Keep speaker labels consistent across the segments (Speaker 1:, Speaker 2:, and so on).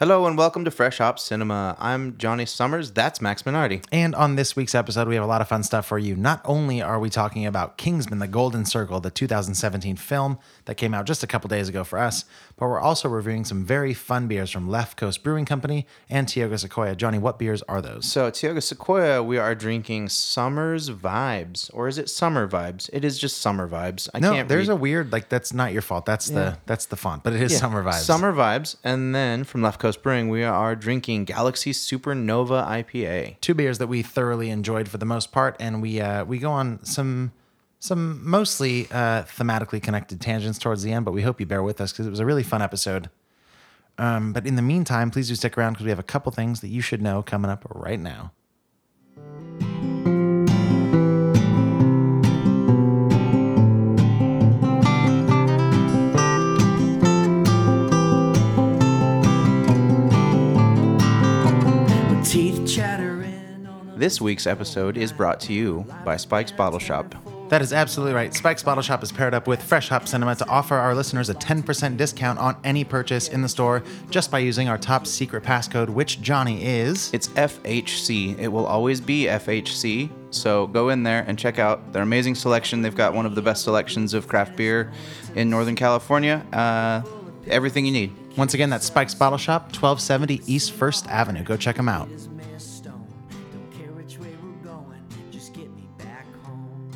Speaker 1: Hello and welcome to Fresh Hop Cinema. I'm Johnny Summers. That's Max Minardi.
Speaker 2: And on this week's episode, we have a lot of fun stuff for you. Not only are we talking about Kingsman, The Golden Circle, the 2017 film that came out just a couple days ago for us, but we're also reviewing some very fun beers from Left Coast Brewing Company and Tioga Sequoia. Johnny, what beers are those?
Speaker 1: So, Tioga Sequoia, we are drinking Summer's Vibes, or is it Summer Vibes? It is just Summer Vibes. I
Speaker 2: No,
Speaker 1: can't
Speaker 2: there's
Speaker 1: read.
Speaker 2: a weird like that's not your fault. That's the that's the font, but it is summer vibes.
Speaker 1: Summer Vibes. And then from Left Coast Brewing, we are drinking Galaxy Supernova IPA.
Speaker 2: two beers that we thoroughly enjoyed for the most part, and we uh, we go on some some mostly uh, thematically connected tangents towards the end. But we hope you bear with us because it was a really fun episode. Um, but in the meantime, please do stick around because we have a couple things that you should know coming up right now.
Speaker 3: teeth chattering on
Speaker 1: This week's episode is brought to you by Spike's Bottle Shop.
Speaker 2: That is absolutely right. Spike's Bottle Shop is paired up with Fresh Hop Cinema to offer our listeners a 10% discount on any purchase in the store just by using our top secret passcode, which Johnny is.
Speaker 1: It's FHC. It will always be FHC. So go in there and check out their amazing selection. They've got one of the best selections of craft beer in Northern California. Uh, everything you need.
Speaker 2: Once again, that's Spike's Bottle Shop, 1270 East 1st Avenue. Go check them out.
Speaker 3: this mess stone. Don't care which way we're going, just get me back home.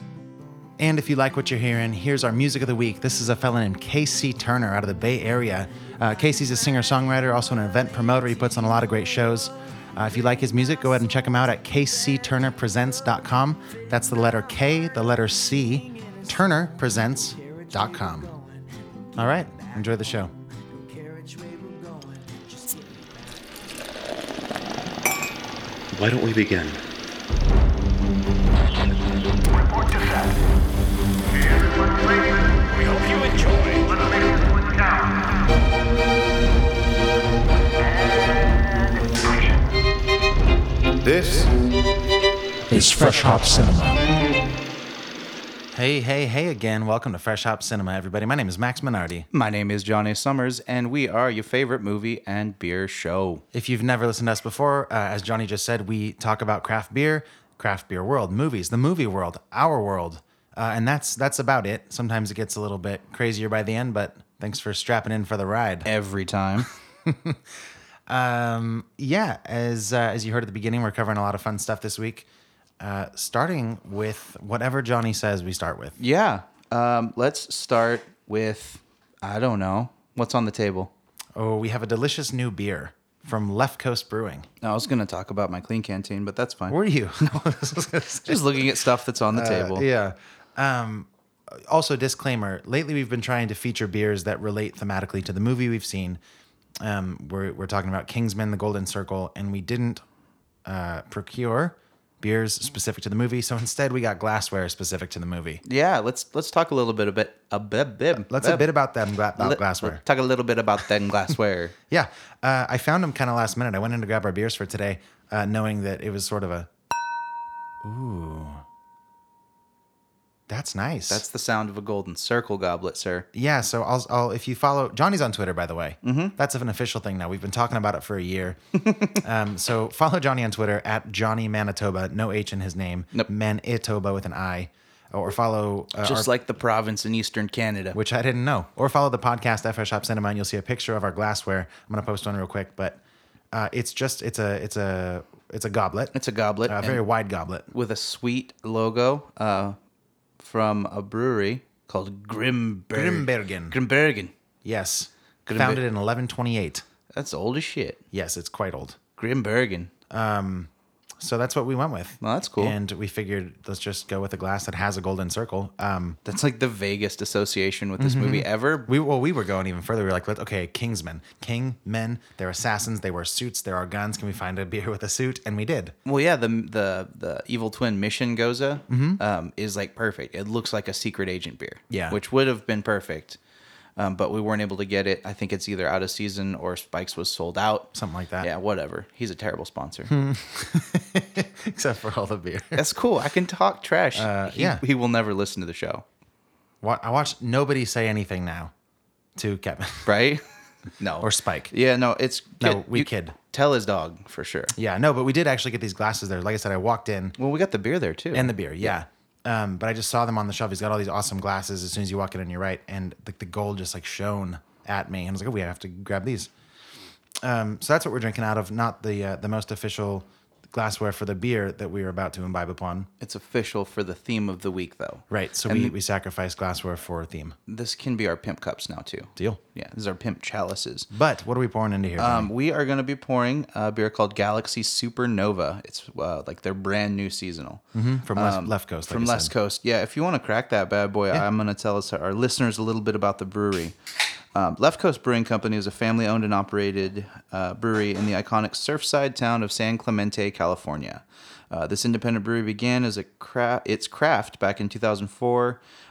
Speaker 2: And if you like what you're hearing, here's our music of the week. This is a fella named Casey Turner out of the Bay Area. Uh, Casey's a singer songwriter, also an event promoter. He puts on a lot of great shows. Uh, if you like his music, go ahead and check him out at kcturnerpresents.com. That's the letter K, the letter C, turnerpresents.com. All right, enjoy the show.
Speaker 3: Don't care which way we're going, just get me
Speaker 4: Why don't we begin?
Speaker 5: Report to set. Everyone, please. We hope you enjoy. Little bit one down. And action.
Speaker 6: This is Fresh Hop Cinema.
Speaker 2: Hey, hey, hey again. Welcome to Fresh Hop Cinema, everybody. My name is Max Minardi.
Speaker 1: My name is Johnny Summers, and we are your favorite movie and beer show.
Speaker 2: If you've never listened to us before, uh, as Johnny just said, we talk about craft beer, craft beer world, movies, the movie world, our world, uh, and that's that's about it. Sometimes it gets a little bit crazier by the end, but thanks for strapping in for the ride.
Speaker 1: Every time.
Speaker 2: Yeah, as uh, as you heard at the beginning, we're covering a lot of fun stuff this week. Uh, starting with whatever Johnny says, we start with.
Speaker 1: yeah. Um, let's start with I don't know what's on the table.
Speaker 2: Oh, we have a delicious new beer from Left Coast Brewing.
Speaker 1: I was going to talk about my clean canteen, but that's fine.
Speaker 2: Where are you?
Speaker 1: just looking at stuff that's
Speaker 2: Uh,
Speaker 1: on the table.
Speaker 2: Yeah. Um, also, disclaimer lately, we've been trying to feature beers that relate thematically to the movie we've seen. Um, we're, we're talking about Kingsman, The Golden Circle, and we didn't uh, procure beers specific to the movie. So instead, we got glassware specific to the movie.
Speaker 1: Yeah, let's let's talk a little bit a bit a bit bit.
Speaker 2: Let's a bit about that and gla- about
Speaker 1: Let-
Speaker 2: glassware.
Speaker 1: let's Talk a little bit about that and glassware.
Speaker 2: Yeah, uh, I found them kind of last minute. I went in to grab our beers for today, uh, knowing that it was sort of a. Ooh, that's Uh, nice.
Speaker 1: That's the sound of a golden circle goblet, sir.
Speaker 2: Yeah, so I'll, I'll if you follow Johnny's on Twitter, by the way, mm-hmm. that's an official thing now. We've been talking about it for a year. um, so follow Johnny on Twitter at Johnny Manitoba, no H in his name,
Speaker 1: Nope.
Speaker 2: Manitoba with an I, or follow uh,
Speaker 1: Just
Speaker 2: our-
Speaker 1: like the province in eastern Canada.
Speaker 2: which I didn't know, or follow the podcast FS Shop Cinema, and you'll see a picture of our glassware. I'm gonna post one real quick, but uh, it's just it's a it's a it's a goblet,
Speaker 1: it's a goblet
Speaker 2: a
Speaker 1: and
Speaker 2: Uh, very wide goblet.
Speaker 1: with a sweet logo uh, from a brewery called Grimberg.
Speaker 2: Grimbergen.
Speaker 1: Grimbergen.
Speaker 2: Yes,
Speaker 1: Gonna be-
Speaker 2: founded in 1128.
Speaker 1: That's old as shit.
Speaker 2: Yes, it's quite old.
Speaker 1: Grimbergen.
Speaker 2: So that's what we went with.
Speaker 1: Well, that's cool.
Speaker 2: And we figured let's just go with a glass that has a golden circle. Um,
Speaker 1: That's like the vaguest association with this
Speaker 2: Mm-hmm.
Speaker 1: movie ever.
Speaker 2: we well, we were going even further. We were like, let- okay, Kingsmen, King men, they're assassins, they wear suits, there are guns. Can we find a beer with a suit? And we did.
Speaker 1: Well, yeah, the the the evil twin Mission Goza um, is like perfect. It looks like a secret agent beer,
Speaker 2: Mm-hmm. Yeah.
Speaker 1: which would have been perfect, um, but we weren't able to get it. I think it's either out of season or Spikes was sold out,
Speaker 2: Something like that. Hmm.
Speaker 1: Yeah, whatever. He's a terrible sponsor.
Speaker 2: Except for all the beer.
Speaker 1: That's cool. I can talk trash. he,
Speaker 2: Uh, yeah.
Speaker 1: he will never listen to the show,
Speaker 2: Wa- I watched nobody say anything now to Kevin.
Speaker 1: right? No.
Speaker 2: Or Spike.
Speaker 1: Yeah, no, it's
Speaker 2: No,
Speaker 1: kid-
Speaker 2: we
Speaker 1: you-
Speaker 2: kid.
Speaker 1: Tell his dog for sure.
Speaker 2: Yeah, no, but we did actually get these glasses there. Like I said, I walked in
Speaker 1: Well, we got the beer there too.
Speaker 2: and the beer, yeah. Um, but I just saw them on the shelf. He's got all these awesome glasses. As soon as you walk in on your right, and like the gold just like shone at me, and I was like, oh, we have to grab these. Um, so that's what we're drinking out of, not the uh, the most official glassware for the beer that we were about to imbibe upon.
Speaker 1: it's official for the theme of the week though.
Speaker 2: Right. So
Speaker 1: And
Speaker 2: we, we sacrificed glassware for theme.
Speaker 1: this can be our pimp cups now too.
Speaker 2: Deal.
Speaker 1: Yeah, these are pimp chalices.
Speaker 2: But what are we pouring into here?
Speaker 1: Um, we are going to be pouring a beer called Galaxy Supernova. It's uh, like their brand new seasonal
Speaker 2: from left, left coast. Like
Speaker 1: Um, from
Speaker 2: Mm-hmm. I
Speaker 1: Left
Speaker 2: said.
Speaker 1: Coast. Yeah, if you want to crack that bad boy, I'm going to tell us our listeners a little bit about the brewery. Um, Left Coast Brewing Company is a family owned and operated uh, brewery in the iconic surfside town of San Clemente, California. Uh, this independent brewery began as a cra- its craft back in 2004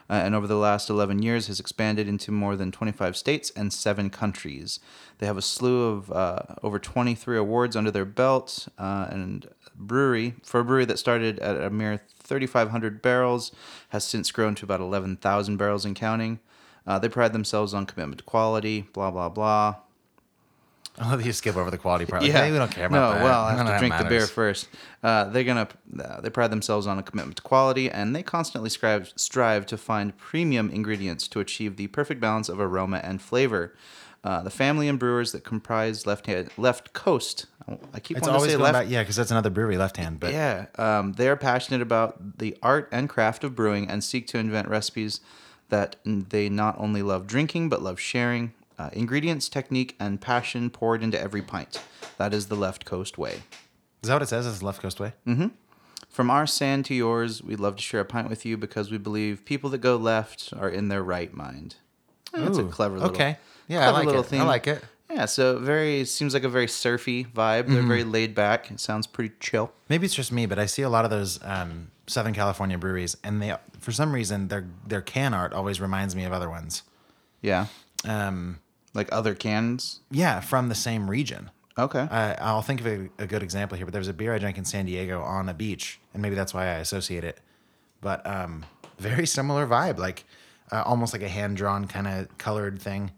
Speaker 1: uh, and over the last 11 years has expanded into more than 25 states and seven countries. They have a slew of uh, over 23 awards under their belt uh, and brewery for a brewery that started at a mere 3,500 barrels has since grown to about 11,000 barrels and counting. Uh, they pride themselves on commitment to quality, blah blah blah.
Speaker 2: I love that you skip over the quality part. Like, hey, we don't care about
Speaker 1: no,
Speaker 2: that.
Speaker 1: well, I have
Speaker 2: None
Speaker 1: to
Speaker 2: of that
Speaker 1: drink the beer
Speaker 2: matters.
Speaker 1: first. Uh, they're gonna. Uh, they pride themselves on a commitment to quality, and they constantly strive strive to find premium ingredients to achieve the perfect balance of aroma and flavor. Uh, the family and brewers that comprise Left Hand Left Coast. I keep
Speaker 2: It's
Speaker 1: wanting to
Speaker 2: always
Speaker 1: say
Speaker 2: going
Speaker 1: left
Speaker 2: back, yeah, because that's another brewery left hand. But
Speaker 1: yeah, um, they are passionate about the art and craft of brewing and seek to invent recipes that n- they not only love drinking but love sharing. Uh, ingredients, technique, and passion poured into every pint. That is the Left Coast way.
Speaker 2: is that what it says? It's left coast way.
Speaker 1: From our sand to yours, we'd love to share a pint with you because we believe people that go left are in their right mind. Eh, That's a
Speaker 2: Ooh,
Speaker 1: clever little
Speaker 2: okay. Yeah, I
Speaker 1: clever
Speaker 2: like
Speaker 1: little
Speaker 2: it. I
Speaker 1: theme.
Speaker 2: like it.
Speaker 1: Yeah, so very seems like a very surfy vibe.
Speaker 2: Mm-hmm.
Speaker 1: They're very laid back. It sounds pretty chill.
Speaker 2: Maybe it's just me, but I see a lot of those um, Southern California breweries, and they, for some reason, their their can art always reminds me of other ones.
Speaker 1: Yeah.
Speaker 2: Um,
Speaker 1: Like other cans.
Speaker 2: yeah, from the same region.
Speaker 1: Okay.
Speaker 2: I, I'll think of a, a good example here, but there was a beer I drank in San Diego on a beach, and maybe that's why I associate it. But um, very similar vibe, like uh, almost like a hand drawn kind of colored thing.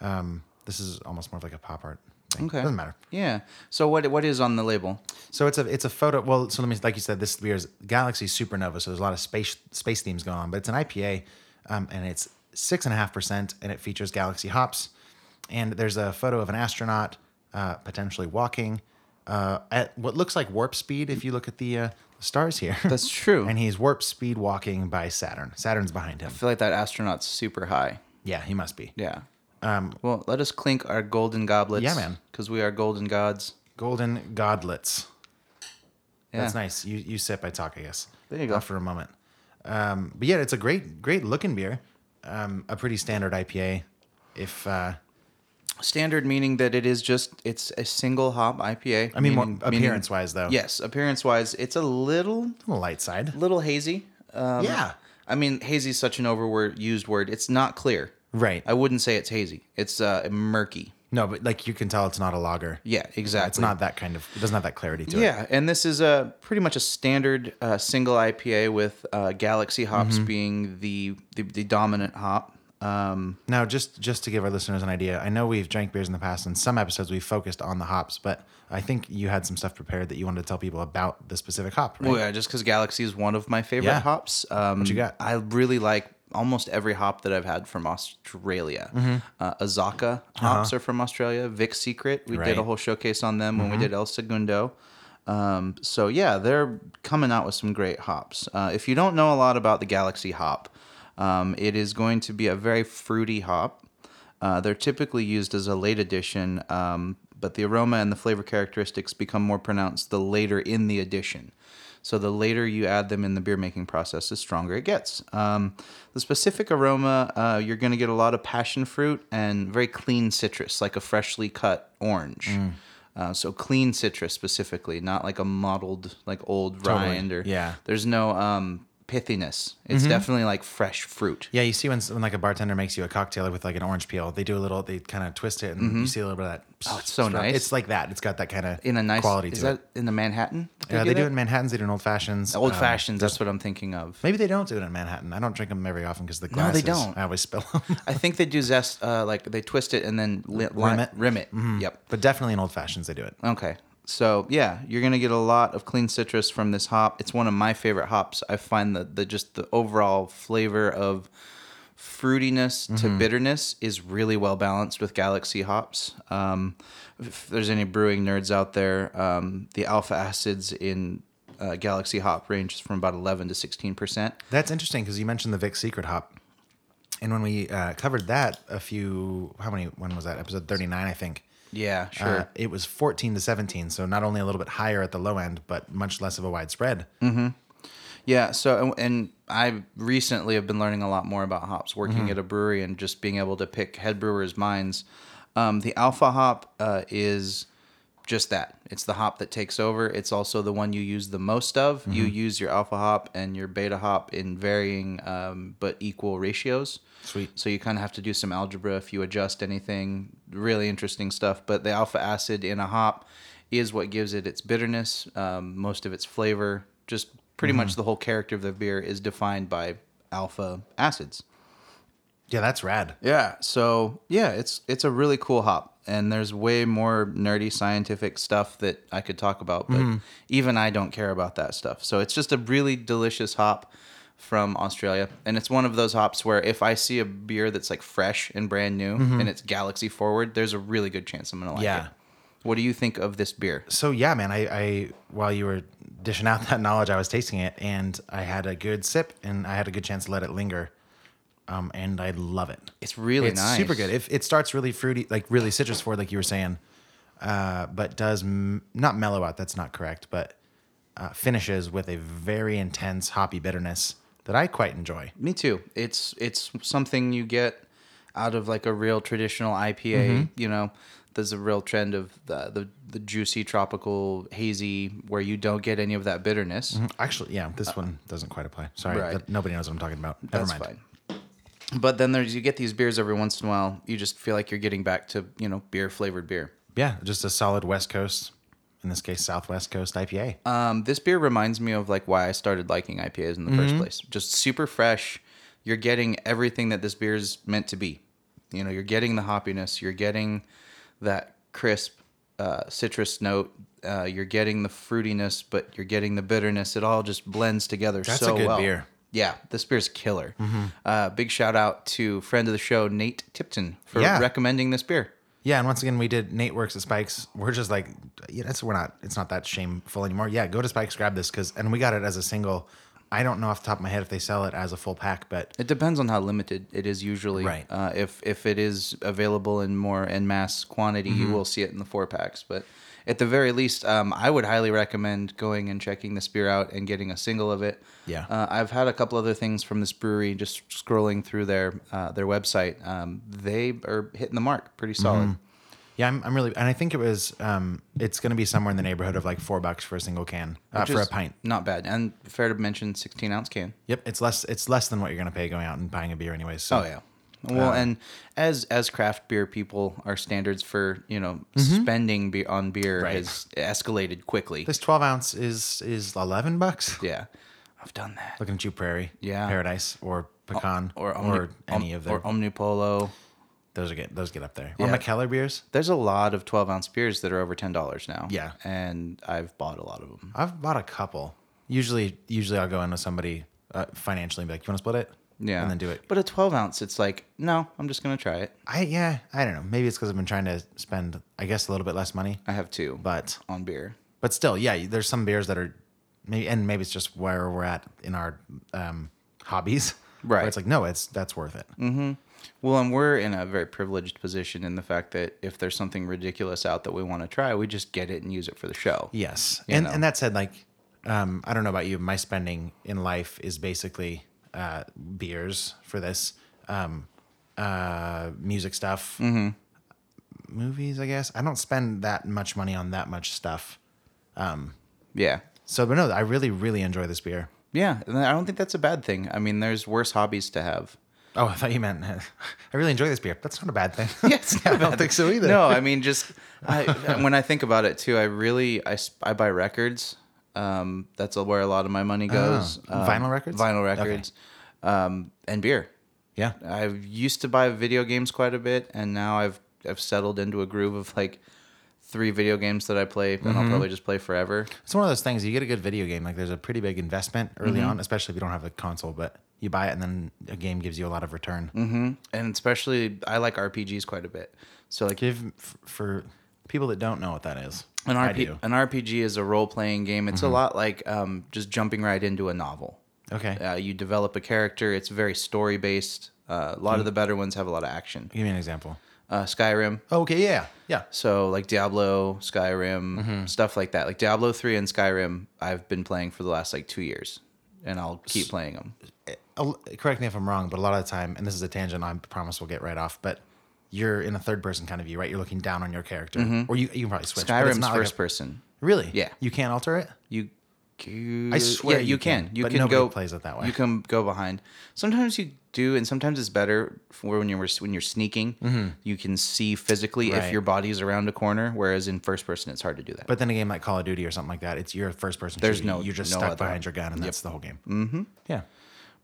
Speaker 2: Um, this is almost more of like a pop art. Thing.
Speaker 1: Okay.
Speaker 2: doesn't matter.
Speaker 1: Yeah. So what what is on the label?
Speaker 2: So it's a it's a photo. Well, so let me like you said, this beer is Galaxy Supernova. So there's a lot of space space themes going on, but it's an IPA, um, and it's six and a half percent, and it features Galaxy hops. And there's a photo of an astronaut uh, potentially walking uh, at what looks like warp speed if you look at the uh, stars here.
Speaker 1: That's true.
Speaker 2: and he's warp speed walking by Saturn. Saturn's behind him.
Speaker 1: I feel like that astronaut's super high.
Speaker 2: Yeah, he must be.
Speaker 1: Yeah. Um, well, let us clink our golden goblets.
Speaker 2: Yeah, man.
Speaker 1: Because we are golden gods.
Speaker 2: Golden godlets.
Speaker 1: Yeah.
Speaker 2: That's nice. You you sip, I talk, I guess.
Speaker 1: There you go.
Speaker 2: Not for a moment. Um, but yeah, it's a great, great looking beer. Um, a pretty standard IPA. If uh,
Speaker 1: Standard meaning that it is just it's a single hop IPA.
Speaker 2: I mean, more
Speaker 1: meaning- meaning-
Speaker 2: appearance wise though,
Speaker 1: Yes, appearance wise, it's a little
Speaker 2: on the light side.
Speaker 1: little hazy. Um,
Speaker 2: yeah,
Speaker 1: I mean, hazy is such an overused word. It's not clear.
Speaker 2: right.
Speaker 1: I wouldn't say it's hazy. It's uh, murky.
Speaker 2: no, but like you can tell, it's not a lager.
Speaker 1: Yeah, exactly.
Speaker 2: It's not that kind of. It doesn't have that clarity to it.
Speaker 1: Yeah, and this is a pretty much a standard uh, single IPA with uh, Galaxy hops
Speaker 2: Mm-hmm.
Speaker 1: being the, the the dominant hop. Um,
Speaker 2: Now, just just to give our listeners an idea, I know we've drank beers in the past, and some episodes we focused on the hops, but I think you had some stuff prepared that you wanted to tell people about the specific hop. Right?
Speaker 1: well, yeah, just because Galaxy is one of my favorite
Speaker 2: Yeah.
Speaker 1: hops. Um,
Speaker 2: you got?
Speaker 1: I really like almost every hop that I've had from Australia.
Speaker 2: Mm-hmm.
Speaker 1: Uh, Azaka hops are from Australia. Vic Secret, we did a
Speaker 2: Uh-huh. Right. Mm-hmm.
Speaker 1: whole showcase on them when we did El Segundo. Um, so yeah, they're coming out with some great hops. Uh, if you don't know a lot about the Galaxy hop, um, it is going to be a very fruity hop. Uh, they're typically used as a late addition, um, but the aroma and the flavor characteristics become more pronounced the later in the addition. So the later you add them in the beer making process, the stronger it gets. Um, the specific aroma, uh, you're going to get a lot of passion fruit and very clean citrus, like a freshly cut orange.
Speaker 2: Mm.
Speaker 1: Uh, so clean citrus specifically, not like a mottled, like old rind or
Speaker 2: yeah. Mm-hmm.
Speaker 1: There's no um, pithiness. It's definitely like fresh fruit.
Speaker 2: Yeah, you see when, when like a bartender makes you a cocktail with like an orange peel, they do a little, they kind of twist it, and you see a little bit of that.
Speaker 1: Mm-hmm. Oh, it's so
Speaker 2: stroke.
Speaker 1: nice.
Speaker 2: It's like that. It's got that kind of
Speaker 1: In a nice
Speaker 2: quality to
Speaker 1: Is
Speaker 2: it.
Speaker 1: that in the Manhattan? that
Speaker 2: Yeah, they
Speaker 1: get
Speaker 2: do
Speaker 1: it?
Speaker 2: it in Manhattan's, they do it in old fashions.
Speaker 1: Old
Speaker 2: Um,
Speaker 1: fashions. That's what I'm thinking of.
Speaker 2: Maybe they don't do it in Manhattan. I don't drink them very often because the
Speaker 1: No, they
Speaker 2: glasses.
Speaker 1: don't.
Speaker 2: I always spill them.
Speaker 1: I think they do zest. Uh, like they twist it and then li- rim
Speaker 2: it. Mm-hmm.
Speaker 1: Rim it. Yep.
Speaker 2: but definitely in old fashions they do it.
Speaker 1: Okay. So yeah, you're gonna get a lot of clean citrus from this hop. It's one of my favorite hops. I find that the just the overall flavor of fruitiness to bitterness is really well balanced with Galaxy hops. Um, if there's any brewing nerds out there, um, the alpha acids in uh, Galaxy hop ranges from about 11 to 16 percent.
Speaker 2: That's interesting because you mentioned the Vic Secret hop, and when we uh, covered that a few, how many? When was that? Episode thirty nine, I think.
Speaker 1: Yeah,
Speaker 2: Uh,
Speaker 1: sure.
Speaker 2: it was fourteen to seventeen, so not only a little bit higher at the low end, but much less of a widespread.
Speaker 1: Mm. Yeah. So, and- and I recently have been learning a lot more about hops, working at a brewery and just being able to pick head brewers' minds. Um, the alpha hop uh, is just that. It's the hop that takes over. It's also the one you use the most of. You use your alpha hop and your beta hop in varying um, but equal ratios.
Speaker 2: Sweet.
Speaker 1: So you kind of have to do some algebra if you adjust anything. Really interesting stuff. But the alpha acid in a hop is what gives it its bitterness, um, most of its flavor. Just pretty much the whole character of the beer is defined by alpha acids.
Speaker 2: Yeah, that's rad.
Speaker 1: Yeah. So yeah, it's it's a really cool hop, and there's way more nerdy scientific stuff that I could talk about, but
Speaker 2: Mm-hmm.
Speaker 1: even I don't care about that stuff. So it's just a really delicious hop from Australia, and it's one of those hops where if I see a beer that's like fresh and brand new and it's Galaxy forward, there's a really good chance I'm gonna like
Speaker 2: Mm-hmm. Yeah.
Speaker 1: it. What do you think of this beer?
Speaker 2: So yeah, man, I, I while you were dishing out that knowledge, I was tasting it, and I had a good sip, and I had a good chance to let it linger, um, and I love it.
Speaker 1: It's really
Speaker 2: it's
Speaker 1: nice.
Speaker 2: super good. If it starts really fruity, like really citrus forward, like you were saying, uh, but does m- not mellow out. That's not correct, but uh, finishes with a very intense hoppy bitterness that I quite enjoy.
Speaker 1: Me too. It's it's something you get out of like a real traditional IPA.
Speaker 2: Mm-hmm.
Speaker 1: You know, there's a real trend of the, the the juicy tropical hazy where you don't get any of that bitterness.
Speaker 2: Actually, yeah, this one doesn't quite apply. Sorry,
Speaker 1: Right.
Speaker 2: that- nobody knows what I'm talking about. Never
Speaker 1: That's
Speaker 2: mind.
Speaker 1: fine. But then there's you get these beers every once in a while. You just feel like you're getting back to you know beer flavored beer.
Speaker 2: Yeah, just a solid West Coast, in this case, Southwest Coast IPA.
Speaker 1: Um, this beer reminds me of like why I started liking IPAs in the
Speaker 2: Mm-hmm.
Speaker 1: first place. Just super fresh. You're getting everything that this beer is meant to be. You know, you're getting the hoppiness. You're getting that crisp uh, citrus note. Uh, you're getting the fruitiness, but you're getting the bitterness. It all just blends together
Speaker 2: That's
Speaker 1: so
Speaker 2: a good
Speaker 1: well.
Speaker 2: beer. Mm-hmm.
Speaker 1: Yeah, this beer's killer. Uh, big shout out to friend of the show Nate Tipton for
Speaker 2: Yeah.
Speaker 1: recommending this beer.
Speaker 2: Yeah, and once again, we did Nate works at Spikes. We're just like, yeah, that's we're not. It's not that shameful anymore. Yeah, go to Spikes, grab this because, and we got it as a single. I don't know off the top of my head if they sell it as a full pack, but
Speaker 1: It depends on how limited it is usually.
Speaker 2: Right.
Speaker 1: Uh, if if it is available in more in mass quantity,
Speaker 2: Mm-hmm.
Speaker 1: you will see it in the four packs. But at the very least, um, I would highly recommend going and checking this beer out and getting a single of it.
Speaker 2: Yeah.
Speaker 1: Uh, I've had a couple other things from this brewery. Just scrolling through their uh, their website, um, they are hitting the mark pretty solid.
Speaker 2: Mm-hmm. yeah, I'm, I'm really, and I think it was, um, it's going to be somewhere in the neighborhood of like four bucks for a single can uh,
Speaker 1: Which
Speaker 2: for a
Speaker 1: is
Speaker 2: pint.
Speaker 1: Not bad, and fair to mention, sixteen ounce can.
Speaker 2: Yep, it's less, it's less than what you're going to pay going out and buying a beer anyways. So.
Speaker 1: Oh yeah. Well,
Speaker 2: uh,
Speaker 1: and as as craft beer people, our standards for you know spending be- on beer
Speaker 2: Mm-hmm. Right.
Speaker 1: has escalated quickly.
Speaker 2: this 12 ounce is is 11 bucks.
Speaker 1: yeah, I've done that.
Speaker 2: Looking at you, Prairie,
Speaker 1: Yeah.
Speaker 2: Paradise, or Pecan, or
Speaker 1: Omni-
Speaker 2: any
Speaker 1: Om-
Speaker 2: of them.
Speaker 1: or Omnipolo.
Speaker 2: those are get those get up there. Or
Speaker 1: Yeah.
Speaker 2: McKellar beers.
Speaker 1: There's a lot of twelve ounce beers that are over ten dollars now.
Speaker 2: Yeah.
Speaker 1: and I've bought a lot of them.
Speaker 2: I've bought a couple. Usually, usually I'll go in with somebody uh, financially and be like, "You want to split it?"
Speaker 1: Yeah,
Speaker 2: and then do it.
Speaker 1: But a twelve ounce, it's like no, I'm just gonna try it.
Speaker 2: I yeah, I don't know. Maybe it's because I've been trying to spend, I guess, a little bit less money.
Speaker 1: I have two,
Speaker 2: But
Speaker 1: on beer.
Speaker 2: but still, yeah, there's some beers that are maybe, and maybe it's just where we're at in our um, hobbies. where
Speaker 1: Right.
Speaker 2: it's like no, it's that's worth it.
Speaker 1: Well, and we're in a very privileged position in the fact that if there's something ridiculous out that we want to try, we just get it and use it for the show.
Speaker 2: Yes,
Speaker 1: You
Speaker 2: and
Speaker 1: know.
Speaker 2: and that said, like, um, I don't know about you, my spending in life is basically uh, beers for this, um, uh, music stuff,
Speaker 1: Mm-hmm.
Speaker 2: movies. I guess I don't spend that much money on that much stuff.
Speaker 1: Yeah.
Speaker 2: So, but no, I really, really enjoy this beer.
Speaker 1: Yeah, and I don't think that's a bad thing. I mean, there's worse hobbies to have.
Speaker 2: Oh, I thought you meant I really enjoy this beer. That's not a bad thing.
Speaker 1: Yes,
Speaker 2: I don't think so either.
Speaker 1: No, I mean just I, when I think about it too, I really I, s- I buy records. Um, that's where a lot of my money goes.
Speaker 2: Oh,
Speaker 1: Um,
Speaker 2: vinyl records?
Speaker 1: vinyl
Speaker 2: Okay.
Speaker 1: records, um, and beer.
Speaker 2: yeah.
Speaker 1: I used to buy video games quite a bit, and now I've I've settled into a groove of like three video games that I play, and
Speaker 2: Mm-hmm.
Speaker 1: I'll probably just play forever.
Speaker 2: It's one of those things. You get a good video game, like there's a pretty big investment early
Speaker 1: Mm-hmm.
Speaker 2: on, especially if you don't have a console, but you buy it and then a game gives you a lot of return.
Speaker 1: And especially, I like RPGs quite a bit. So like
Speaker 2: Give f- for people that don't know what that is.
Speaker 1: an
Speaker 2: I
Speaker 1: RP,
Speaker 2: do. Mm-hmm.
Speaker 1: an RPG is a role playing game. It's a lot like um, just jumping right into a novel.
Speaker 2: Okay.
Speaker 1: Uh, you develop a character. It's very story based. Uh, a
Speaker 2: Mm-hmm.
Speaker 1: lot of the better ones have a lot of action.
Speaker 2: Give me an example. Oh,
Speaker 1: Uh, Skyrim.
Speaker 2: Okay. Yeah. Yeah.
Speaker 1: So like Diablo, Skyrim,
Speaker 2: Mm-hmm.
Speaker 1: stuff like that. Like Diablo three and Skyrim, I've been playing for the last like two years, and I'll keep playing them.
Speaker 2: a- correct me if I'm wrong, but a lot of the time, and this is a tangent I promise we'll get right off, but you're in a third person kind of view, right? You're looking down on your character, or you, you can probably switch. but it's
Speaker 1: Mm-hmm. Skyrim's
Speaker 2: not like
Speaker 1: first
Speaker 2: a-
Speaker 1: person.
Speaker 2: Really?
Speaker 1: Yeah.
Speaker 2: You can't alter it.
Speaker 1: You, you
Speaker 2: I swear
Speaker 1: yeah,
Speaker 2: you
Speaker 1: you
Speaker 2: can,
Speaker 1: can. You
Speaker 2: but
Speaker 1: can
Speaker 2: nobody
Speaker 1: go
Speaker 2: plays it that way.
Speaker 1: You can go behind. Sometimes you do, and sometimes it's better for when you're when you're sneaking. You can see physically
Speaker 2: Mm-hmm. Right.
Speaker 1: if your body's around a corner, whereas in first person it's hard to do that.
Speaker 2: But then a game like Call of Duty or something like that, it's your first person.
Speaker 1: There's
Speaker 2: shooter.
Speaker 1: no-
Speaker 2: You're just
Speaker 1: no
Speaker 2: stuck
Speaker 1: other
Speaker 2: behind
Speaker 1: op-
Speaker 2: your gun, and that's the whole game. Mm-hmm. Yeah.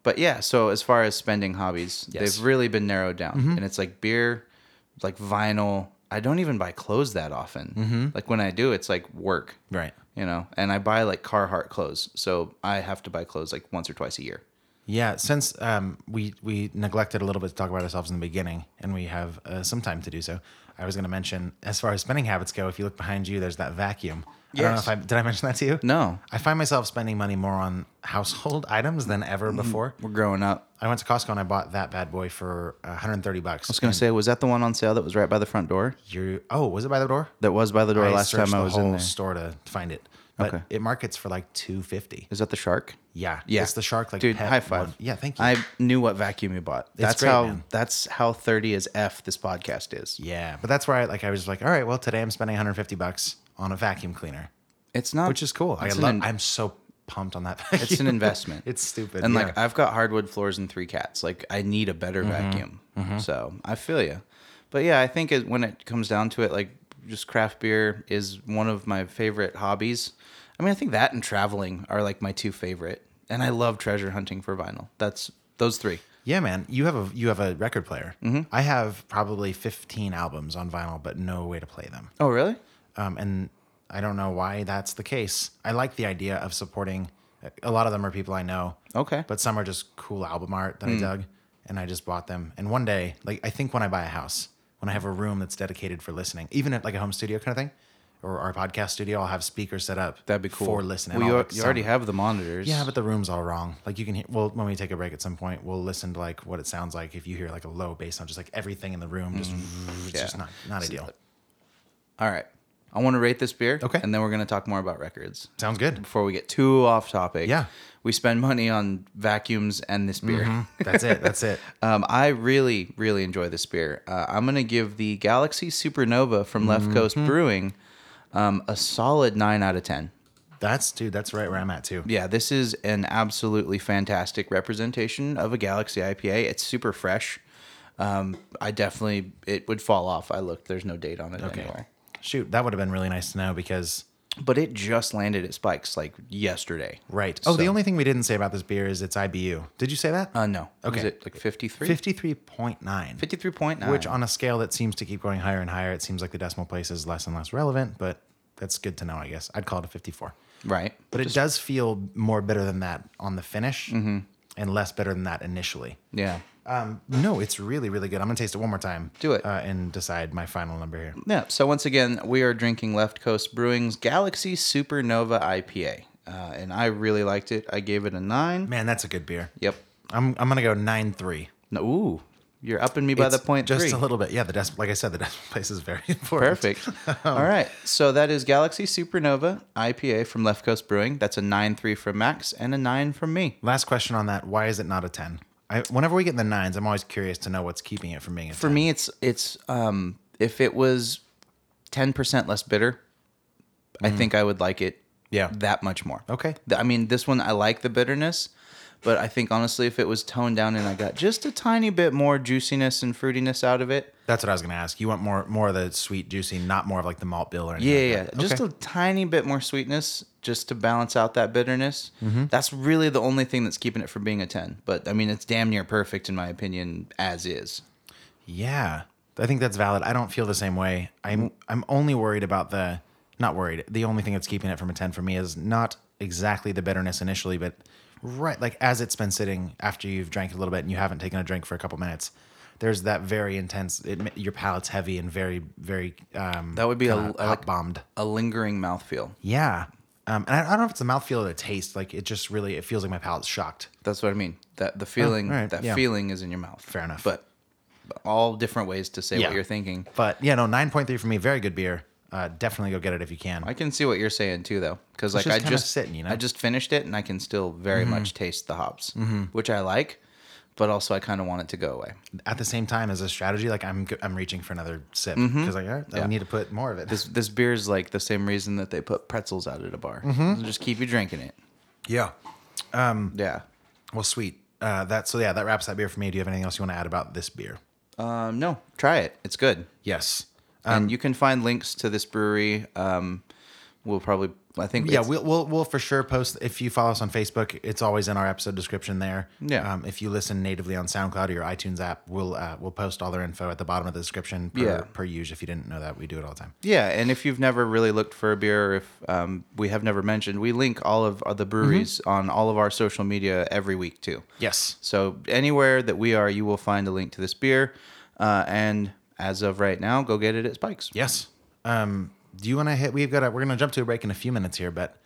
Speaker 1: but yeah, so as far as spending hobbies,
Speaker 2: Yes. Mm-hmm.
Speaker 1: they've really been narrowed down. And it's like beer, like vinyl. I don't even buy clothes that often. Like when I do, it's like work.
Speaker 2: Mm-hmm. Right.
Speaker 1: You know, and I buy like Carhartt clothes. So I have to buy clothes like once or twice a year.
Speaker 2: Yeah. Since um, we we neglected a little bit to talk about ourselves in the beginning, and we have uh, some time to do so, I was going to mention as far as spending habits go. If you look behind you, there's that vacuum. I don't know
Speaker 1: Yes.
Speaker 2: if I did. I mention that to you.
Speaker 1: No.
Speaker 2: I find myself spending money more on household items than
Speaker 1: Mm-hmm.
Speaker 2: ever before.
Speaker 1: We're growing up.
Speaker 2: I went to Costco and I bought that bad boy for 130
Speaker 1: I
Speaker 2: bucks.
Speaker 1: was gonna say, was that the one on sale that was right by the front door?
Speaker 2: You oh, was it by the door?
Speaker 1: That was by the door
Speaker 2: I
Speaker 1: last
Speaker 2: searched
Speaker 1: time I
Speaker 2: the
Speaker 1: was
Speaker 2: whole
Speaker 1: in there. Is
Speaker 2: store to find it, but
Speaker 1: Okay.
Speaker 2: it markets for like 250.
Speaker 1: that the shark?
Speaker 2: Yeah,
Speaker 1: Yeah,
Speaker 2: It's the shark like
Speaker 1: dude.
Speaker 2: pet
Speaker 1: high five.
Speaker 2: one. Yeah, thank you.
Speaker 1: I knew what vacuum you bought. That's
Speaker 2: great,
Speaker 1: how.
Speaker 2: man.
Speaker 1: That's how thirty is f. This podcast is.
Speaker 2: yeah, but that's where I like I was like, all right, well today I'm spending 150 bucks on a vacuum cleaner,
Speaker 1: It's not.
Speaker 2: which is cool. I
Speaker 1: it's an
Speaker 2: love.
Speaker 1: in-
Speaker 2: I'm so pumped on that.
Speaker 1: it's an
Speaker 2: vacuum.
Speaker 1: investment.
Speaker 2: it's stupid.
Speaker 1: And
Speaker 2: yeah. Mm-hmm.
Speaker 1: like I've got hardwood floors and three cats. Like I need a better vacuum. So I feel you. But yeah, I think it, when it comes down to it, like just craft beer is one of my favorite hobbies. I mean, I think that and traveling are like my two favorite. And I love treasure hunting for vinyl. That's those three.
Speaker 2: Yeah, man, you have a you have a record player.
Speaker 1: Mm-hmm.
Speaker 2: I have probably fifteen albums on vinyl, but no way to play them.
Speaker 1: Oh, really?
Speaker 2: Um, and I don't know why that's the case. I like the idea of supporting. A lot of them are people I know.
Speaker 1: Okay. Hmm.
Speaker 2: But some are just cool album art that I dug, and I just bought them. And one day, like I think when I buy a house, when I have a room that's dedicated for listening, even at like a home studio kind of thing, or our podcast studio, I'll have speakers set up.
Speaker 1: That'd be cool.
Speaker 2: for listening.
Speaker 1: Well,
Speaker 2: I'll,
Speaker 1: you,
Speaker 2: like,
Speaker 1: you already
Speaker 2: sound-
Speaker 1: have the monitors.
Speaker 2: yeah, but the room's all wrong. Like you can hear. Well, when we take a break at some point, we'll listen to like what it sounds like if you hear like a low bass sound, just like everything in the room. Just it's just
Speaker 1: Mm, Yeah.
Speaker 2: not not ideal.
Speaker 1: all right. I want to rate this beer.
Speaker 2: Okay.
Speaker 1: And then we're gonna talk more about records.
Speaker 2: Sounds good.
Speaker 1: Before we get too off topic.
Speaker 2: Yeah. Mm-hmm.
Speaker 1: We spend money on vacuums and this beer.
Speaker 2: That's it. That's it.
Speaker 1: Um, I really, really enjoy this beer. Uh, I'm going to give the Galaxy Supernova from
Speaker 2: Mm-hmm.
Speaker 1: Left Coast Brewing um, a solid 9 out of 10.
Speaker 2: That's dude. That's right where I'm at too.
Speaker 1: Yeah, this is an absolutely fantastic representation of a Galaxy IPA. It's super fresh. Um, I definitely, it would fall off. I looked, there's no date on it anywhere.
Speaker 2: Shoot, that would have been really nice to know because
Speaker 1: But it just landed at Spikes like yesterday.
Speaker 2: right. Oh, the
Speaker 1: So-
Speaker 2: only thing we didn't say about this beer is its IBU. Did you say that?
Speaker 1: Uh, no. Was
Speaker 2: Okay.
Speaker 1: it like 53?
Speaker 2: Fifty-three point nine.
Speaker 1: 53.9.
Speaker 2: Which on a scale that seems to keep going higher and higher, it seems like the decimal place is less and less relevant. But that's good to know, I guess. I'd call it a fifty-four.
Speaker 1: Right.
Speaker 2: But it does feel more bitter than that on the finish and less bitter than that initially.
Speaker 1: Yeah.
Speaker 2: Um, no, it's really, really good. I'm going to taste it one more time.
Speaker 1: Do it.
Speaker 2: Uh, and decide my final number here.
Speaker 1: Yeah. So once again, we are drinking Left Coast Brewing's Galaxy Supernova IPA, uh, and I really liked it. I gave it a nine.
Speaker 2: Man, that's a good beer.
Speaker 1: Yep.
Speaker 2: I'm, I'm going to go 9 3.
Speaker 1: No, ooh, you're upping me by the point
Speaker 2: Just
Speaker 1: three.
Speaker 2: a little bit. Yeah, the decimal, like I said, the decimal place is very important.
Speaker 1: Perfect.
Speaker 2: Um,
Speaker 1: All right. So that is Galaxy Supernova IPA from Left Coast Brewing. That's a nine three from Max and a nine from me.
Speaker 2: Last question on that. Why is it not a 10? I, whenever we get in the nines, I'm always curious to know what's keeping it from being a
Speaker 1: For me, it's it's um, if it was ten percent less bitter, I think I would like it.
Speaker 2: Yeah.
Speaker 1: that much more.
Speaker 2: Okay.
Speaker 1: Th- I mean, this one I like the bitterness, but I think honestly, if it was toned down and I got just a tiny bit more juiciness and fruitiness out of it,
Speaker 2: That's what I was gonna ask. You want more more of the sweet, juicy, not more of like the malt bill or anything.
Speaker 1: yeah,
Speaker 2: like
Speaker 1: yeah,
Speaker 2: that.
Speaker 1: just
Speaker 2: Okay.
Speaker 1: a tiny bit more sweetness, just to balance out that bitterness.
Speaker 2: Mm-hmm.
Speaker 1: That's really the only thing that's keeping it from being a ten. But I mean, it's damn near perfect in my opinion as is.
Speaker 2: Yeah, I think that's valid. I don't feel the same way. I'm I'm only worried about the not worried. The only thing that's keeping it from a ten for me is not exactly the bitterness initially, but right like as it's been sitting after you've drank a little bit and you haven't taken a drink for a couple minutes. There's that very intense. It, ma- your palate's heavy and very very. Um,
Speaker 1: That would be a-
Speaker 2: kinda
Speaker 1: I
Speaker 2: hot
Speaker 1: like-
Speaker 2: bombed.
Speaker 1: A lingering mouthfeel.
Speaker 2: Yeah. Um, and I, I don't know if it's the mouthfeel or the taste. Like it just really, it feels like my palate's shocked.
Speaker 1: That's what I mean. That the feeling,
Speaker 2: all Oh, right,
Speaker 1: that
Speaker 2: yeah.
Speaker 1: feeling is in your mouth.
Speaker 2: Fair enough.
Speaker 1: But, but all different ways to say
Speaker 2: Yeah.
Speaker 1: what you're thinking.
Speaker 2: But yeah, no, nine point three for me. Very good beer. Uh, definitely go get it if you can.
Speaker 1: I can see what you're saying too, though, because like
Speaker 2: just
Speaker 1: I
Speaker 2: kinda
Speaker 1: just
Speaker 2: sitting, you know? Mm-hmm.
Speaker 1: I just finished it, and I can still very much taste the hops, which I like, but also I kind of want it to go away.
Speaker 2: At the same time, as a strategy, like I'm go- I'm reaching for another sip because like all right, I
Speaker 1: Mm-hmm. Yeah.
Speaker 2: need to put more of it.
Speaker 1: This this beer is like the same reason that they put pretzels out at a bar.
Speaker 2: Mm-hmm.
Speaker 1: It'll Just keep you drinking it.
Speaker 2: yeah.
Speaker 1: Yeah.
Speaker 2: Well, sweet. Uh, that so yeah, that wraps that beer for me. Do you have anything else you want to add about this beer?
Speaker 1: Um, no, try it. It's good.
Speaker 2: Yes. Um,
Speaker 1: and you can find links to this brewery. Um, we'll probably. I think
Speaker 2: Yeah,
Speaker 1: it's-
Speaker 2: we'll, we'll we'll for sure post if you follow us on Facebook. It's always in our episode description there.
Speaker 1: Yeah.
Speaker 2: Um, if you listen natively on SoundCloud or your iTunes app, we'll uh, we'll post all their info at the bottom of the description. Per,
Speaker 1: Yeah.
Speaker 2: Per use, if you didn't know that, we do it all the time.
Speaker 1: Yeah, and if you've never really looked for a beer, or if um, we have never mentioned, we link all of the breweries
Speaker 2: Mm-hmm.
Speaker 1: on all of our social media every week too.
Speaker 2: Yes.
Speaker 1: So anywhere that we are, you will find a link to this beer. Uh, and as of right now, go get it at Spikes.
Speaker 2: Yes. Um, do you want to hit? We've got. A, we're gonna jump to a break in a few minutes here, but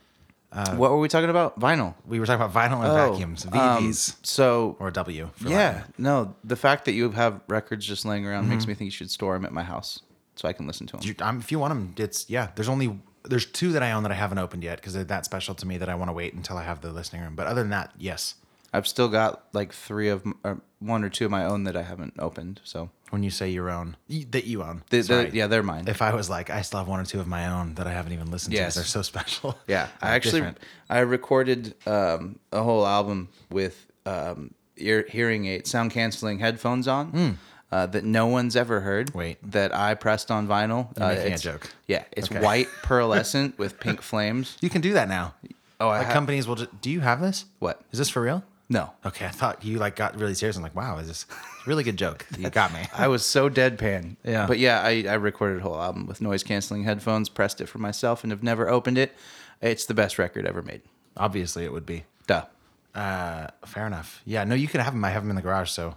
Speaker 1: what were we talking about? Vinyl.
Speaker 2: we were talking about vinyl and
Speaker 1: Oh,
Speaker 2: vacuums,
Speaker 1: um,
Speaker 2: VVs
Speaker 1: so
Speaker 2: or W. For
Speaker 1: yeah,
Speaker 2: Latin.
Speaker 1: no, the fact that you have records just laying around makes me think you should store them at my house so I can listen to them.
Speaker 2: Mm-hmm. You- um, if you want them, it's yeah. There's only there's two that I own that I haven't opened yet because they're that special to me that I want to wait until I have the listening room. But other than that, yes.
Speaker 1: I've still got like three of m- or one or two of my own that I haven't opened. So
Speaker 2: When you say your own, y- that you own,
Speaker 1: they,
Speaker 2: sorry.
Speaker 1: they, yeah, they're mine.
Speaker 2: If I was like, I still have one or two of my own that I haven't even listened
Speaker 1: Yes.
Speaker 2: to. They're so special.
Speaker 1: Yeah, I
Speaker 2: Uh,
Speaker 1: actually
Speaker 2: different.
Speaker 1: I recorded um, a whole album with um, ear, hearing aid sound canceling headphones on. Uh, that no one's ever heard.
Speaker 2: Wait.
Speaker 1: that I pressed on vinyl. You're
Speaker 2: making a joke.
Speaker 1: Yeah, it's
Speaker 2: Okay.
Speaker 1: white pearlescent with pink flames.
Speaker 2: you can do that now.
Speaker 1: Oh, I
Speaker 2: like
Speaker 1: ha-
Speaker 2: companies will. Just, do you have this?
Speaker 1: What?
Speaker 2: is this for real?
Speaker 1: No,
Speaker 2: Okay, I thought you like got really serious. I'm like, wow, is this a really good joke? You got me.
Speaker 1: I was so deadpan.
Speaker 2: Yeah.
Speaker 1: But yeah, I, I recorded a whole album with noise canceling headphones, pressed it for myself, and have never opened it. It's the best record ever made.
Speaker 2: Obviously, it would be.
Speaker 1: Duh.
Speaker 2: Uh, fair enough. Yeah, no, you can have them. I have them in the garage, so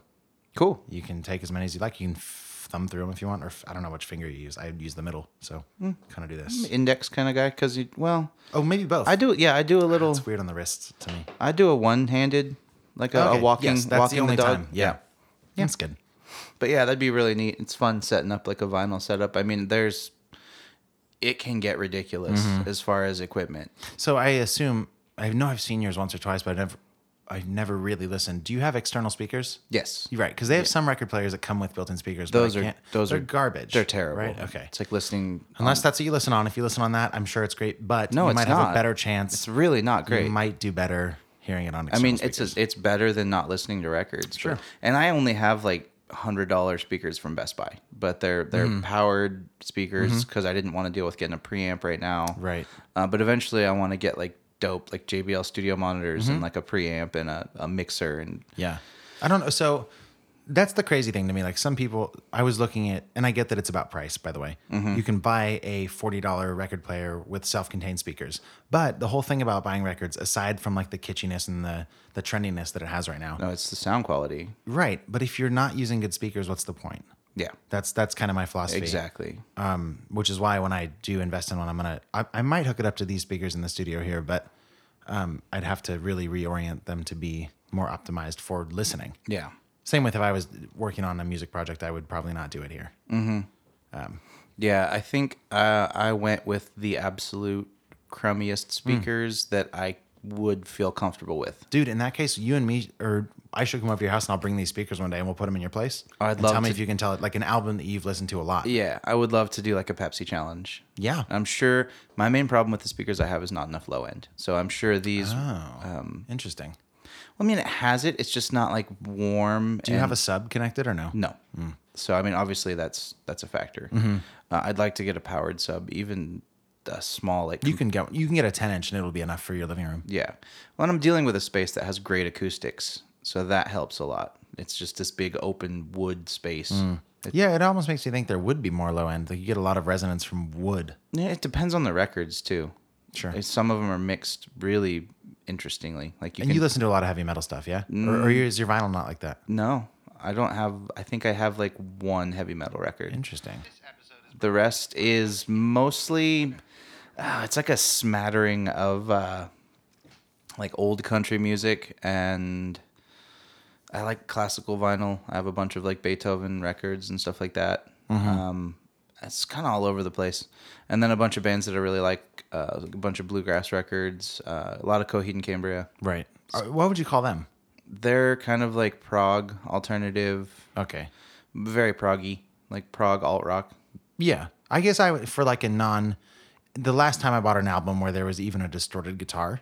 Speaker 1: Cool.
Speaker 2: you can take as many as you like. You can f- thumb through them if you want, or f- I don't know which finger you use. I use the middle, so
Speaker 1: Hmm.
Speaker 2: kind of do this.
Speaker 1: Index kind of guy, because, well,
Speaker 2: Oh, maybe both.
Speaker 1: I do, yeah, I do a little.
Speaker 2: It's weird on the wrists to me.
Speaker 1: I do a one-handed, like a,
Speaker 2: Okay,
Speaker 1: a walking,
Speaker 2: yes, that's the
Speaker 1: walking the,
Speaker 2: only
Speaker 1: dog.
Speaker 2: time, yeah. That's good.
Speaker 1: but yeah, that'd be really neat. It's fun setting up like a vinyl setup. I mean, there's, it can get ridiculous
Speaker 2: Mm-hmm.
Speaker 1: as far as equipment.
Speaker 2: So I assume I know I've seen yours once or twice, but I never, I never really listened. Do you have external speakers?
Speaker 1: Yes,
Speaker 2: You're right, because they have some record players that come with built-in speakers. but I
Speaker 1: those are
Speaker 2: can't-
Speaker 1: those
Speaker 2: they're
Speaker 1: are
Speaker 2: garbage.
Speaker 1: They're terrible.
Speaker 2: Right? Okay.
Speaker 1: it's like listening.
Speaker 2: Unless that's what you listen on. If you listen on that, I'm sure it's great. But
Speaker 1: No,
Speaker 2: you
Speaker 1: it's
Speaker 2: might have a
Speaker 1: not.
Speaker 2: better chance.
Speaker 1: It's really not great.
Speaker 2: You might do better hearing it on.
Speaker 1: I
Speaker 2: External
Speaker 1: mean, it's
Speaker 2: speakers.
Speaker 1: a, it's better than not listening to records. but-
Speaker 2: Sure.
Speaker 1: and I only have like hundred dollar speakers from Best Buy, but they're they're
Speaker 2: Mm-hmm.
Speaker 1: powered speakers because I didn't want to deal with getting a preamp right now.
Speaker 2: Right.
Speaker 1: Uh, but eventually, I want to get like dope like JBL studio monitors
Speaker 2: Mm-hmm.
Speaker 1: and like a preamp and a, a mixer and
Speaker 2: yeah. I don't know. So that's the crazy thing to me. Like some people, I was looking at, and I get that it's about price. By the way, you can buy a forty dollar record player with self contained speakers. But the whole thing about buying records, aside from like the kitschiness and the the trendiness that it has right now,
Speaker 1: no, it's the sound quality.
Speaker 2: right? But if you're not using good speakers, what's the point?
Speaker 1: Yeah.
Speaker 2: That's that's kind of my philosophy.
Speaker 1: Exactly.
Speaker 2: um, which is why when I do invest in one, I'm gonna I, I might hook it up to these speakers in the studio here, but um, I'd have to really reorient them to be more optimized for listening.
Speaker 1: Yeah.
Speaker 2: Same with if I was working on a music project, I would probably not do it here.
Speaker 1: Yeah, I think uh, I went with the absolute
Speaker 2: Mm.
Speaker 1: crummiest speakers that I would feel comfortable with.
Speaker 2: Dude, in that case, you and me, or I should come over to your house and I'll bring these speakers one day and we'll put them in your place.
Speaker 1: I'd
Speaker 2: and
Speaker 1: love
Speaker 2: Tell me
Speaker 1: to-
Speaker 2: if you can tell it like an album that you've listened to a lot.
Speaker 1: Yeah, I would love to do like a Pepsi challenge.
Speaker 2: Yeah.
Speaker 1: I'm sure my main problem with the speakers I have is not enough low end. So I'm sure these.
Speaker 2: Oh, interesting.
Speaker 1: I mean, it has it. It's just not like warm.
Speaker 2: Do you have a sub connected or no?
Speaker 1: No. So I mean, obviously that's that's a factor. Uh, I'd like to get a powered sub, even a small like.
Speaker 2: You can get you can get a 10 inch and it'll be enough for your living room.
Speaker 1: yeah. Well, and I'm dealing with a space that has great acoustics, so that helps a lot. It's just this big open wood space. It,
Speaker 2: Yeah, it almost makes you think there would be more low end. Like you get a lot of resonance from wood.
Speaker 1: yeah, it depends on the records too.
Speaker 2: Sure.
Speaker 1: Uh, Some of them are mixed really interestingly. Like you
Speaker 2: and
Speaker 1: can
Speaker 2: you listen to a lot of heavy metal stuff, yeah? Or,
Speaker 1: Mm.
Speaker 2: or is your vinyl not like that?
Speaker 1: No, I don't have. I think I have like one heavy metal record.
Speaker 2: Interesting.
Speaker 1: The rest is mostly. Uh, it's like a smattering of uh, like old country music, and I like classical vinyl. I have a bunch of like Beethoven records and stuff like that. Um, it's kind of all over the place, and then a bunch of bands that I really like, uh, a bunch of bluegrass records, uh, a lot of Coheed and Cambria.
Speaker 2: Right. Uh, What would you call them?
Speaker 1: They're kind of like prog alternative
Speaker 2: Okay.
Speaker 1: very proggy, like prog alt rock.
Speaker 2: Yeah, I guess I would- for like a non. The last time I bought an album where there was even a distorted guitar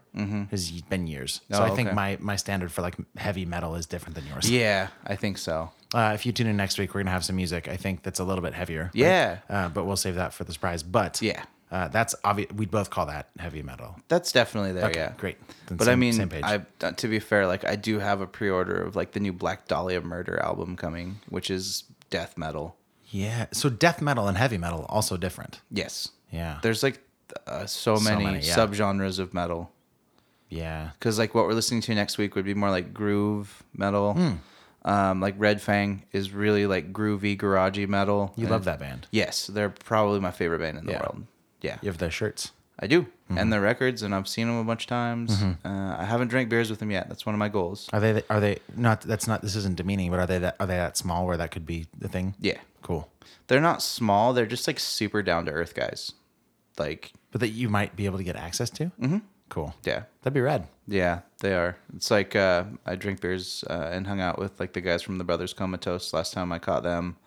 Speaker 2: has been years. So
Speaker 1: Mm-hmm. Oh,
Speaker 2: I think
Speaker 1: okay.
Speaker 2: my my standard for like heavy metal is different than yours.
Speaker 1: Yeah, I think so.
Speaker 2: Uh, if you tune in next week, we're gonna have some music. I think that's a little bit heavier. right?
Speaker 1: Yeah.
Speaker 2: Uh, but we'll save that for the surprise. But
Speaker 1: Yeah.
Speaker 2: uh, that's obvious. We'd both call that heavy metal.
Speaker 1: That's definitely there.
Speaker 2: Okay,
Speaker 1: Oh, yeah,
Speaker 2: great. Then
Speaker 1: but I
Speaker 2: same-
Speaker 1: mean,
Speaker 2: same page.
Speaker 1: I uh, to be fair, like I do have a pre-order of like the new Black Dahlia Murder album coming, which is death metal.
Speaker 2: Yeah. So death metal and heavy metal also different.
Speaker 1: Yes.
Speaker 2: Yeah.
Speaker 1: There's like uh, so many,
Speaker 2: many, yeah.
Speaker 1: subgenres of metal.
Speaker 2: Yeah.
Speaker 1: Because like what we're listening to next week would be more like groove metal.
Speaker 2: Hmm.
Speaker 1: Um, like Red Fang is really like groovy, garagey metal.
Speaker 2: You
Speaker 1: And
Speaker 2: love
Speaker 1: it-
Speaker 2: that band.
Speaker 1: Yes, they're probably my favorite band in the
Speaker 2: Yeah. Mm-hmm.
Speaker 1: world. Yeah.
Speaker 2: You have their shirts.
Speaker 1: I do, and their records, and I've seen them a bunch of times.
Speaker 2: Mm-hmm.
Speaker 1: Uh, I haven't drank beers with them yet. That's one of my goals.
Speaker 2: Are they? Are they not? That's not. This isn't demeaning, but are they that? Are they that small where that could be the thing?
Speaker 1: Yeah,
Speaker 2: Cool.
Speaker 1: they're not small. They're just like super down to earth guys. Like,
Speaker 2: But that you might be able to get access to. Mm-hmm. Cool.
Speaker 1: yeah,
Speaker 2: That'd be rad.
Speaker 1: yeah, they are. It's like uh, I drink beers uh, and hung out with like the guys from the Brothers Comatose last time I caught them.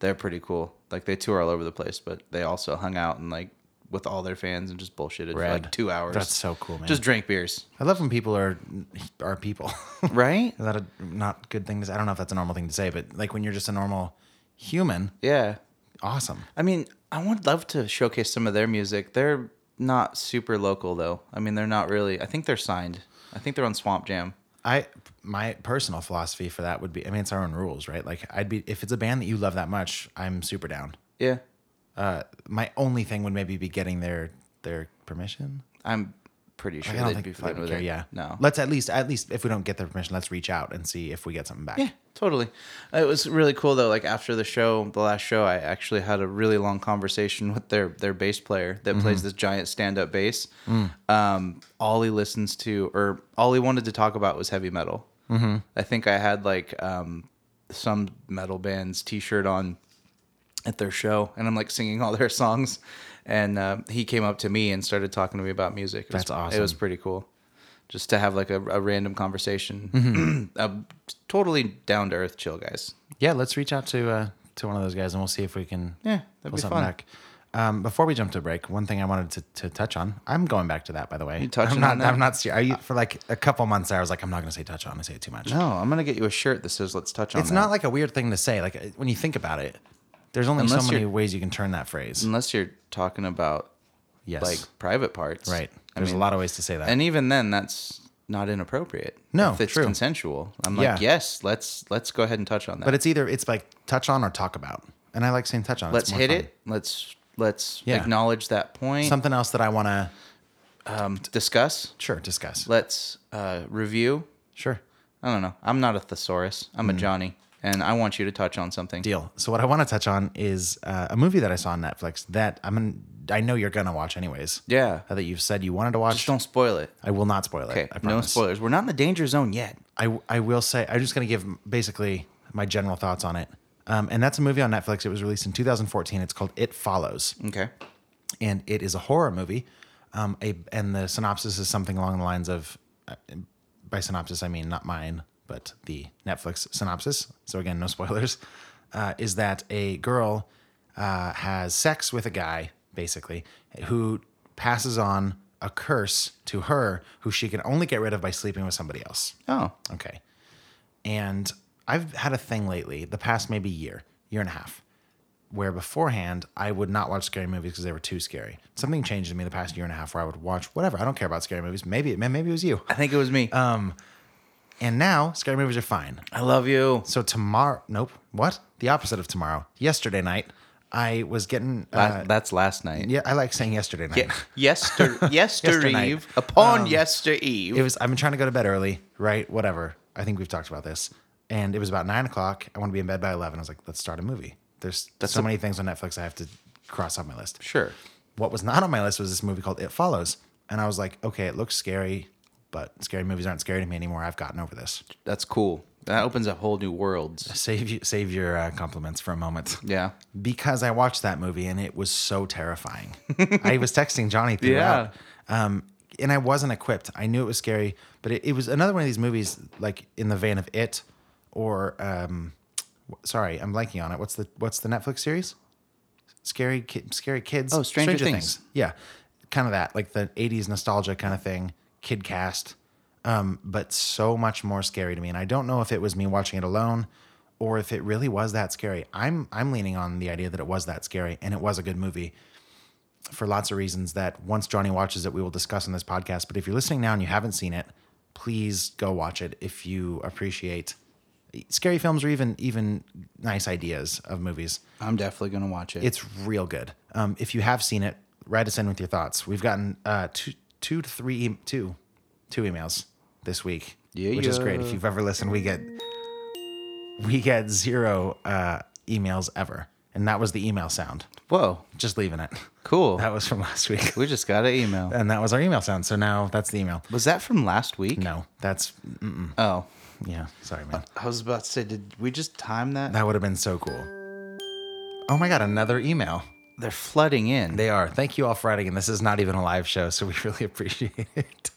Speaker 1: They're pretty cool. Like they tour all over the place, but they also hung out and like with all their fans and just bullshitted for
Speaker 2: Rad.
Speaker 1: like two hours.
Speaker 2: That's so cool, man.
Speaker 1: Just drank beers,
Speaker 2: I love when people are are people. Is
Speaker 1: right?
Speaker 2: that a not good thing to say? I don't know if that's a normal thing to say, but like when you're just a normal human,
Speaker 1: yeah.
Speaker 2: awesome.
Speaker 1: I mean, I would love to showcase some of their music. They're not super local though. I mean, they're not really. I think they're signed. I think they're on Swamp Jam.
Speaker 2: I my personal philosophy for that would be I mean it's our own rules, right? Like I'd be if it's a band that you love that much, I'm super down.
Speaker 1: Yeah,
Speaker 2: Uh, my only thing would maybe be getting their their permission.
Speaker 1: I'm pretty sure
Speaker 2: I don't
Speaker 1: they'd
Speaker 2: think
Speaker 1: be
Speaker 2: they
Speaker 1: fine with
Speaker 2: would care,
Speaker 1: it.
Speaker 2: Yeah.
Speaker 1: no,
Speaker 2: Let's at least at least if we don't get their permission, let's reach out and see if we get something back.
Speaker 1: Yeah, totally. It was really cool though. Like after the show, the last show, I actually had a really long conversation with their their bass player
Speaker 2: Mm-hmm.
Speaker 1: that plays this giant stand up bass.
Speaker 2: Mm.
Speaker 1: Um, all he listens to, or all he wanted to talk about, was heavy metal. Mm-hmm. I think I had like um, some metal band's t shirt on at their show, and I'm like singing all their songs. And uh, he came up to me and started talking to me about music. It was-
Speaker 2: That's awesome.
Speaker 1: It was pretty cool just to have like a, a random conversation. a totally down to earth, chill guys.
Speaker 2: Yeah, let's reach out to uh, to one of those guys and we'll see if we can
Speaker 1: Yeah, that'd
Speaker 2: pull
Speaker 1: be
Speaker 2: something
Speaker 1: fun.
Speaker 2: back. Um, before we jump to break, one thing I wanted to, to touch on. I'm going back to that, by the way. You
Speaker 1: touching
Speaker 2: I'm not,
Speaker 1: on that?
Speaker 2: I'm not. ser- Are you, for like a couple months, there, I was like, I'm not going to say touch on. I say it too much.
Speaker 1: No, I'm gonna get you a shirt that says "Let's touch on."
Speaker 2: it's
Speaker 1: that."
Speaker 2: not like a weird thing to say. Like uh, when you think about it, there's only
Speaker 1: Unless
Speaker 2: so many
Speaker 1: you're-
Speaker 2: ways you can turn that phrase.
Speaker 1: unless you're talking about
Speaker 2: yes,
Speaker 1: like private parts,
Speaker 2: right.
Speaker 1: I
Speaker 2: There's
Speaker 1: mean,
Speaker 2: a lot of ways to say that.
Speaker 1: and even then, that's not inappropriate.
Speaker 2: No,
Speaker 1: if it's
Speaker 2: true.
Speaker 1: consensual. I'm
Speaker 2: Yeah.
Speaker 1: like, yes, let's let's go ahead and touch on that.
Speaker 2: but it's either it's like touch on or talk about, and I like saying touch on. It's
Speaker 1: let's
Speaker 2: more
Speaker 1: hit
Speaker 2: fun.
Speaker 1: it. Let's let's
Speaker 2: Yeah.
Speaker 1: acknowledge that point.
Speaker 2: Something else that I want to
Speaker 1: discuss.
Speaker 2: sure discuss.
Speaker 1: Let's uh, review.
Speaker 2: sure.
Speaker 1: I don't know. I'm not a thesaurus. I'm a
Speaker 2: Hmm.
Speaker 1: Johnny, and I want you to touch on something.
Speaker 2: deal. So what I want to touch on is uh, a movie that I saw on Netflix that I'm gonna, I know you're gonna watch anyways.
Speaker 1: Yeah.
Speaker 2: Uh, that you've said you wanted to watch.
Speaker 1: Just don't spoil it.
Speaker 2: I will not spoil it.
Speaker 1: Okay,
Speaker 2: I
Speaker 1: no
Speaker 2: promise.
Speaker 1: spoilers. We're not in the danger zone yet.
Speaker 2: I I will say I'm just gonna give basically my general thoughts on it. Um, and that's a movie on Netflix. It was released in 2014. It's called It Follows,
Speaker 1: Okay.
Speaker 2: and it is a horror movie. Um, a, and the synopsis is something along the lines of, uh, by synopsis I mean not mine, but the Netflix synopsis, so again, no spoilers, uh, is that a girl uh, has sex with a guy, basically, who passes on a curse to her who she can only get rid of by sleeping with somebody else.
Speaker 1: Oh,
Speaker 2: Okay. And I've had a thing lately, the past maybe year, year and a half, where beforehand I would not watch scary movies because they were too scary. Something changed in me the past year and a half where I would watch whatever. I don't care about scary movies. Maybe maybe it was you.
Speaker 1: I think it was me.
Speaker 2: Um, And now scary movies are fine.
Speaker 1: I love you.
Speaker 2: So tomorrow, nope. What? The opposite of tomorrow. Yesterday night, I was getting.
Speaker 1: La-
Speaker 2: Uh,
Speaker 1: that's last night.
Speaker 2: yeah, I like saying yesterday night.
Speaker 1: Ye- Yester, yester
Speaker 2: Yesternight. Um,
Speaker 1: eve, upon yester eve.
Speaker 2: It was. I've been trying to go to bed early, right? Whatever. I think we've talked about this. And it was about nine o'clock. I want to be in bed by eleven. I was like, let's start a movie. There's so many things on Netflix I have to cross off my list.
Speaker 1: sure.
Speaker 2: What was not on my list was this movie called It Follows, and I was like, okay, it looks scary, but scary movies aren't scary to me anymore. I've gotten over this.
Speaker 1: That's cool. That opens up whole new worlds.
Speaker 2: Save you, save your uh, compliments for a moment.
Speaker 1: Yeah.
Speaker 2: because I watched that movie and it was so terrifying. I was texting Johnny throughout. Um, and I wasn't equipped. I knew it was scary, but it, it was another one of these movies, like in the vein of It, or um, w- sorry, I'm blanking on it. What's the what's the Netflix series? Scary, ki- scary kids.
Speaker 1: Oh, Stranger Things.
Speaker 2: Yeah, kind of that, like the '80s nostalgia kind of thing, kid cast, um, but so much more scary to me. And I don't know if it was me watching it alone, or if it really was that scary. I'm I'm leaning on the idea that it was that scary, and it was a good movie for lots of reasons that once Johnny watches it, we will discuss on this podcast. But if you're listening now and you haven't seen it, please go watch it if you appreciate scary films or even even nice ideas of movies.
Speaker 1: I'm definitely going to watch it.
Speaker 2: It's real good. Um, if you have seen it, write us in with your thoughts. We've gotten uh, two, two to three, e- two, two emails this week,
Speaker 1: Yeah,
Speaker 2: which is great. If
Speaker 1: yeah.
Speaker 2: you've ever listened, we get we get zero uh, emails ever, and that was the email sound.
Speaker 1: Whoa.
Speaker 2: Just leaving it.
Speaker 1: Cool.
Speaker 2: That was from last week,
Speaker 1: we just got an email.
Speaker 2: and that was our email sound. So now that's the email.
Speaker 1: Was that from last week?
Speaker 2: No, that's mm-mm.
Speaker 1: Oh.
Speaker 2: yeah. Sorry, man.
Speaker 1: I was about to say, did we just time that?
Speaker 2: That would have been so cool. Oh my god, another email.
Speaker 1: They're flooding in.
Speaker 2: They are. Thank you all for writing. And this is not even a live show, so we really appreciate it.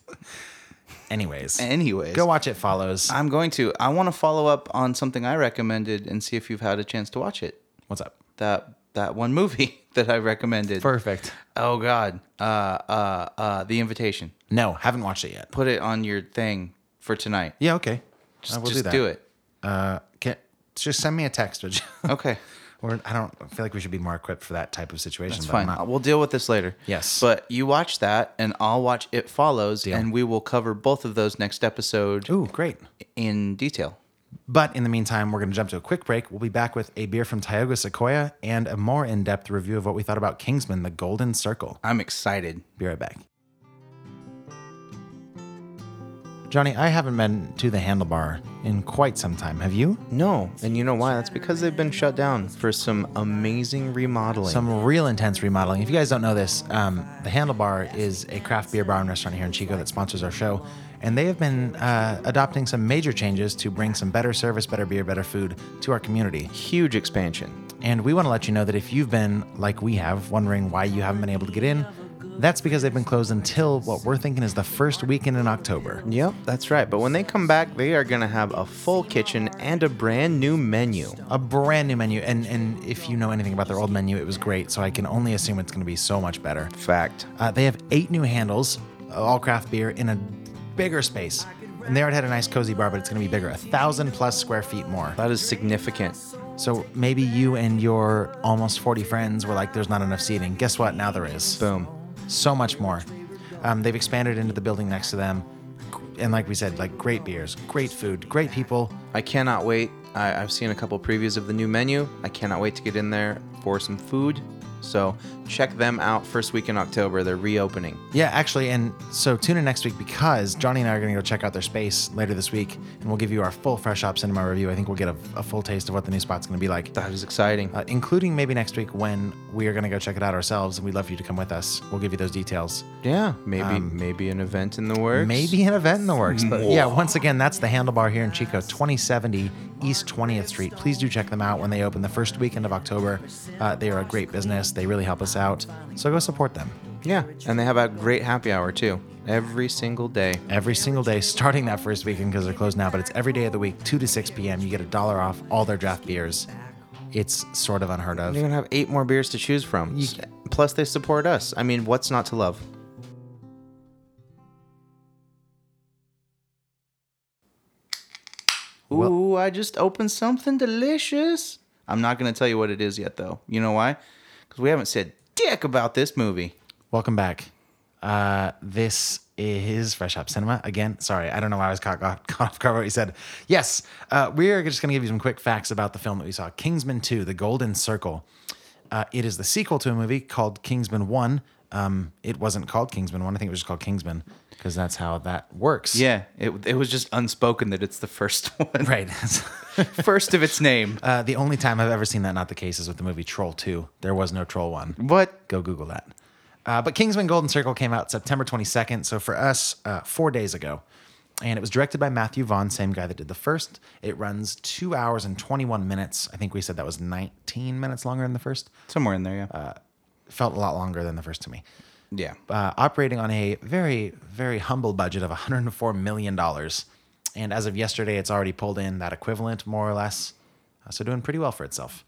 Speaker 2: Anyways,
Speaker 1: Anyways,
Speaker 2: go watch It Follows.
Speaker 1: I'm going to. I want to follow up on something I recommended and see if you've had a chance to watch it.
Speaker 2: What's up?
Speaker 1: That that one movie that I recommended.
Speaker 2: Perfect.
Speaker 1: oh God. Uh, uh, uh, The Invitation.
Speaker 2: No, haven't watched it yet.
Speaker 1: Put it on your thing for tonight.
Speaker 2: Yeah, okay.
Speaker 1: Just,
Speaker 2: I will
Speaker 1: just
Speaker 2: that.
Speaker 1: do it.
Speaker 2: Uh, can, just send me a text, would you?
Speaker 1: Okay.
Speaker 2: or I don't I feel like we should be more equipped for that type of situation.
Speaker 1: It's
Speaker 2: but
Speaker 1: fine.
Speaker 2: I'm not.
Speaker 1: We'll deal with this later.
Speaker 2: Yes.
Speaker 1: But you watch that, and I'll watch It Follows, and we will cover both of those next episode
Speaker 2: Ooh, great.
Speaker 1: in detail.
Speaker 2: But in the meantime, we're going to jump to a quick break. We'll be back with a beer from Tioga Sequoia and a more in depth review of what we thought about Kingsman The Golden Circle.
Speaker 1: I'm excited.
Speaker 2: Be right back. Johnny, I haven't been to the handlebar in quite some time. Have you?
Speaker 7: No, and you know why? That's because they've been shut down for some amazing remodeling.
Speaker 2: Some real intense remodeling. If you guys don't know this, um, the handlebar is a craft beer bar and restaurant here in Chico that sponsors our show. And they have been uh, adopting some major changes to bring some better service, better beer, better food to our community.
Speaker 7: huge expansion.
Speaker 2: And we want to let you know that if you've been, like we have, wondering why you haven't been able to get in, that's because they've been closed until what we're thinking is the first weekend in October.
Speaker 7: Yep, that's right. But when they come back, they are going to have a full kitchen and a brand new menu.
Speaker 2: a brand new menu and and if you know anything about their old menu it was great so i can only assume it's going to be so much better
Speaker 7: Fact.
Speaker 2: uh, they have eight new handles uh, all craft beer in a bigger space and they already had a nice cozy bar but it's going to be bigger a thousand plus square feet more
Speaker 7: That is significant.
Speaker 2: so maybe you and your almost 40 friends were like there's not enough seating guess what now there is
Speaker 7: Boom.
Speaker 2: so much more um, they've expanded into the building next to them and like we said like great beers great food great people
Speaker 7: I cannot wait. I, I've seen a couple previews of the new menu. I cannot wait to get in there for some food. So check them out first week in October. They're reopening.
Speaker 2: Yeah, actually, and so tune in next week because Johnny and I are going to go check out their space later this week, and we'll give you our full Fresh Hop Cinema review. I think we'll get a, a full taste of what the new spot's going to be like,
Speaker 7: That is exciting.
Speaker 2: uh, including maybe next week when we are going to go check it out ourselves, and we'd love for you to come with us. We'll give you those details.
Speaker 7: yeah, um, maybe maybe an event in the works.
Speaker 2: Maybe an event in the works, but yeah, once again, that's the Handlebar here in Chico, 2070 East 20th Street. Please do check them out when they open the first weekend of October. Uh, they are a great business. They really help us out, so go support them.
Speaker 7: Yeah, and they have a great happy hour too.
Speaker 1: Every single day.
Speaker 2: Every single day, starting that first weekend because they're closed now, but it's every day of the week, 2 to 6 p.m. You get a dollar off all their draft beers. It's sort of unheard of.
Speaker 1: You're gonna have eight more beers to choose from.
Speaker 2: You-
Speaker 1: Plus, they support us. I mean, what's not to love?
Speaker 2: Well-
Speaker 1: Ooh, I just opened something delicious. I'm not gonna tell you what it is yet, though. You know why? Because we haven't said dick about this movie.
Speaker 2: Welcome back. Uh, this is Fresh Hop Cinema again. Sorry, I don't know why I was caught, caught, caught off guard by what you said. Yes, uh, we're just going to give you some quick facts about the film that we saw Kingsman 2, The Golden Circle. Uh, it is the sequel to a movie called Kingsman 1. Um, it wasn't called Kingsman 1, I think it was just called Kingsman because that's how that works.
Speaker 1: Yeah, it, it was just unspoken that it's the first one,
Speaker 2: Right.
Speaker 1: first of its name.
Speaker 2: uh, the only time I've ever seen that not the case is with the movie Troll 2. There was no Troll 1.
Speaker 1: What?
Speaker 2: Go Google that. Uh, but Kingsman Golden Circle came out September 22nd, so for us, uh, four days ago. And it was directed by Matthew Vaughn, same guy that did the first. It runs two hours and 21 minutes. I think we said that was 19 minutes longer than the first.
Speaker 1: Somewhere in there, yeah.
Speaker 2: Felt a lot longer than the first to me.
Speaker 1: yeah.
Speaker 2: Uh, operating on a very, very humble budget of $104 million. And as of yesterday, it's already pulled in that equivalent, more or less. Uh, so doing pretty well for itself.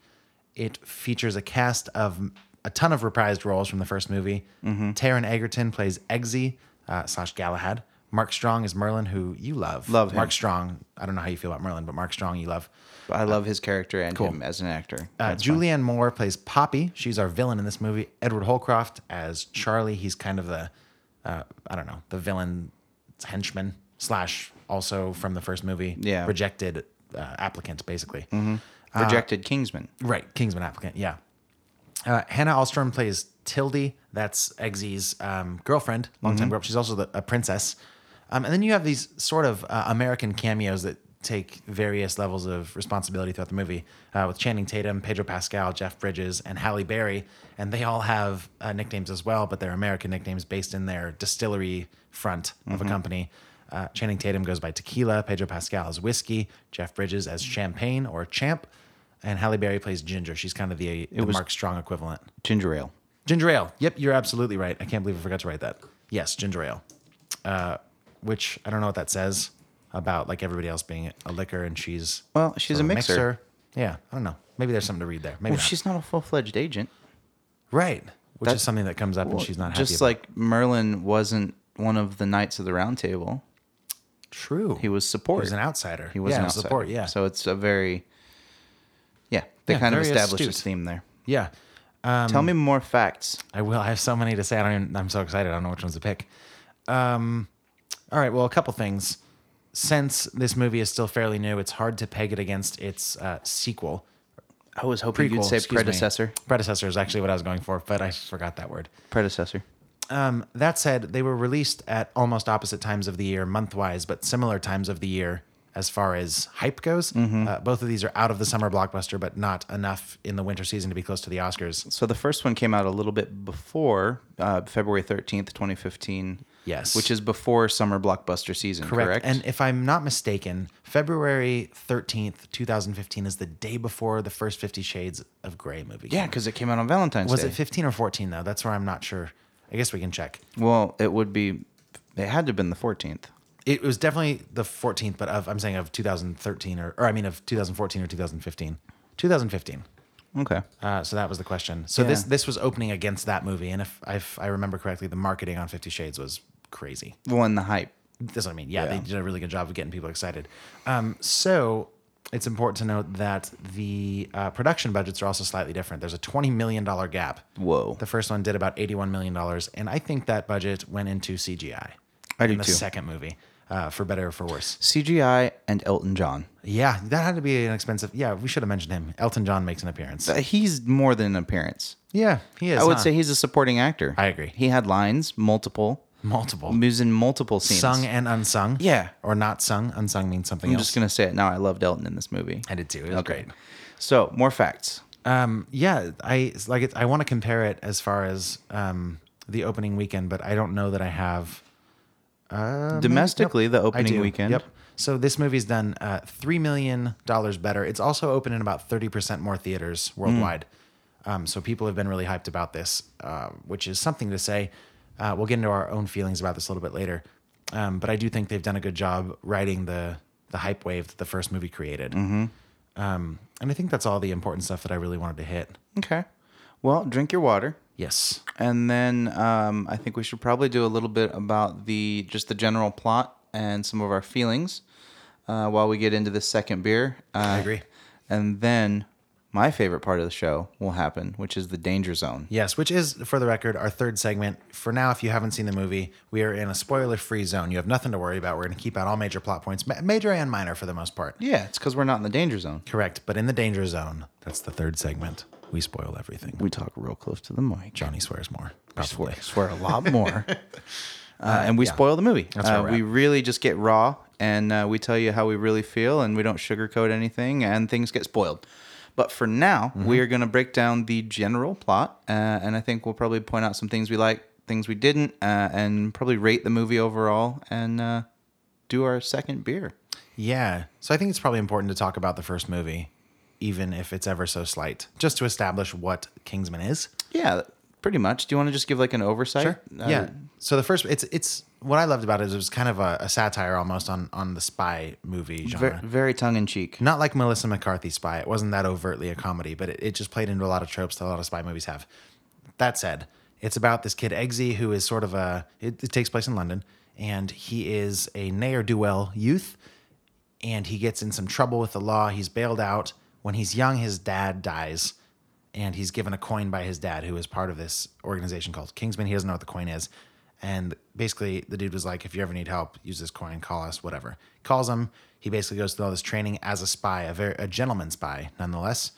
Speaker 2: It features a cast of a ton of reprised roles from the first movie.
Speaker 1: Mm-hmm.
Speaker 2: Taron Egerton plays Eggsy uh, slash Galahad. Mark Strong is Merlin, who you love.
Speaker 1: Love him.
Speaker 2: Mark Strong. I don't know how you feel about Merlin, but Mark Strong you love.
Speaker 1: I love his character and him as an actor.
Speaker 2: Uh,
Speaker 1: That's fun.
Speaker 2: Julianne Moore plays Poppy. She's our villain in this movie. Edward Holcroft as Charlie. He's kind of the, uh, I don't know, the villain henchman slash also from the first movie.
Speaker 1: Yeah. Mm-hmm.
Speaker 2: Rejected uh, applicant, basically. uh,
Speaker 1: rejected Kingsman.
Speaker 2: Right. Kingsman applicant. Yeah. Uh, Hannah Alstrom plays Tildy. That's Eggsy's um, girlfriend, longtime girlfriend. She's also the, a princess. Um, and then you have these sort of uh, American cameos that take various levels of responsibility throughout the movie uh, with Channing Tatum, Pedro Pascal, Jeff Bridges, and Halle Berry. And they all have uh, nicknames as well, but they're American nicknames based in their distillery front of a company. Uh, Channing Tatum goes by tequila, Pedro Pascal is whiskey, Jeff Bridges as champagne or champ, and Halle Berry plays ginger. She's kind of the, the Mark Strong equivalent.
Speaker 1: Ginger ale.
Speaker 2: Ginger ale. Yep, you're absolutely right. I can't believe I forgot to write that. Yes, ginger ale. Uh, which I don't know what that says about like everybody else being a liquor and she's
Speaker 1: Well, she's a
Speaker 2: sort of
Speaker 1: mixer.
Speaker 2: Yeah, I don't know. Maybe there's something to read there. Maybe
Speaker 1: Well,
Speaker 2: not.
Speaker 1: she's not a full fledged agent.
Speaker 2: right. Which is something that comes up and she's not happy.
Speaker 1: Just
Speaker 2: about.
Speaker 1: like Merlin wasn't one of the knights of the round table.
Speaker 2: true.
Speaker 1: He was support.
Speaker 2: He was an outsider.
Speaker 1: He was
Speaker 2: yeah,
Speaker 1: an
Speaker 2: a
Speaker 1: outsider.
Speaker 2: support. Yeah.
Speaker 1: So it's a very Yeah, they
Speaker 2: Yeah,
Speaker 1: kind of
Speaker 2: very
Speaker 1: established
Speaker 2: astute. Um,
Speaker 1: this theme there.
Speaker 2: yeah.
Speaker 1: Tell me more facts.
Speaker 2: I will. I have so many to say. I don't. Even, I'm so excited. I don't know which ones to pick. Um, all right. Well, a couple things. Since this movie is still fairly new, it's hard to peg it against its uh, sequel.
Speaker 1: I was hoping
Speaker 2: Prequel,
Speaker 1: you'd say
Speaker 2: excuse me.
Speaker 1: predecessor.
Speaker 2: Predecessor is actually what I was going for, but I forgot that word.
Speaker 1: Predecessor.
Speaker 2: Um, that said, they were released at almost opposite times of the year, month wise, but similar times of the year as far as hype goes.
Speaker 1: Mm-hmm.
Speaker 2: Uh, both of these are out of the summer blockbuster, but not enough in the winter season to be close to the Oscars.
Speaker 1: So the first one came out a little bit before uh, February 13th, 2015.
Speaker 2: Yes.
Speaker 1: Which is before summer blockbuster season, correct?
Speaker 2: Correct. And if I'm not mistaken, February 13th, 2015 is the day before the first 50 Shades of Grey movie.
Speaker 1: yeah, because it came out on Valentine's
Speaker 2: Was
Speaker 1: Day.
Speaker 2: it 15 or 14 though? That's where I'm not sure. I guess we can check.
Speaker 1: Well, it would be. It had to have been the 14th.
Speaker 2: It was definitely the 14th, but of I'm saying of 2013 or, or I mean of 2014 or 2015. 2015.
Speaker 1: Okay.
Speaker 2: Uh, so that was the question. So this this was opening against that movie, and if I I remember correctly, the marketing on Fifty Shades was crazy.
Speaker 1: Well, and the hype.
Speaker 2: That's what I mean. Yeah, they did a really good job of getting people excited. Um, so it's important to note that the uh, production budgets are also slightly different. There's a $20 million gap.
Speaker 1: Whoa.
Speaker 2: The first one did about $81 million, and I think that budget went into CGI.
Speaker 1: I
Speaker 2: in
Speaker 1: do
Speaker 2: the
Speaker 1: too.
Speaker 2: second movie, uh, for better or for worse.
Speaker 1: CGI and Elton John.
Speaker 2: Yeah, that had to be an expensive. Yeah, we should have mentioned him. Elton John makes an appearance.
Speaker 1: Uh, He's more than an appearance.
Speaker 2: Yeah, he is.
Speaker 1: I would
Speaker 2: huh?
Speaker 1: say he's a supporting actor.
Speaker 2: I agree.
Speaker 1: He had lines, multiple.
Speaker 2: multiple.
Speaker 1: He was in multiple scenes.
Speaker 2: Sung and unsung.
Speaker 1: Yeah.
Speaker 2: Or not sung. Unsung means something
Speaker 1: I'm
Speaker 2: else.
Speaker 1: just going to say it now. I loved Elton in this movie.
Speaker 2: I did too. It was great.
Speaker 1: So, more facts.
Speaker 2: Um, yeah, I it's like it, I want to compare it as far as um, the opening weekend, but I don't know that I have.
Speaker 1: Domestically, the
Speaker 2: Um, I
Speaker 1: opening
Speaker 2: do.
Speaker 1: weekend.
Speaker 2: Yep. So this movie's done uh, three million dollars better. It's also open in about thirty percent more
Speaker 1: Hmm.
Speaker 2: theaters worldwide. Um, so people have been really hyped about this, uh, which is something to say. Uh, we'll get into our own feelings about this a little bit later, um, but I do think they've done a good job riding the the hype wave that the first movie created.
Speaker 1: Mm-hmm.
Speaker 2: Um, and I think that's all the important stuff that I really wanted to hit.
Speaker 1: Okay. Well, drink your water.
Speaker 2: Yes.
Speaker 1: And then um, I think we should probably do a little bit about the just the general plot and some of our feelings uh, while we get into the second beer. Uh, I
Speaker 2: agree.
Speaker 1: And then my favorite part of the show will happen, which is the danger zone.
Speaker 2: Yes, which is, for the record, our third segment. For now, if you haven't seen the movie, we are in a spoiler free zone. You have nothing to worry about. We're going to keep out all major plot points, ma- major and minor for the most part.
Speaker 1: Yeah, it's because we're not in the danger zone.
Speaker 2: Correct. But in the danger zone, that's the third segment. We spoil everything.
Speaker 1: We talk real close to the mic.
Speaker 2: Johnny swears more.
Speaker 1: I swear, swear a lot more. Uh, and we spoil the movie.
Speaker 2: where
Speaker 1: Uh,
Speaker 2: we're
Speaker 1: we
Speaker 2: at.
Speaker 1: really just get raw and uh, we tell you how we really feel and we don't sugarcoat anything and things get spoiled. But for now,
Speaker 2: Mm-hmm.
Speaker 1: we are going to break down the general plot uh, and I think we'll probably point out some things we like, things we didn't, uh, and probably rate the movie overall and uh, do our second beer.
Speaker 2: Yeah. So I think it's probably important to talk about the first movie, even if it's ever so slight, just to establish what Kingsman is.
Speaker 1: Yeah, pretty much. Do you want to just give like an oversight? Uh,
Speaker 2: yeah. So the first, it's it's what I loved about it is it was kind of a, a satire almost on on the spy movie genre.
Speaker 1: Ver- very tongue in cheek.
Speaker 2: Not like Melissa McCarthy spy. It wasn't that overtly a comedy, but it, it just played into a lot of tropes that a lot of spy movies have. That said, it's about this kid Eggsy who is sort of a. It, it takes place in London, and he is a ne'er do well youth, and he gets in some trouble with the law. He's bailed out when he's young. His dad dies, and he's given a coin by his dad, who is part of this organization called Kingsman. He doesn't know what the coin is, and basically the dude was like, "If you ever need help, use this coin. Call us, whatever." Calls him. He basically goes through all this training as a spy, a, very, a gentleman spy, nonetheless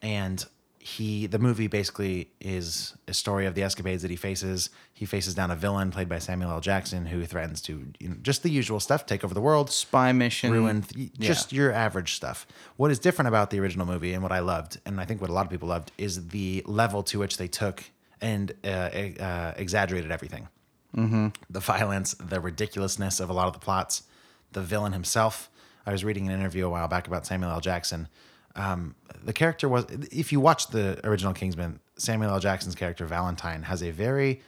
Speaker 2: and he the movie basically is a story of the escapades that he faces he faces down a villain played by samuel l jackson who threatens to you know, just the usual stuff take over the world
Speaker 1: Spy mission.
Speaker 2: ruin th- just your average stuff what is different about the original movie and what i loved and i think what a lot of people loved is the level to which they took and uh, uh, exaggerated everything the violence, the ridiculousness of a lot of the plots, the villain himself. I was reading an interview a while back about Samuel L. Jackson. Um, the character was, if you watch the original Kingsman, Samuel L. Jackson's character Valentine has a very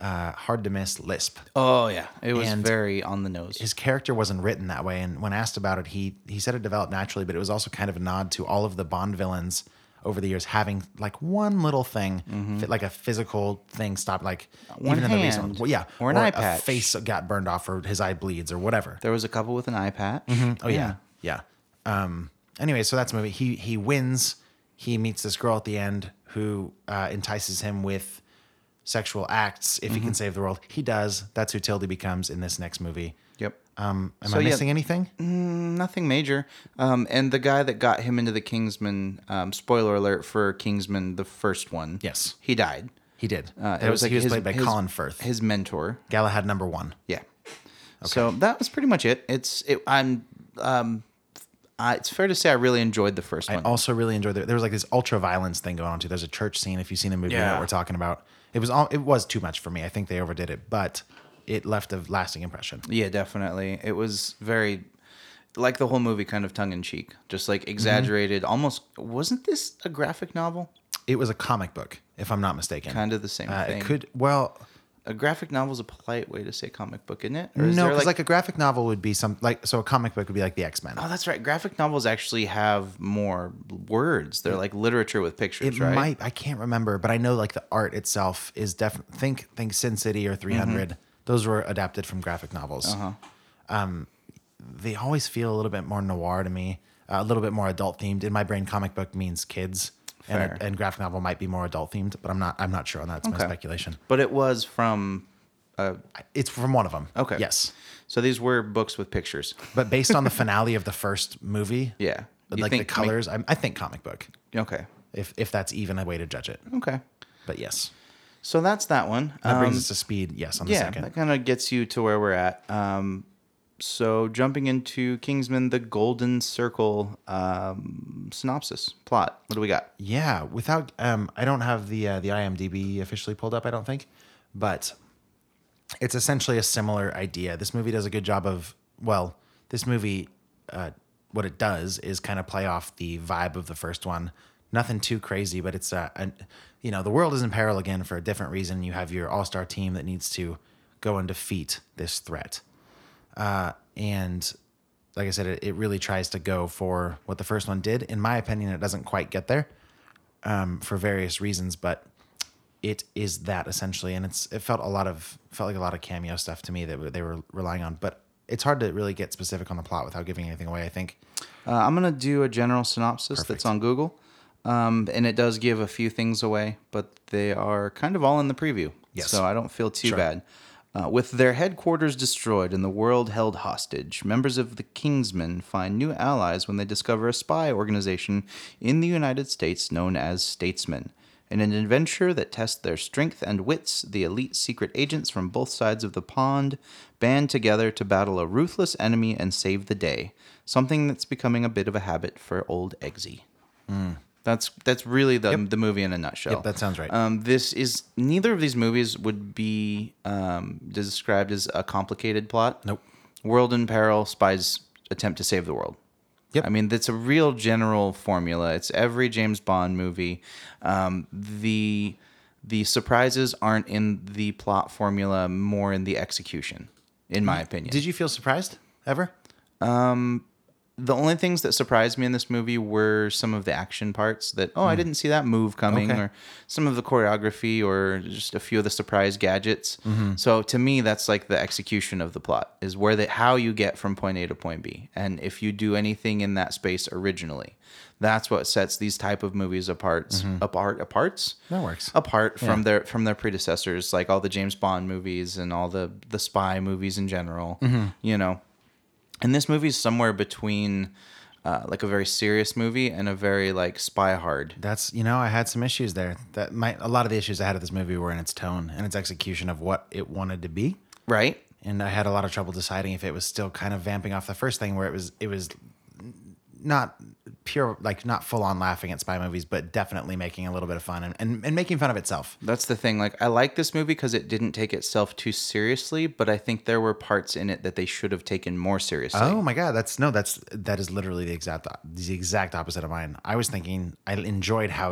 Speaker 2: uh, hard to miss lisp.
Speaker 1: Oh, yeah. It was
Speaker 2: And-
Speaker 1: very on the nose.
Speaker 2: His character wasn't written that way, and when asked about it, he he said it developed naturally, but it was also kind of a nod to all of the Bond villains over the years having like one little thing, fit- like a physical thing, stop like
Speaker 1: Mm-hmm. One
Speaker 2: in the recent
Speaker 1: hand.
Speaker 2: one- well, yeah,
Speaker 1: Or an eye patch.
Speaker 2: a face got burned off, or his eye bleeds, or whatever.
Speaker 1: There was a couple with an eye patch.
Speaker 2: Oh yeah. Yeah. Um anyway, so that's the movie. He he wins. He meets this girl at the end who uh, entices him with sexual acts if he
Speaker 1: Mm-hmm.
Speaker 2: can save the world. He does. That's who Tildy becomes in this next movie.
Speaker 1: Yep.
Speaker 2: Um am
Speaker 1: So,
Speaker 2: I
Speaker 1: yeah.
Speaker 2: missing anything?
Speaker 1: Nothing major. Um, and the guy that got him into the Kingsman, um, spoiler alert for Kingsman, the first one.
Speaker 2: Yes.
Speaker 1: He died.
Speaker 2: He did.
Speaker 1: Uh,
Speaker 2: that was, he was played by
Speaker 1: his-
Speaker 2: Colin Firth.
Speaker 1: His mentor.
Speaker 2: Galahad number one.
Speaker 1: Yeah. So that was pretty much it. It's it, I'm um, I, it's fair to say I really enjoyed the first
Speaker 2: I
Speaker 1: one.
Speaker 2: also really enjoyed there. There was like this ultra violence thing going on too. There's a church scene. If you've seen the movie
Speaker 7: Yeah.
Speaker 2: that we're talking about, it was all it was too much for me. I think they overdid it, but it left a lasting impression.
Speaker 1: Yeah, definitely. It was very like the whole movie kind of tongue in cheek, just
Speaker 2: Mm-hmm.
Speaker 1: like exaggerated. Almost wasn't this a graphic novel?
Speaker 2: It was a comic book, if I'm not mistaken.
Speaker 1: Kind of the same
Speaker 2: Uh,
Speaker 1: thing.
Speaker 2: it could well
Speaker 1: a graphic novel is a polite way to say comic book, isn't it? Or is
Speaker 2: no,
Speaker 1: there,
Speaker 2: because like, a graphic novel would be some like so a comic book would be like the X Men.
Speaker 1: Oh, that's right. Graphic novels actually have more words. They're like literature with pictures,
Speaker 2: it
Speaker 1: right?
Speaker 2: might I can't remember, but I know like the art itself is definitely think think Sin City or 300.
Speaker 1: Mm-hmm.
Speaker 2: Those were adapted from graphic novels.
Speaker 1: Uh-huh.
Speaker 2: Um, they always feel a little bit more noir to me, uh, a little bit more adult themed. In my brain, comic book means kids,
Speaker 1: Fair.
Speaker 2: and, and graphic novel might be more adult themed, but I'm not I'm not sure on that. It's my
Speaker 1: Okay.
Speaker 2: speculation.
Speaker 1: But it was from
Speaker 2: It's from one of them.
Speaker 1: okay.
Speaker 2: Yes,
Speaker 1: So these were books with pictures.
Speaker 2: but based on the finale of the first movie,
Speaker 1: Yeah. You
Speaker 2: like the
Speaker 1: think- I mean-
Speaker 2: colors, I, I think comic book.
Speaker 1: Okay.
Speaker 2: If if that's even a way to judge it,
Speaker 1: Okay.
Speaker 2: but yes,
Speaker 1: So that's that one.
Speaker 2: that brings
Speaker 1: Um,
Speaker 2: us to speed. Yes, on the
Speaker 1: yeah,
Speaker 2: second.
Speaker 1: that kind of gets you to where we're at. Um, so jumping into Kingsman: The Golden Circle um, synopsis plot. What do we got?
Speaker 2: Yeah, without um, I don't have the uh, the IMDb officially pulled up. I don't think, but it's essentially a similar idea. This movie does a good job of well, this movie, uh, what it does is kind of play off the vibe of the first one Nothing too crazy, but it's uh, an, you know the world is in peril again for a different reason. You have your all star team that needs to go and defeat this threat, uh, and like I said, it, it really tries to go for what the first one did. In my opinion, it doesn't quite get there um, for various reasons, but it is that essentially, and it's it felt a lot of felt like a lot of cameo stuff to me that they were relying on, but it's hard to really get specific on the plot without giving anything away. I think.
Speaker 1: Uh, I'm gonna do a general synopsis that's on Google, um, and it does give a few things away, but they are kind of all in the preview.
Speaker 2: Yes.
Speaker 1: So I don't feel too bad. Uh, with their headquarters destroyed and the world held hostage, members of the Kingsmen find new allies when they discover a spy organization in the United States known as Statesmen. In an adventure that tests their strength and wits, the elite secret agents from both sides of the pond band together to battle a ruthless enemy and save the day. Something that's becoming a bit of a habit for old Eggsy. That's that's really the the movie in a nutshell.
Speaker 2: Yep, that sounds right.
Speaker 1: Um, this is neither of these movies would be um, described as a complicated plot.
Speaker 2: Nope.
Speaker 1: World in peril, spies attempt to save the world.
Speaker 2: Yep.
Speaker 1: I mean, that's a real general formula. It's every James Bond movie. Um, the the surprises aren't in the plot formula, more in the execution, in my opinion.
Speaker 2: Did you feel surprised ever?
Speaker 1: the only things that surprised me in this movie were some of the action parts that oh I didn't see that move coming
Speaker 2: Okay.
Speaker 1: or some of the choreography or just a few of the surprise gadgets. So to me that's like the execution of the plot is where the how you get from point A to point B and if you do anything in that space originally. That's what sets these type of movies apart apart aparts
Speaker 2: That works.
Speaker 1: apart from their from their predecessors like all the James Bond movies and all the the spy movies in general, you know and this movie is somewhere between uh, like a very serious movie and a very like spy hard
Speaker 2: That's you know I had some issues there. That my a lot of the issues I had with this movie were in its tone and its execution of what it wanted to be.
Speaker 1: right
Speaker 2: and I had a lot of trouble deciding if it was still kind of vamping off the first thing, where it was it was not pure like not full on laughing at spy movies, but definitely making a little bit of fun and, and, and making fun of itself.
Speaker 1: that's the thing like i like this movie because it didn't take itself too seriously but i think there were parts in it that they should have taken more seriously
Speaker 2: Oh my god, that's no, that's that is literally the exact the exact opposite of mine. I was thinking I enjoyed how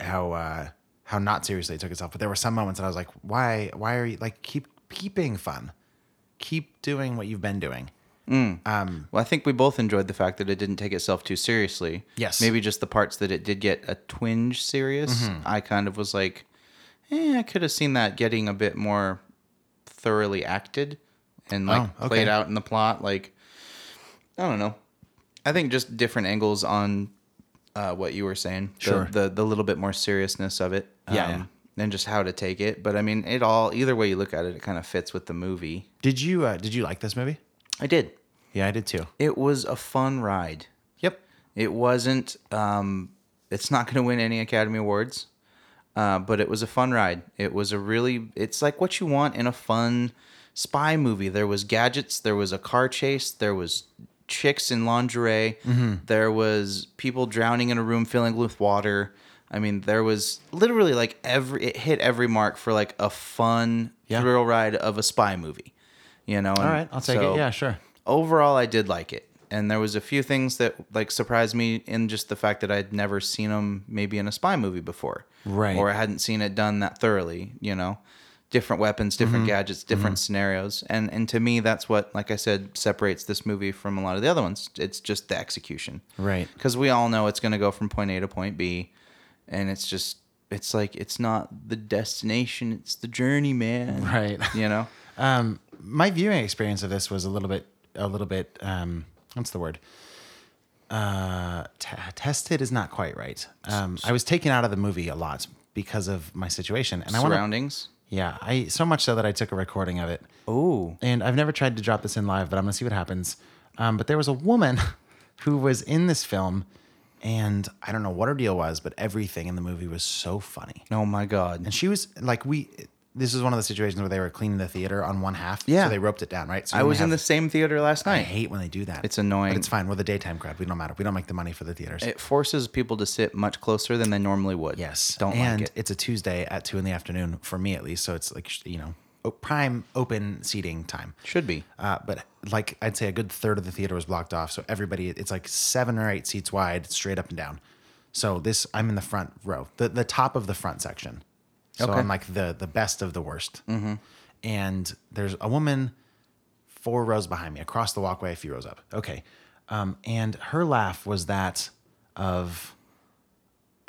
Speaker 2: how uh how not seriously it took itself, but there were some moments that I was like, why why are you like keep keep being fun, keep doing what you've been doing.
Speaker 1: well i think we both enjoyed the fact that it didn't take itself too seriously
Speaker 2: Yes.
Speaker 1: maybe just the parts that it did get a twinge serious
Speaker 2: Mm-hmm.
Speaker 1: i kind of was like eh, i could have seen that getting a bit more thoroughly acted and like
Speaker 2: Oh, okay.
Speaker 1: played out in the plot like i don't know i think just different angles on uh, what you were saying the,
Speaker 2: Sure.
Speaker 1: the, the little bit more seriousness of it um,
Speaker 2: Yeah,
Speaker 1: and just how to take it but i mean it all either way you look at it it kind of fits with the movie
Speaker 2: Did you uh, did you like this movie?
Speaker 1: i did
Speaker 2: Yeah, I did too.
Speaker 1: it was a fun ride
Speaker 2: Yep.
Speaker 1: it wasn't. Um, it's not going to win any Academy Awards, uh, but it was a fun ride. It was a really. It's like what you want in a fun spy movie. There was gadgets. There was a car chase. There was chicks in lingerie.
Speaker 2: Mm-hmm.
Speaker 1: There was people drowning in a room filling with water. I mean, there was literally like every. It hit every mark for like a fun
Speaker 2: Yeah.
Speaker 1: thrill ride of a spy movie. You know.
Speaker 2: All right, I'll take it. Yeah, sure.
Speaker 1: overall i did like it and there was a few things that like surprised me in just the fact that i'd never seen them maybe in a spy movie before
Speaker 2: Right.
Speaker 1: or i hadn't seen it done that thoroughly you know different weapons different
Speaker 2: Mm-hmm.
Speaker 1: gadgets different scenarios and and to me that's what like i said separates this movie from a lot of the other ones it's just the execution
Speaker 2: Right.
Speaker 1: because we all know it's going to go from point a to point b and it's just it's like it's not the destination it's the journey man
Speaker 2: Right.
Speaker 1: you know
Speaker 2: Um, my viewing experience of this was a little bit, a little bit. Um, what's the word? Uh, t- tested is not quite right. Um, I was taken out of the movie a lot because of my situation, and I want to.
Speaker 1: surroundings
Speaker 2: Yeah, I so much so that I took a recording of it,
Speaker 1: oh
Speaker 2: and I've never tried to drop this in live, but I'm gonna see what happens. Um, but there was a woman who was in this film, and I don't know what her deal was, but everything in the movie was so funny.
Speaker 1: oh my god
Speaker 2: And she was like, we. This is one of the situations where they were cleaning the theater on one half.
Speaker 1: Yeah.
Speaker 2: So they roped it down, right? So
Speaker 1: I
Speaker 2: you
Speaker 1: was in
Speaker 2: have-
Speaker 1: the same theater last
Speaker 2: I
Speaker 1: night.
Speaker 2: hate when they do that.
Speaker 1: It's annoying.
Speaker 2: But it's fine. We're the daytime crowd. We don't matter. We don't make the money for the theaters.
Speaker 1: It forces people to sit much closer than they normally would.
Speaker 2: yes.
Speaker 1: Don't
Speaker 2: and
Speaker 1: like it.
Speaker 2: It's a Tuesday at two in the afternoon for me at least. So it's like, sh- you know, o- prime open seating time.
Speaker 1: Should be.
Speaker 2: Uh, but like I'd say a good third of the theater was blocked off. So everybody, it's like seven or eight seats wide, straight up and down. So this, I'm in the front row, the, the top of the front section. So
Speaker 7: Okay.
Speaker 2: I'm like the the best of the worst. And there's a woman four rows behind me across the walkway, a few rows up. Okay. Um, and her laugh was that of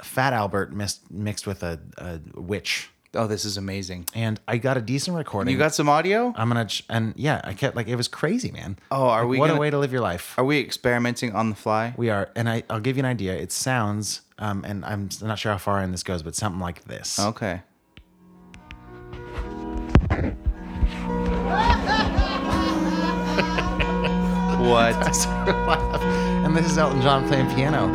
Speaker 2: Fat Albert mis- mixed with a, a witch.
Speaker 1: Oh, this is amazing.
Speaker 2: And I got a decent recording.
Speaker 1: You got some audio?
Speaker 2: I'm gonna ch- and yeah, I kept like it was crazy, man.
Speaker 1: Oh, are
Speaker 2: Like,
Speaker 1: we
Speaker 2: What a
Speaker 1: gonna-
Speaker 2: way to live your life.
Speaker 1: Are we experimenting on the fly?
Speaker 2: We are, and I, I'll give you an idea. It sounds, um, and I'm s- not sure how far in this goes, but something like this.
Speaker 1: Okay. what?
Speaker 2: And this is Elton John playing piano,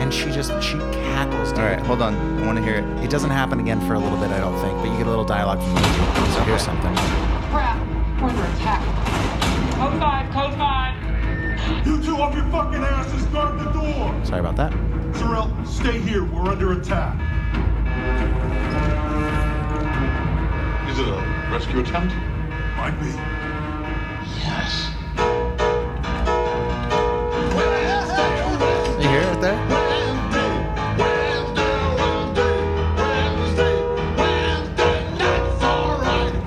Speaker 2: and she just she cackles. Dude.
Speaker 1: All right, hold on. I want to hear it.
Speaker 2: It doesn't happen again for a little bit, I don't think, but you get a little dialogue from the so here's something.
Speaker 8: Crap, we're under attack. Code 5, Code 5.
Speaker 9: You two up your fucking asses, guard the door!
Speaker 2: Sorry about that.
Speaker 9: Sorrel, stay here, we're under attack.
Speaker 5: Is it a rescue attempt?
Speaker 9: Might be.
Speaker 5: Yes.
Speaker 2: You hear it there?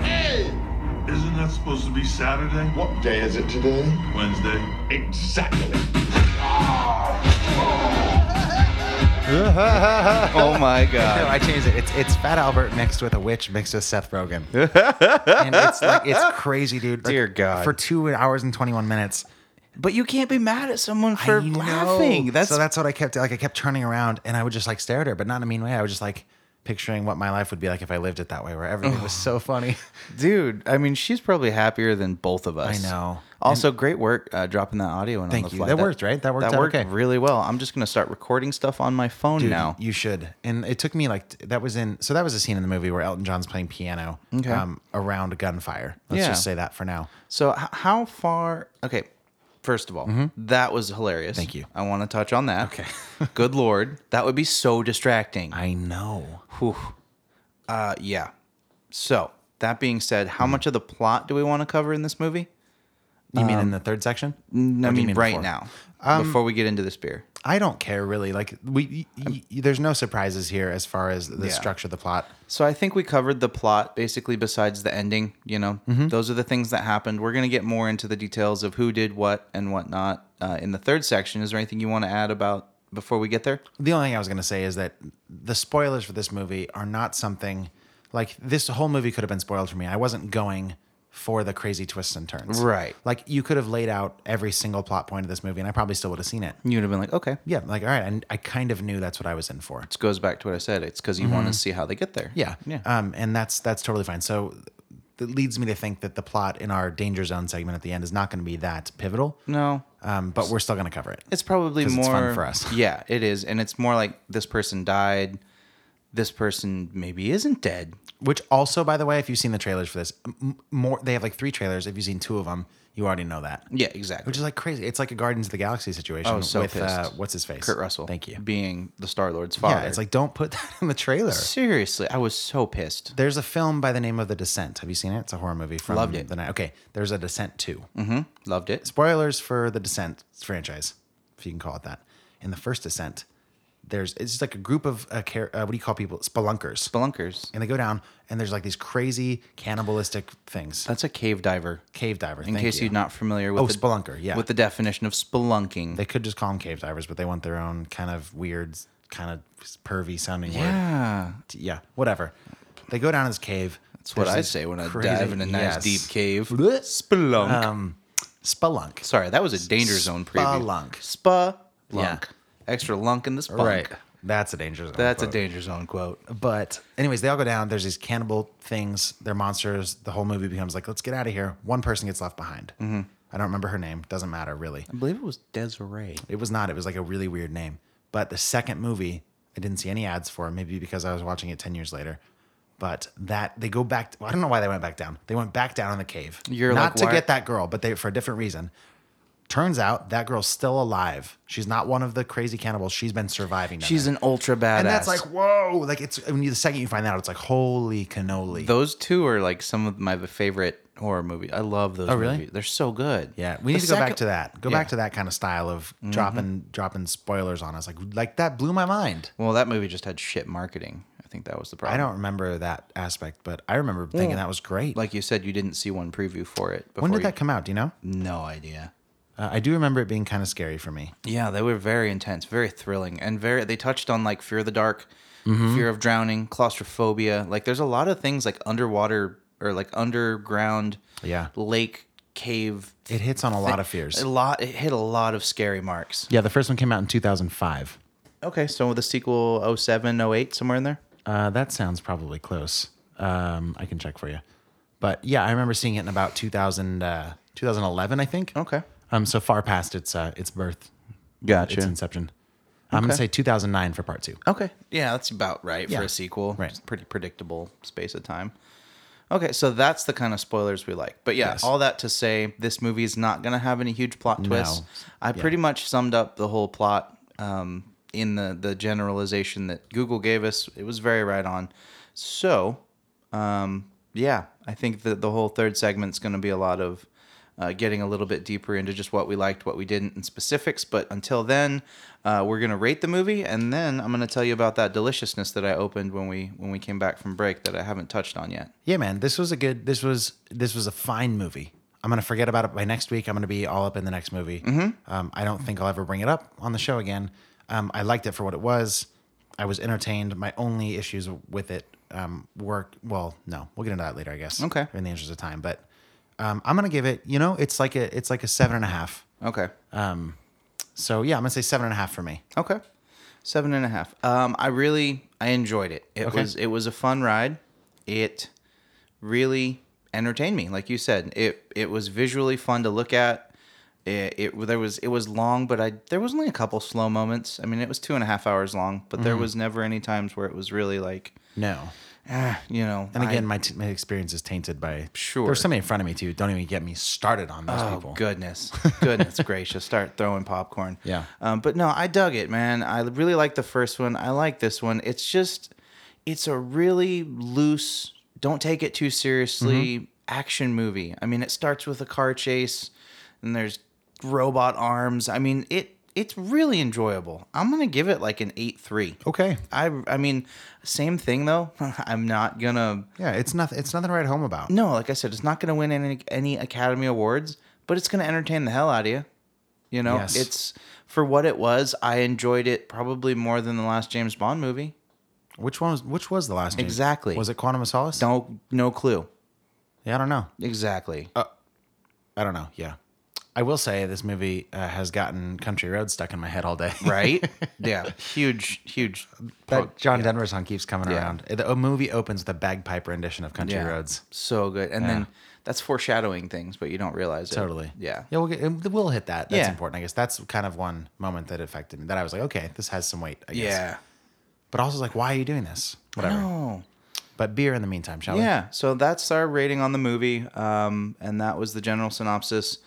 Speaker 9: Isn't that supposed to be Saturday?
Speaker 5: What day is it today?
Speaker 9: Wednesday?
Speaker 5: Exactly.
Speaker 1: Oh my
Speaker 2: No,
Speaker 1: god.
Speaker 2: I changed it. It's it's Fat Albert mixed with a witch mixed with Seth Rogen. and it's like it's crazy, dude. Like,
Speaker 1: Dear God.
Speaker 2: For two hours and twenty one minutes.
Speaker 1: But you can't be mad at someone
Speaker 2: I
Speaker 1: for
Speaker 2: know.
Speaker 1: laughing. That's,
Speaker 2: so that's what I kept like I kept turning around and I would just like stare at her, but not in a mean way. I was just like picturing what my life would be like if I lived it that way where everything was so funny.
Speaker 1: dude. I mean, she's probably happier than both of us.
Speaker 2: I know.
Speaker 1: Also, great work uh, dropping that audio in
Speaker 2: Thank
Speaker 1: on the
Speaker 2: you.
Speaker 1: fly.
Speaker 2: That worked, right? That worked
Speaker 1: That
Speaker 2: out
Speaker 1: worked
Speaker 2: okay.
Speaker 1: really well. I'm just gonna start recording stuff on my phone
Speaker 2: Dude,
Speaker 1: now.
Speaker 2: You should. And it took me like t- that was in so that was a scene in the movie where Elton John's playing piano um,
Speaker 1: Okay.
Speaker 2: around gunfire. Let's
Speaker 1: Yeah.
Speaker 2: just say that for now.
Speaker 1: So h- how far? Okay, first of all, that was hilarious.
Speaker 2: Thank you.
Speaker 1: I want to touch on that.
Speaker 2: Okay.
Speaker 1: Good lord, that would be so distracting.
Speaker 2: I know.
Speaker 1: Whew. Uh, yeah. So that being said, how much of the plot do we want to cover in this movie?
Speaker 2: You mean
Speaker 1: Um,
Speaker 2: in the third section?
Speaker 1: I
Speaker 2: Or do you
Speaker 1: mean, Um, right
Speaker 2: before?
Speaker 1: now, before we get into this beer.
Speaker 2: I don't care really. Like we, y- y- y- there's no surprises here as far as the
Speaker 1: Yeah.
Speaker 2: structure of the plot.
Speaker 1: So I think we covered the plot basically besides the ending, you know. Those are the things that happened. We're going to get more into the details of who did what and whatnot uh, in the third section. Is there anything you want to add about before we get there?
Speaker 2: The only thing I was going to say is that the spoilers for this movie are not something like this whole movie could have been spoiled for me. I wasn't going for the crazy twists and turns.
Speaker 1: Right.
Speaker 2: Like you could have laid out every single plot point of this movie and I probably still would have seen it.
Speaker 1: You would have been like, okay,
Speaker 2: Yeah, like all right, and I kind of knew that's what I was in for.
Speaker 1: It goes back to what I said. It's because you want to see how they get there.
Speaker 2: Mm-hmm.
Speaker 1: Uh,
Speaker 2: Yeah.
Speaker 1: Yeah.
Speaker 2: Um, and that's that's totally fine. So that leads me to think that the plot in our danger zone segment at the end is not going to be that pivotal.
Speaker 1: no,
Speaker 2: Um, but we're still going to cover it.
Speaker 1: it's probably
Speaker 2: 'Cause
Speaker 1: more
Speaker 2: it's fun for us.
Speaker 1: yeah, it is, and it's more like this person died. This person maybe isn't dead.
Speaker 2: Which also, by the way, if you've seen the trailers for this, m- more they have like three trailers. If you've seen two of them, you already know that.
Speaker 1: Yeah, exactly.
Speaker 2: Which is like crazy. It's like a Guardians of the Galaxy situation
Speaker 1: Oh, so
Speaker 2: with uh,
Speaker 1: pissed.
Speaker 2: what's his face,
Speaker 1: Kurt Russell.
Speaker 2: Thank you.
Speaker 1: Being the Star Lord's father.
Speaker 2: Yeah, it's like don't put that in the trailer.
Speaker 1: seriously, I was so pissed.
Speaker 2: There's a film by the name of The Descent. Have you seen it? It's a horror movie from
Speaker 1: Loved it. Mm-hmm.
Speaker 2: the night. Okay, there's a Descent too.
Speaker 1: Loved it.
Speaker 2: spoilers for the Descent franchise, if you can call it that. In the first Descent, there's it's just like a group of uh, car- uh, what do you call people spelunkers,
Speaker 1: Spelunkers.
Speaker 2: and they go down and there's like these crazy cannibalistic things.
Speaker 1: That's a cave diver.
Speaker 2: cave diver.
Speaker 1: In case you. are not familiar with
Speaker 2: oh
Speaker 1: the,
Speaker 2: spelunker, yeah.
Speaker 1: with the definition of spelunking.
Speaker 2: they could just call them cave divers, but they want their own kind of weird, kind of pervy sounding word.
Speaker 1: yeah,
Speaker 2: Yeah, whatever. They go down in this cave.
Speaker 1: that's what I say when I dive in a nice deep cave. Spelunk.
Speaker 2: Um, spelunk.
Speaker 1: Sorry, that was a danger zone preview.
Speaker 2: Spelunk.
Speaker 1: Spa
Speaker 2: Yeah.
Speaker 1: lunk. Extra lunk in the spunk.
Speaker 2: Right. That's a danger zone.
Speaker 1: That's a
Speaker 2: quote.
Speaker 1: danger zone quote.
Speaker 2: But anyways, they all go down. There's these cannibal things. They're monsters. The whole movie becomes like, let's get out of here. One person gets left behind.
Speaker 1: Mm-hmm.
Speaker 2: I don't remember her name. Doesn't matter really.
Speaker 1: I believe it was Desiree.
Speaker 2: It was not. It was like a really weird name. But the second movie, I didn't see any ads for. Maybe because I was watching it ten years later. But that they go back. well, I don't know why they went back down. They went back down in the cave.
Speaker 1: You're
Speaker 2: not
Speaker 1: like,
Speaker 2: to
Speaker 1: why-
Speaker 2: get that girl, but they for a different reason. Turns out that girl's still alive. She's not one of the crazy cannibals. She's been surviving. down
Speaker 1: She's
Speaker 2: there
Speaker 1: an ultra badass.
Speaker 2: and that's like whoa like it's when you, the second you find that out it's like holy cannoli
Speaker 1: those two are like some of my favorite horror movie. I love those.
Speaker 2: Oh, really?
Speaker 1: movies. They're so good.
Speaker 2: Yeah, we
Speaker 1: The
Speaker 2: need to go
Speaker 1: second-
Speaker 2: back to that. Go
Speaker 1: Yeah. Mm-hmm.
Speaker 2: back to that kind of style of dropping dropping spoilers on us. Like like that blew my mind.
Speaker 1: Well, that movie just had shit marketing. I think that was the problem.
Speaker 2: I don't remember that aspect, but I remember thinking that was great.
Speaker 1: Like you said, you didn't see one preview for it. Before
Speaker 2: when did
Speaker 1: you- Mm.
Speaker 2: that come out? Do you know?
Speaker 1: No idea.
Speaker 2: Uh, I do remember it being kind of scary for me.
Speaker 1: Yeah, they were very intense, very thrilling, and very. They touched on like fear of the dark,
Speaker 2: Mm-hmm.
Speaker 1: fear of drowning, claustrophobia. Like there's a lot of things like underwater or like underground,
Speaker 2: Yeah.
Speaker 1: lake, cave.
Speaker 2: It hits on a lot of fears.
Speaker 1: A lot. It hit a lot of scary marks.
Speaker 2: Yeah, the first one came out in 2005.
Speaker 1: Okay, so the sequel 07, 08, somewhere in there.
Speaker 2: Uh, that sounds probably close. Um, I can check for you. But yeah, I remember seeing it in about 2000, uh, 2011, I think.
Speaker 1: Okay.
Speaker 2: Um, so far past its uh, its birth,
Speaker 1: Gotcha.
Speaker 2: its inception. I'm gonna
Speaker 1: Okay.
Speaker 2: say 2009 for part two.
Speaker 1: Okay. Yeah, that's about right
Speaker 2: Yeah.
Speaker 1: for a sequel.
Speaker 2: Right.
Speaker 1: It's pretty predictable space of time. Okay, so that's the kind of spoilers we like. But yeah,
Speaker 2: Yes.
Speaker 1: all that to say, this movie is not going to have any huge plot twists. I pretty much summed up the whole plot um, in the, the generalization that Google gave us. It was very right on. So, um, yeah, I think that the whole third segment's going to be a lot of uh, getting a little bit deeper into just what we liked, what we didn't, and specifics. But until then, uh, we're going to rate the movie, and then I'm going to tell you about that deliciousness that I opened when we when we came back from break that I haven't touched on yet.
Speaker 2: Yeah, man, this was a good. This was this was a fine movie. I'm gonna forget about it by next week. I'm gonna be all up in the next movie.
Speaker 1: Mm-hmm.
Speaker 2: Um, I don't think I'll ever bring it up on the show again. Um, I liked it for what it was. I was entertained. My only issues with it um, were well, no, we'll get into that later, I guess.
Speaker 1: Okay.
Speaker 2: In the interest of time, but um, I'm gonna give it. You know, it's like a it's like a seven and a half.
Speaker 1: Okay.
Speaker 2: So yeah, I'm gonna say seven and a half for me.
Speaker 1: Okay. Seven and a half. Um, I really I enjoyed it. It
Speaker 2: Okay.
Speaker 1: was it was a fun ride. It really entertained me, like you said. It it was visually fun to look at. It, it there was it was long, but I there was only a couple slow moments. I mean, it was two and a half hours long, but
Speaker 2: Mm-hmm.
Speaker 1: there was never any times where it was really like,
Speaker 2: No.
Speaker 1: ah, you know.
Speaker 2: And
Speaker 1: I-
Speaker 2: again, my, t- my experience is tainted by
Speaker 1: Sure. Oh,
Speaker 2: There's somebody in front of me too. Don't even get me started on those people.
Speaker 1: Goodness, goodness gracious! Start throwing popcorn.
Speaker 2: Yeah.
Speaker 1: Um, but no, I dug it, man. I really like the first one. I like this one. It's just, it's a really loose. Don't take it too seriously.
Speaker 2: Mm-hmm.
Speaker 1: Action movie. I mean, it starts with a car chase, and there's robot arms. I mean, it it's really enjoyable. I'm gonna give it like an eight three.
Speaker 2: Okay.
Speaker 1: I I mean, same thing though. I'm not gonna.
Speaker 2: Yeah, it's nothing. It's nothing to write home about.
Speaker 1: No, like I said, it's not going to win any any Academy Awards, but it's going to entertain the hell out of you. You know,
Speaker 2: Yes.
Speaker 1: it's for what it was. I enjoyed it probably more than the last James Bond movie.
Speaker 2: Which one was? Which was the last? James-
Speaker 1: Exactly.
Speaker 2: Was it Quantum of Solace?
Speaker 1: No, no clue.
Speaker 2: Yeah, I don't know.
Speaker 1: Exactly.
Speaker 2: Uh, I don't know. Yeah, I will say this movie uh, has gotten Country Road stuck in my head all day.
Speaker 1: right? yeah. Huge, huge.
Speaker 2: that John Denver song keeps coming
Speaker 1: Yeah.
Speaker 2: around. The a movie opens with a bagpipe rendition of Country
Speaker 1: Yeah.
Speaker 2: Roads.
Speaker 1: So good. And then that's foreshadowing things, but you don't realize it.
Speaker 2: Totally.
Speaker 1: Yeah.
Speaker 2: Yeah, we'll, get, and we'll hit that. That's
Speaker 1: Yeah.
Speaker 2: important. I guess that's kind of one moment that affected me. That I was like, okay, this has some weight. I guess.
Speaker 1: Yeah.
Speaker 2: But also, like, why are you doing this? Whatever.
Speaker 1: Oh.
Speaker 2: But beer in the meantime, shall we?
Speaker 1: Yeah, so that's our rating on the movie, um, and that was the general synopsis.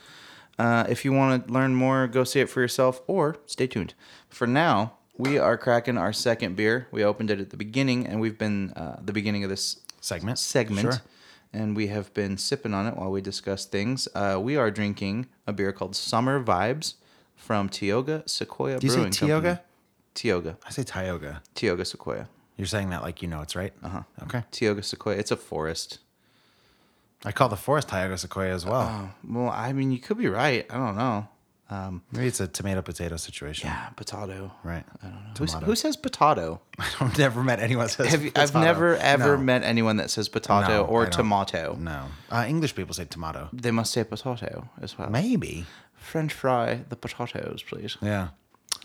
Speaker 1: Uh, if you want to learn more, go see it for yourself or stay tuned. For now, we are cracking our second beer. We opened it at the beginning, and we've been uh, the beginning of this
Speaker 2: Segment.
Speaker 1: segment,
Speaker 2: Sure.
Speaker 1: and we have been sipping on it while we discuss things. Uh, we are drinking a beer called Summer Vibes from Tioga Sequoia
Speaker 2: Do you say
Speaker 1: Brewing Company.
Speaker 2: Tioga?
Speaker 1: Tioga,
Speaker 2: I say Tioga.
Speaker 1: Tioga Sequoia,
Speaker 2: You're saying that like you know it's right. Uh
Speaker 1: Uh-huh.
Speaker 2: huh. Okay.
Speaker 1: Tioga Sequoia. It's a forest.
Speaker 2: I call the forest Tioga Sequoia as well.
Speaker 1: Well, I mean, you could be right. I don't know. Um,
Speaker 2: Maybe it's a tomato potato situation.
Speaker 1: Yeah, potato.
Speaker 2: Right. I
Speaker 1: Who's, who says potato?
Speaker 2: I've never met anyone that says
Speaker 1: Have you, I've
Speaker 2: potato.
Speaker 1: never ever
Speaker 2: No.
Speaker 1: met anyone that says potato
Speaker 2: No, I
Speaker 1: or
Speaker 2: don't.
Speaker 1: tomato.
Speaker 2: No. Uh, English people say tomato.
Speaker 1: They must say potato as well.
Speaker 2: Maybe.
Speaker 1: French fry the potatoes, please.
Speaker 2: Yeah.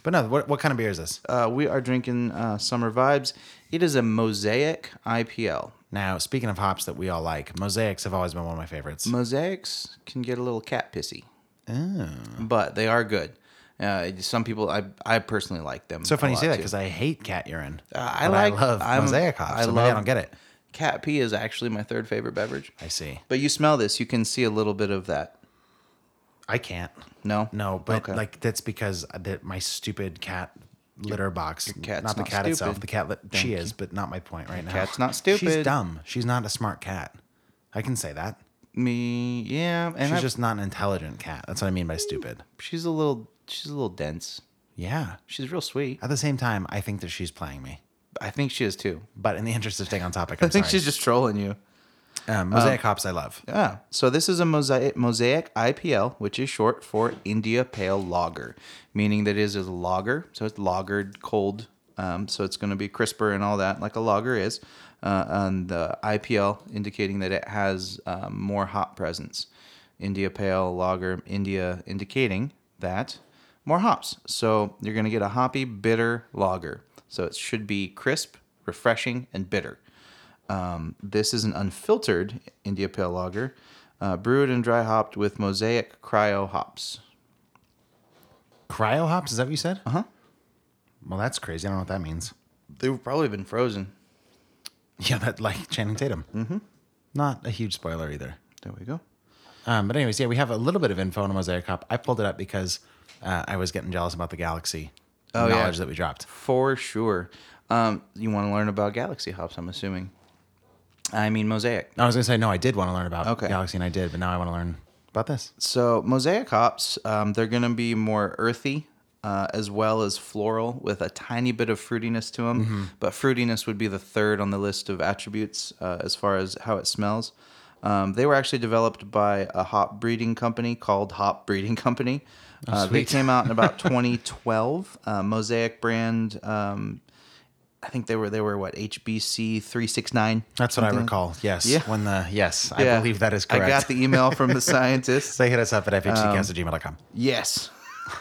Speaker 2: But no, what, what kind of beer is this?
Speaker 1: Uh, we are drinking uh, summer vibes. It is a mosaic IPL.
Speaker 2: Now, speaking of hops that we all like, mosaics have always been one of my favorites.
Speaker 1: Mosaics can get a little cat pissy,
Speaker 2: Oh.
Speaker 1: but they are good. Uh, some people, I, I personally like them.
Speaker 2: So funny
Speaker 1: a
Speaker 2: you say
Speaker 1: lot,
Speaker 2: that
Speaker 1: too. Uh,
Speaker 2: because I hate cat urine.
Speaker 1: I
Speaker 2: But
Speaker 1: like-
Speaker 2: I love
Speaker 1: I'm-
Speaker 2: mosaic hops.
Speaker 1: I
Speaker 2: I, so maybe I
Speaker 1: love-
Speaker 2: don't get it.
Speaker 1: cat pee is actually my third favorite beverage.
Speaker 2: I see.
Speaker 1: But you smell this, you can see a little bit of that.
Speaker 2: I can't.
Speaker 1: No,
Speaker 2: No, but
Speaker 1: Okay.
Speaker 2: like that's because that my stupid cat litter box.
Speaker 1: cat's
Speaker 2: not the
Speaker 1: not
Speaker 2: cat itself.
Speaker 1: stupid.
Speaker 2: The cat. Li- she is, but not my point right now.
Speaker 1: Cat's not
Speaker 2: She's
Speaker 1: stupid.
Speaker 2: dumb. She's not a smart cat. I can say that.
Speaker 1: me. Yeah, and
Speaker 2: She's
Speaker 1: I've-
Speaker 2: just not an intelligent cat. That's what I mean by stupid.
Speaker 1: she's a little she's a little dense.
Speaker 2: Yeah.
Speaker 1: She's real sweet.
Speaker 2: At the same time, I think that she's playing me.
Speaker 1: I think she is too.
Speaker 2: But in the interest of staying on topic,
Speaker 1: I
Speaker 2: I'm
Speaker 1: think
Speaker 2: sorry.
Speaker 1: she's just trolling you.
Speaker 2: um, mosaic hops. I love.
Speaker 1: Yeah. So this is a mosaic, mosaic IPL, which is short for India Pale Lager, meaning that it is a lager, so it's lagered cold. Um, so it's going to be crisper and all that, like a lager is. Uh, and the IPL indicating that it has um, more hop presence. India Pale Lager, India indicating that more hops. So you're going to get a hoppy, bitter lager. So it should be crisp, refreshing, and bitter. Um, this is an unfiltered India Pale Lager, uh, brewed and dry hopped with Mosaic Cryo hops.
Speaker 2: Cryo hops. Is that what you said? Uh
Speaker 1: Uh-huh.
Speaker 2: huh. Well, that's crazy. I don't know what that means.
Speaker 1: They've probably been frozen.
Speaker 2: Yeah, that like Channing Tatum. Mm-hmm. Not a huge spoiler either.
Speaker 1: There we go.
Speaker 2: Um, but anyways, yeah, we have a little bit of info on a mosaic hop. I pulled it up because uh, I was getting jealous about the galaxy
Speaker 1: Oh, yeah.
Speaker 2: knowledge that we dropped.
Speaker 1: For sure. Um, you want to learn about Galaxy hops, I'm assuming. I mean, Mosaic.
Speaker 2: I was gonna say no, I did want to learn about
Speaker 1: Okay.
Speaker 2: galaxy, and I did, but now I want to learn about this.
Speaker 1: So mosaic hops, um, they're going to be more earthy uh, as well as floral with a tiny bit of fruitiness to them.
Speaker 2: Mm-hmm.
Speaker 1: But fruitiness would be the third on the list of attributes uh, as far as how it smells. Um, they were actually developed by a hop breeding company called Hop Breeding Company. uh, they
Speaker 2: Oh, sweet.
Speaker 1: came out in about 2012. Uh, mosaic brand. Um, I think they were they were what HBC three six nine.
Speaker 2: That's what I recall. Yes.
Speaker 1: Yeah.
Speaker 2: When the yes, I
Speaker 1: Yeah.
Speaker 2: believe that is correct.
Speaker 1: I got the Um, email from the scientists.
Speaker 2: Say hit us up at fhcast@gmail.com.
Speaker 1: Yes,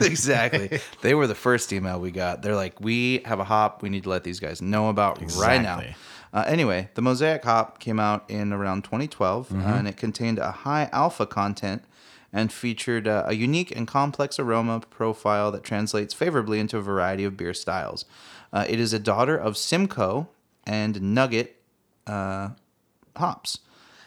Speaker 1: exactly. they were the first email we got. They're like, we have a hop we need to let these guys know about right now.
Speaker 2: Exactly.
Speaker 1: Uh, anyway, the Mosaic hop came out in around 2012 uh, and it contained a high alpha content and featured uh, a unique and complex aroma profile that translates favorably into a variety of beer styles. Uh, it is a daughter of Simcoe and Nugget hops.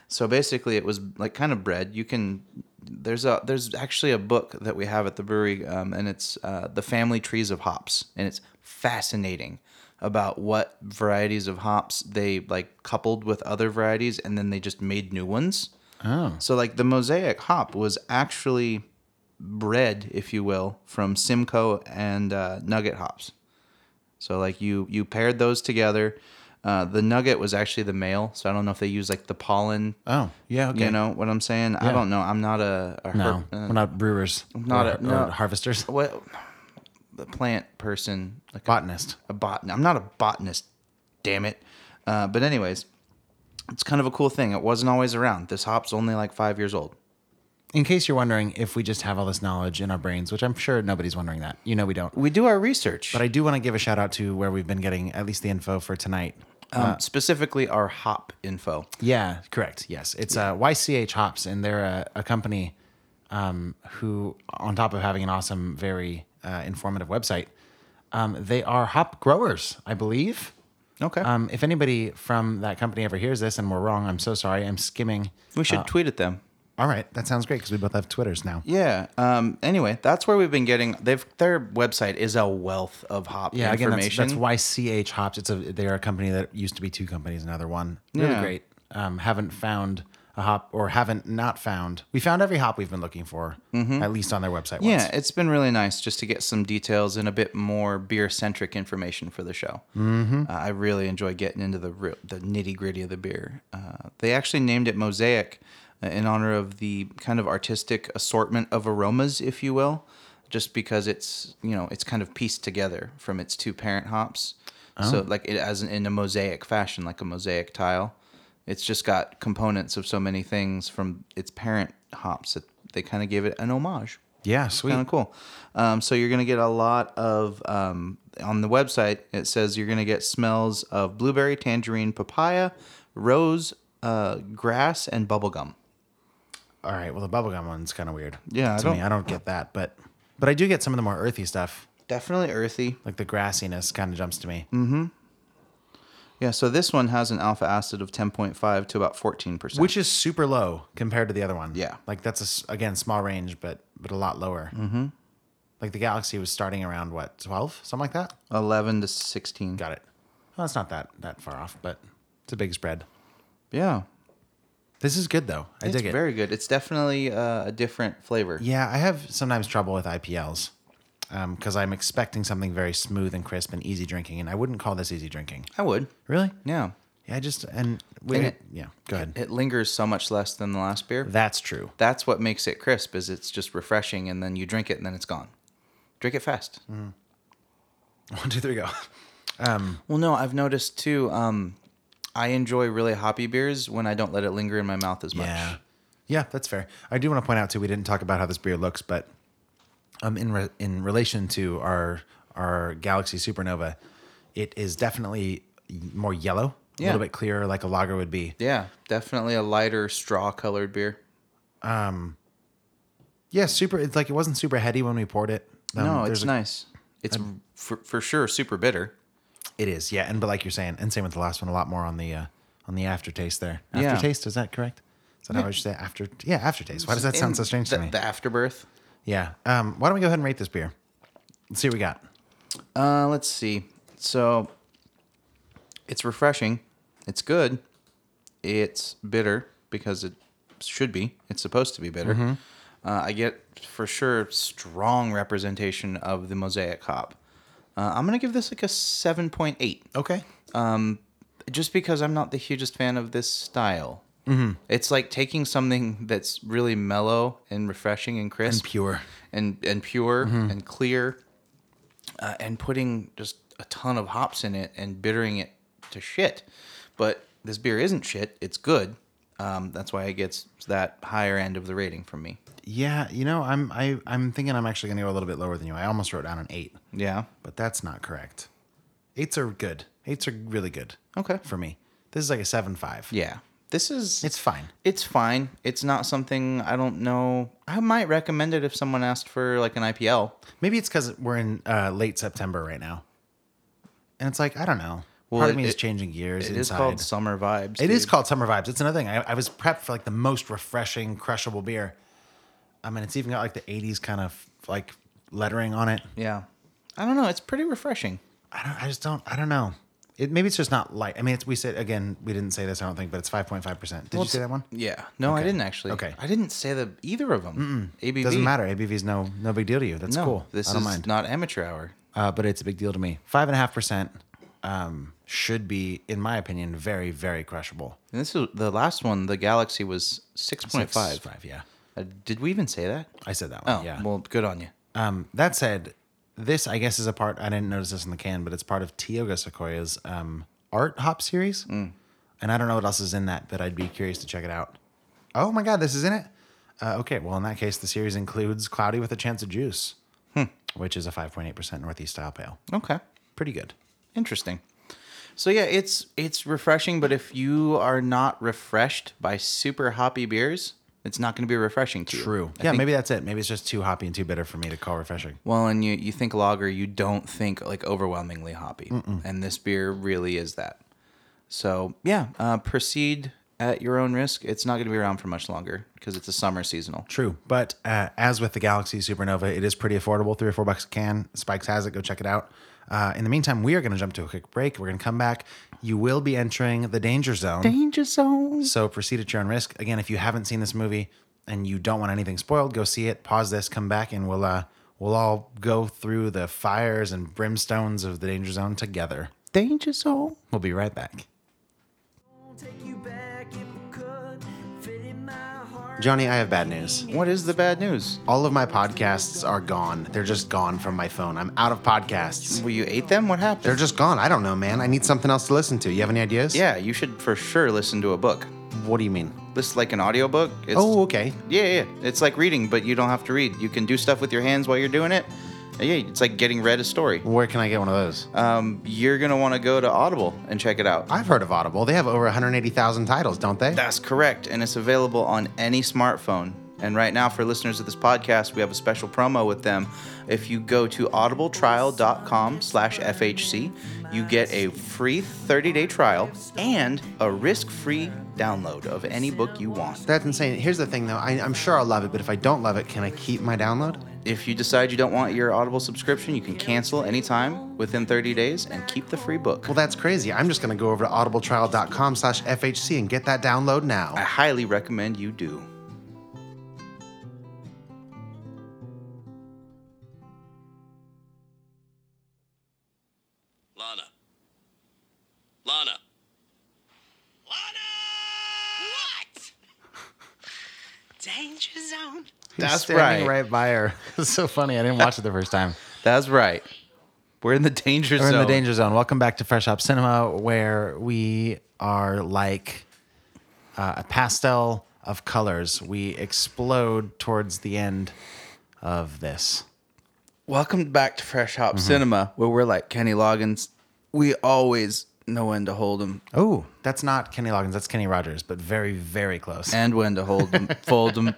Speaker 1: So basically, it was like kind of bread. You can there's a there's actually a book that we have at the brewery, um, and it's uh, the family trees of hops, and it's fascinating about what varieties of hops they like coupled with other varieties, and then they just made new ones.
Speaker 2: Oh.
Speaker 1: So like the mosaic hop was actually bred, if you will, from Simcoe and uh, Nugget hops. So like you you paired those together. Uh, the nugget was actually the male, so I don't know if they use like the pollen. uh,
Speaker 2: Oh, yeah. Okay.
Speaker 1: You know what I'm saying? I
Speaker 2: Yeah.
Speaker 1: don't know. I'm not a, a
Speaker 2: no,
Speaker 1: herb- uh,
Speaker 2: we're not brewers.
Speaker 1: not
Speaker 2: or,
Speaker 1: a-
Speaker 2: or
Speaker 1: no.
Speaker 2: harvesters.
Speaker 1: what the plant person like a-
Speaker 2: Botanist.
Speaker 1: a bot. I'm not a botanist, damn it. Uh, but anyways, it's kind of a cool thing. It wasn't always around. This hop's only like five years old.
Speaker 2: In case you're wondering if we just have all this knowledge in our brains, which I'm sure nobody's wondering that. You know we don't.
Speaker 1: We do our research,
Speaker 2: But I do want to give a shout out to where we've been getting at least the info for tonight.
Speaker 1: um, specifically our hop info.
Speaker 2: Yeah, correct. Yes, it's Uh, YCH Hops, and they're a, a company um, who, on top of having an awesome, very uh, informative website, um, they are hop growers, I believe.
Speaker 1: Okay,
Speaker 2: Um, if anybody from that company ever hears this and we're wrong, I'm so sorry. I'm skimming.
Speaker 1: we should tweet at them.
Speaker 2: All right, that sounds great because we both have Twitters now.
Speaker 1: Yeah. Um, anyway, that's where we've been getting. They've their website is a wealth of hop
Speaker 2: Yeah, again, that's,
Speaker 1: information.
Speaker 2: that's YCH Hops. It's a they are a company that used to be two companies, another one. Really
Speaker 1: Yeah.
Speaker 2: great. Um, haven't found a hop or haven't not found. We found every hop we've been looking for, at least on their website. Once.
Speaker 1: Yeah, it's been really nice just to get some details and a bit more beer centric information for the show. Mm-hmm. Uh, I really enjoy getting into the real, the nitty gritty of the beer. Uh, they actually named it Mosaic uh, in honor of the kind of artistic assortment of aromas, if you will, just because it's you know it's kind of pieced together from its two parent hops. So like it as an, in a mosaic fashion, like a mosaic tile. It's just got components of so many things from its parent hops that they kind of gave it an homage
Speaker 2: yeah, sweet.
Speaker 1: kind of cool. Um, so you're gonna get a lot of um, on the website. It says you're gonna get smells of blueberry, tangerine, papaya, rose, uh, grass, and bubblegum.
Speaker 2: All right. Well, the bubblegum one's kind of weird.
Speaker 1: Yeah, I
Speaker 2: to me,
Speaker 1: don't-
Speaker 2: I don't get that, but but I do get some of the more earthy stuff.
Speaker 1: Definitely earthy.
Speaker 2: Like the grassiness kind of jumps to me.
Speaker 1: Mm. Yeah. So this one has an alpha acid of 10.5 to about 14 percent.
Speaker 2: which is super low compared to the other one.
Speaker 1: Yeah.
Speaker 2: like that's a s again small range, but but a lot lower. Mm-hmm. Like the galaxy was starting around what twelve, something like that.
Speaker 1: 11 to 16.
Speaker 2: Got it. Well, it's not that that far off, but it's a big spread.
Speaker 1: Yeah.
Speaker 2: This is good though. I
Speaker 1: it's
Speaker 2: dig it.
Speaker 1: very good. It's definitely uh, a different flavor.
Speaker 2: yeah, I have sometimes trouble with IPLs because um, I'm expecting something very smooth and crisp and easy drinking, and I wouldn't call this easy drinking.
Speaker 1: I would.
Speaker 2: Really?
Speaker 1: Yeah.
Speaker 2: Yeah, I just and we
Speaker 1: And it-
Speaker 2: yeah. Go ahead.
Speaker 1: It lingers so much less than the last beer.
Speaker 2: That's true.
Speaker 1: That's what makes it crisp is it's just refreshing and then you drink it and then it's gone. Drink it fast.
Speaker 2: One, two, three, go.
Speaker 1: Well, no, I've noticed too um, I enjoy really hoppy beers when I don't let it linger in my mouth as much.
Speaker 2: Yeah. Yeah, that's fair. I do want to point out too, we didn't talk about how this beer looks, but um, in re- in relation to our our Galaxy Supernova, it is definitely more yellow, a
Speaker 1: Yeah.
Speaker 2: little bit clearer, like a lager would be.
Speaker 1: Yeah, definitely a lighter straw colored beer.
Speaker 2: Yeah, super. It's like it wasn't super heady when we poured it. Um,
Speaker 1: no,
Speaker 2: there's
Speaker 1: it's
Speaker 2: a-
Speaker 1: nice. It's for, for sure super bitter.
Speaker 2: It is, yeah. And but like you're saying, and same with the last one, a lot more on the uh, on the aftertaste there.
Speaker 1: Yeah.
Speaker 2: Aftertaste, is that correct? Is that how I should say it? after? Yeah, aftertaste. Why does that sound so
Speaker 1: And
Speaker 2: strange
Speaker 1: the,
Speaker 2: to me?
Speaker 1: The afterbirth.
Speaker 2: yeah. Um, why don't we go ahead and rate this beer? Let's see what we got.
Speaker 1: Uh, let's see. So it's refreshing. It's good. It's bitter because it should be. It's supposed to be bitter. Uh, I get for sure strong representation of the mosaic hop. Uh, I'm gonna give this like a seven point eight,
Speaker 2: Okay.
Speaker 1: just because I'm not the hugest fan of this style.
Speaker 2: Mm-hmm.
Speaker 1: It's like taking something that's really mellow and refreshing and crisp
Speaker 2: And pure. Mm-hmm.
Speaker 1: and and pure and clear, uh, and putting just a ton of hops in it and bittering it to shit. But this beer isn't shit; it's good. Um, that's why it gets that higher end of the rating from me.
Speaker 2: Yeah, you know, I'm I, I'm thinking I'm actually gonna go a little bit lower than you. I almost wrote down an eight,
Speaker 1: Yeah.
Speaker 2: but that's not correct. Eights are good. Eights are really good.
Speaker 1: Okay.
Speaker 2: For me, this is like a seven five.
Speaker 1: Yeah. This is
Speaker 2: It's fine.
Speaker 1: it's fine. It's not something I don't know. I might recommend it if someone asked for like an IPL.
Speaker 2: Maybe it's because we're in uh, late September right now, and it's like I don't know.
Speaker 1: Well,
Speaker 2: Part of
Speaker 1: it-
Speaker 2: me is
Speaker 1: it-
Speaker 2: changing gears.
Speaker 1: It
Speaker 2: inside.
Speaker 1: is called summer vibes.
Speaker 2: It is
Speaker 1: dude.
Speaker 2: called summer vibes. It's another thing. I, I was prepped for like the most refreshing, crushable beer. I mean, it's even got like the '80s kind of like lettering on it.
Speaker 1: Yeah. I don't know. It's pretty refreshing.
Speaker 2: I don't. I just don't. I don't know. It, maybe it's just not light. I mean, it's, we said again. We didn't say this. I don't think, but it's five point five percent. Did you say that one?
Speaker 1: Yeah. No, I didn't actually.
Speaker 2: Okay.
Speaker 1: I didn't say the either of them. ABV
Speaker 2: Doesn't matter. ABV's no no big deal to you. That's
Speaker 1: No,
Speaker 2: cool.
Speaker 1: this
Speaker 2: I don't
Speaker 1: is
Speaker 2: mind.
Speaker 1: not amateur hour.
Speaker 2: uh, but it's a big deal to me. Five and a half percent um, should be, in my opinion, very very crushable.
Speaker 1: And this is the last one. The Galaxy was six point
Speaker 2: Six,
Speaker 1: five.
Speaker 2: Five. Yeah.
Speaker 1: Uh, did we even say that?
Speaker 2: I said that one.
Speaker 1: Oh,
Speaker 2: yeah.
Speaker 1: well, good on you.
Speaker 2: Um, that said, this I guess is a part I didn't notice this in the can, but it's part of Tioga Sequoia's um, art hop series.
Speaker 1: Mm.
Speaker 2: And I don't know what else is in that, but I'd be curious to check it out. Oh my god, this is in it. Uh, okay, well in that case, the series includes Cloudy with a Chance of Juice,
Speaker 1: Hmm.
Speaker 2: which is a 5.8% Northeast style pale.
Speaker 1: Okay,
Speaker 2: Pretty good.
Speaker 1: interesting. So yeah, it's it's refreshing, but if you are not refreshed by super hoppy beers, it's not going to be refreshing to you. I
Speaker 2: yeah,
Speaker 1: think-
Speaker 2: maybe that's it. Maybe it's just too hoppy and too bitter for me to call refreshing.
Speaker 1: Well, and you you think lager, you don't think like overwhelmingly hoppy, and this beer really is that. So yeah, uh, proceed at your own risk. It's not going to be around for much longer because it's a summer seasonal.
Speaker 2: True, but uh, as with the Galaxy Supernova, it is pretty affordable, three or four bucks a can. Spikes has it. Go check it out. Uh, in the meantime, we are going to jump to a quick break. We're going to come back. You will be entering the danger zone.
Speaker 1: Danger zones.
Speaker 2: So proceed at your own risk. Again, if you haven't seen this movie and you don't want anything spoiled, go see it. Pause this, come back, and we'll uh, we'll all go through the fires and brimstones of the danger zone together.
Speaker 1: Danger zone.
Speaker 2: We'll be right back.
Speaker 3: Take you back if we could, fit in my heart.
Speaker 2: Johnny, I have bad news.
Speaker 1: What is the bad news?
Speaker 2: All of my podcasts are gone. They're just gone from my phone. I'm out of podcasts.
Speaker 1: Well, you ate them. What happened?
Speaker 6: They're just gone. I don't know, man. I need something else to listen to. You have any ideas?
Speaker 1: yeah, you should for sure listen to a book.
Speaker 6: What do you mean?
Speaker 1: This is like an audiobook. It's,
Speaker 6: Oh, okay.
Speaker 1: yeah, yeah. yeah. It's like reading, but you don't have to read. You can do stuff with your hands while you're doing it. Yeah, it's like getting read a story.
Speaker 6: Where can I get one of those?
Speaker 1: Um, you're gonna want to go to Audible and check it out.
Speaker 6: Uh, I've heard of Audible. They have over 180,000 titles, don't they?
Speaker 1: That's correct, and it's available on any smartphone. And right now, for listeners of this podcast, we have a special promo with them. If you go to audibletrial.com/fhc, you get a free 30-day trial and a risk-free download of any book you want.
Speaker 6: That's insane. Here's the thing, though. I, I'm sure I'll love it, but if I don't love it, can I keep my download?
Speaker 1: if you decide you don't want your Audible subscription, you can cancel anytime within 30 days and keep the free book.
Speaker 2: Well, that's crazy. I'm just going to go over to audibletrial.com slash FHC and get that download now.
Speaker 1: I highly recommend you do.
Speaker 10: Lana. Lana. Lana! What? Danger zone.
Speaker 1: That's
Speaker 7: Standing
Speaker 1: right.
Speaker 7: right by her. It's so funny. I didn't watch it the first time.
Speaker 1: That's right. We're in the danger
Speaker 7: We're
Speaker 1: zone.
Speaker 7: in the danger zone. Welcome back to Fresh Hop Cinema, where we are like uh, a pastel of colors. We explode towards the end of this.
Speaker 1: Welcome back to Fresh Hop
Speaker 7: Mm-hmm.
Speaker 1: Cinema, where we're like Kenny Loggins. We always know when to hold them
Speaker 7: Oh, that's not Kenny Loggins. That's Kenny Rogers, but very, very close.
Speaker 1: and when to hold them, fold them.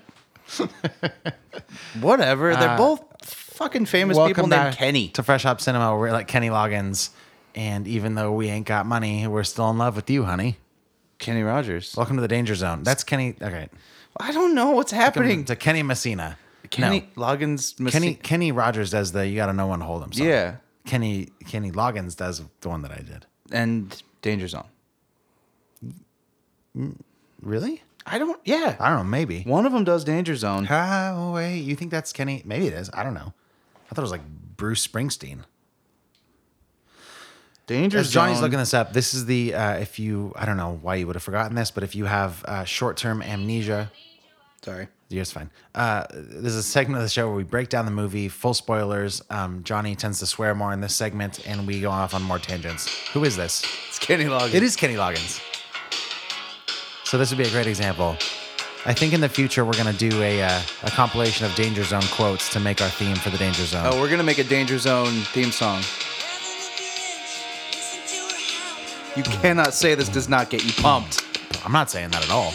Speaker 1: Whatever. They're both fucking famous people named Kenny.
Speaker 7: Uh, to Fresh Hop Cinema. We're like Kenny Loggins, and even though we ain't got money, we're still in love with you, honey.
Speaker 1: Kenny Rogers.
Speaker 7: Welcome to the danger zone. That's Kenny. Okay,
Speaker 1: I don't know what's happening.
Speaker 7: to Kenny Messina. No.
Speaker 1: Kenny Loggins. Mis-
Speaker 7: Kenny Kenny Rogers does the you got to know when to hold him. song.
Speaker 1: Yeah.
Speaker 7: Kenny Kenny Loggins does the one that I did.
Speaker 1: And Danger Zone.
Speaker 7: Really?
Speaker 1: I don't. Yeah.
Speaker 7: I don't know. Maybe
Speaker 1: One of them does Danger Zone.
Speaker 7: highway. You think that's Kenny? Maybe it is. I don't know. I thought it was like Bruce Springsteen.
Speaker 1: Danger
Speaker 7: As
Speaker 1: Zone.
Speaker 7: Johnny's looking this up, this is the uh, if you I don't know why you would have forgotten this, but if you have uh, short-term amnesia,
Speaker 1: Sorry.
Speaker 7: You're just fine. Uh, there's a segment of the show where we break down the movie, full spoilers. Um, Johnny tends to swear more in this segment, and we go off on more tangents. Who is this?
Speaker 1: It's Kenny Loggins.
Speaker 7: It is Kenny Loggins. So this would be a great example. I think in the future we're gonna do a uh, a compilation of Danger Zone quotes to make our theme for the Danger Zone.
Speaker 1: Oh, we're gonna make a Danger Zone theme song. You
Speaker 7: Hmm.
Speaker 1: cannot say this does not get you pumped.
Speaker 7: I'm not saying that at all.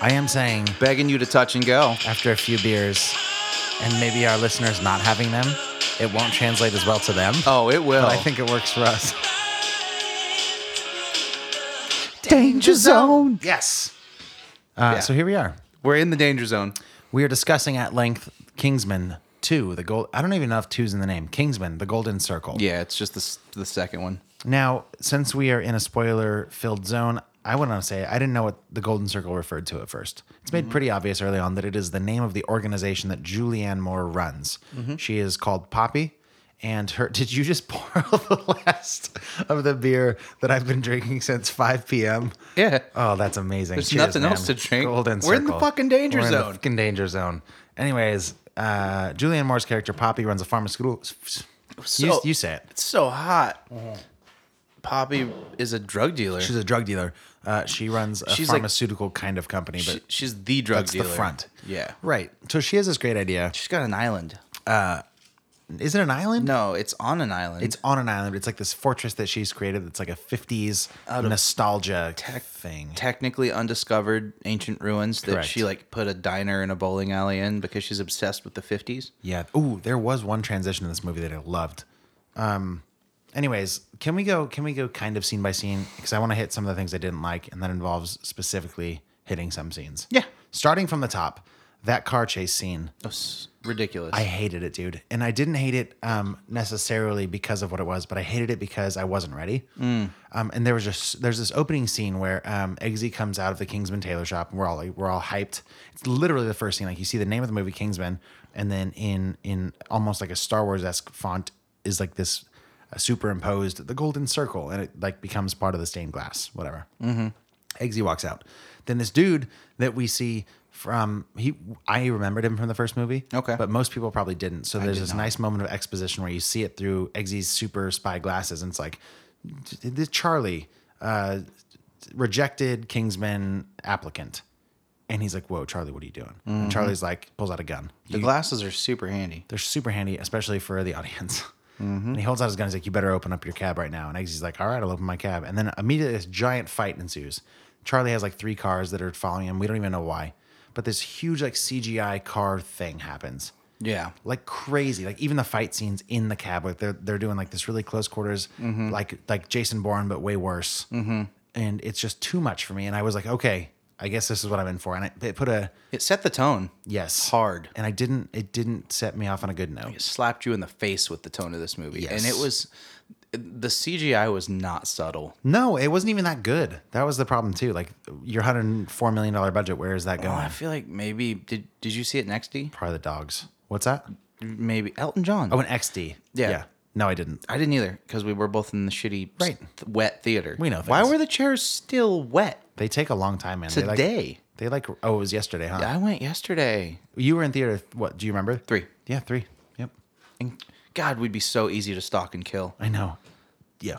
Speaker 7: I am saying
Speaker 1: Begging you to touch and go.
Speaker 7: after a few beers, and maybe our listeners not having them, it won't translate as well to them.
Speaker 1: Oh, it will.
Speaker 7: But I think it works for us.
Speaker 1: Danger Zone.
Speaker 7: Yes. Uh,
Speaker 1: Yeah.
Speaker 7: So here we are.
Speaker 1: We're in the Danger Zone.
Speaker 7: We are discussing at length Kingsman 2, the gold. I don't even know if two's in the name. Kingsman, the Golden Circle.
Speaker 1: Yeah, it's just the s- the second one.
Speaker 7: Now, since we are in a spoiler filled zone, I want to say I didn't know what the Golden Circle referred to at first. It's made pretty obvious early on that it is the name of the organization that Julianne Moore runs. She is called Poppy. And her, did you just pour out the last of the beer that I've been drinking since 5 p.m.?
Speaker 1: Yeah.
Speaker 7: Oh, that's amazing.
Speaker 1: There's
Speaker 7: Cheers,
Speaker 1: nothing
Speaker 7: man.
Speaker 1: else to drink.
Speaker 7: Golden
Speaker 1: We're in the
Speaker 7: Circle.
Speaker 1: fucking danger
Speaker 7: We're In
Speaker 1: zone.
Speaker 7: the fucking danger zone. Anyways, uh, Julianne Moore's character Poppy runs a pharmaceutical. you, you say it. Mm-hmm.
Speaker 1: It's so hot. Poppy is a drug dealer.
Speaker 7: She's a drug dealer. Uh, she runs a
Speaker 1: She's like-
Speaker 7: pharmaceutical kind of company, but
Speaker 1: She- she's the drug
Speaker 7: that's
Speaker 1: dealer.
Speaker 7: the front.
Speaker 1: Yeah.
Speaker 7: Right. So she has this great idea.
Speaker 1: She's got an island.
Speaker 7: Is it an island?
Speaker 1: No, it's on an island.
Speaker 7: It's on an island. but It's like this fortress that she's created. That's like a '50s nostalgia thing.
Speaker 1: technically undiscovered ancient ruins that
Speaker 7: Correct.
Speaker 1: she like put a diner and a bowling alley in because she's obsessed with the 50s.
Speaker 7: Yeah. Ooh, there was one transition in this movie that I loved. Um, anyways, can we go? Can we go kind of scene by scene? Because I want to hit some of the things I didn't like, and that involves specifically hitting some scenes.
Speaker 1: Yeah.
Speaker 7: Starting from the top, that car chase scene.
Speaker 1: It's ridiculous.
Speaker 7: I hated it, dude. And I didn't hate it um, necessarily because of what it was, but I hated it because I wasn't ready. Um, and there was just there's this opening scene where um, Eggsy comes out of the Kingsman tailor shop, and we're all like, we're all hyped. It's literally the first scene. Like you see the name of the movie Kingsman, and then in in almost like a Star Wars esque font is like this uh, superimposed the golden circle, and it like becomes part of the stained glass, whatever. Eggsy walks out. Then this dude that we see from he I remembered him from the first movie.
Speaker 1: Okay.
Speaker 7: But most people probably didn't. So there's this nice moment of exposition where you see it through Eggsy's super spy glasses and it's like this Charlie uh, rejected Kingsman applicant. And he's like, "Whoa, Charlie, what are you doing?" And Charlie's like, pulls out a gun.
Speaker 1: Mm-hmm. the glasses are super handy.
Speaker 7: They're super handy, especially for the audience. And he holds out his gun. He's like, "You better open up your cab right now." And Eggsy's like, "All right, I'll open my cab." And then immediately this giant fight ensues. Charlie has like three cars that are following him. We don't even know why, but this huge like CGI car thing happens
Speaker 1: Yeah.
Speaker 7: like crazy. Like even the fight scenes in the cab, like they're they're doing like this really close quarters, like like Jason Bourne, but way worse. And it's just too much for me. And I was like, okay, I guess this is what I'm in for. And I, it put a
Speaker 1: It set the tone.
Speaker 7: yes
Speaker 1: Hard.
Speaker 7: and I didn't. It didn't set me off on a good note.
Speaker 1: It slapped you in the face with the tone of this movie. And
Speaker 7: Yes.
Speaker 1: it was the CGI was not subtle.
Speaker 7: No, it wasn't even that good. That was the problem too. Like your 104 million dollar budget, where is that going?
Speaker 1: I feel like maybe did did you see it in XD?
Speaker 7: Probably the dogs. What's that?
Speaker 1: Maybe Elton John.
Speaker 7: Oh, an XD.
Speaker 1: Yeah.
Speaker 7: No, I didn't.
Speaker 1: I didn't either because we were both in the shitty,
Speaker 7: Right.
Speaker 1: th- wet theater.
Speaker 7: We know
Speaker 1: Why
Speaker 7: things.
Speaker 1: were the chairs still wet
Speaker 7: They take a long time, man. They like,
Speaker 1: today?
Speaker 7: they like. Oh, it was yesterday, huh?
Speaker 1: I went yesterday.
Speaker 7: You were in theater. What do you remember?
Speaker 1: Three.
Speaker 7: Yeah, three. Yep.
Speaker 1: And God, we'd be so easy to stalk and kill.
Speaker 7: I know. Yeah,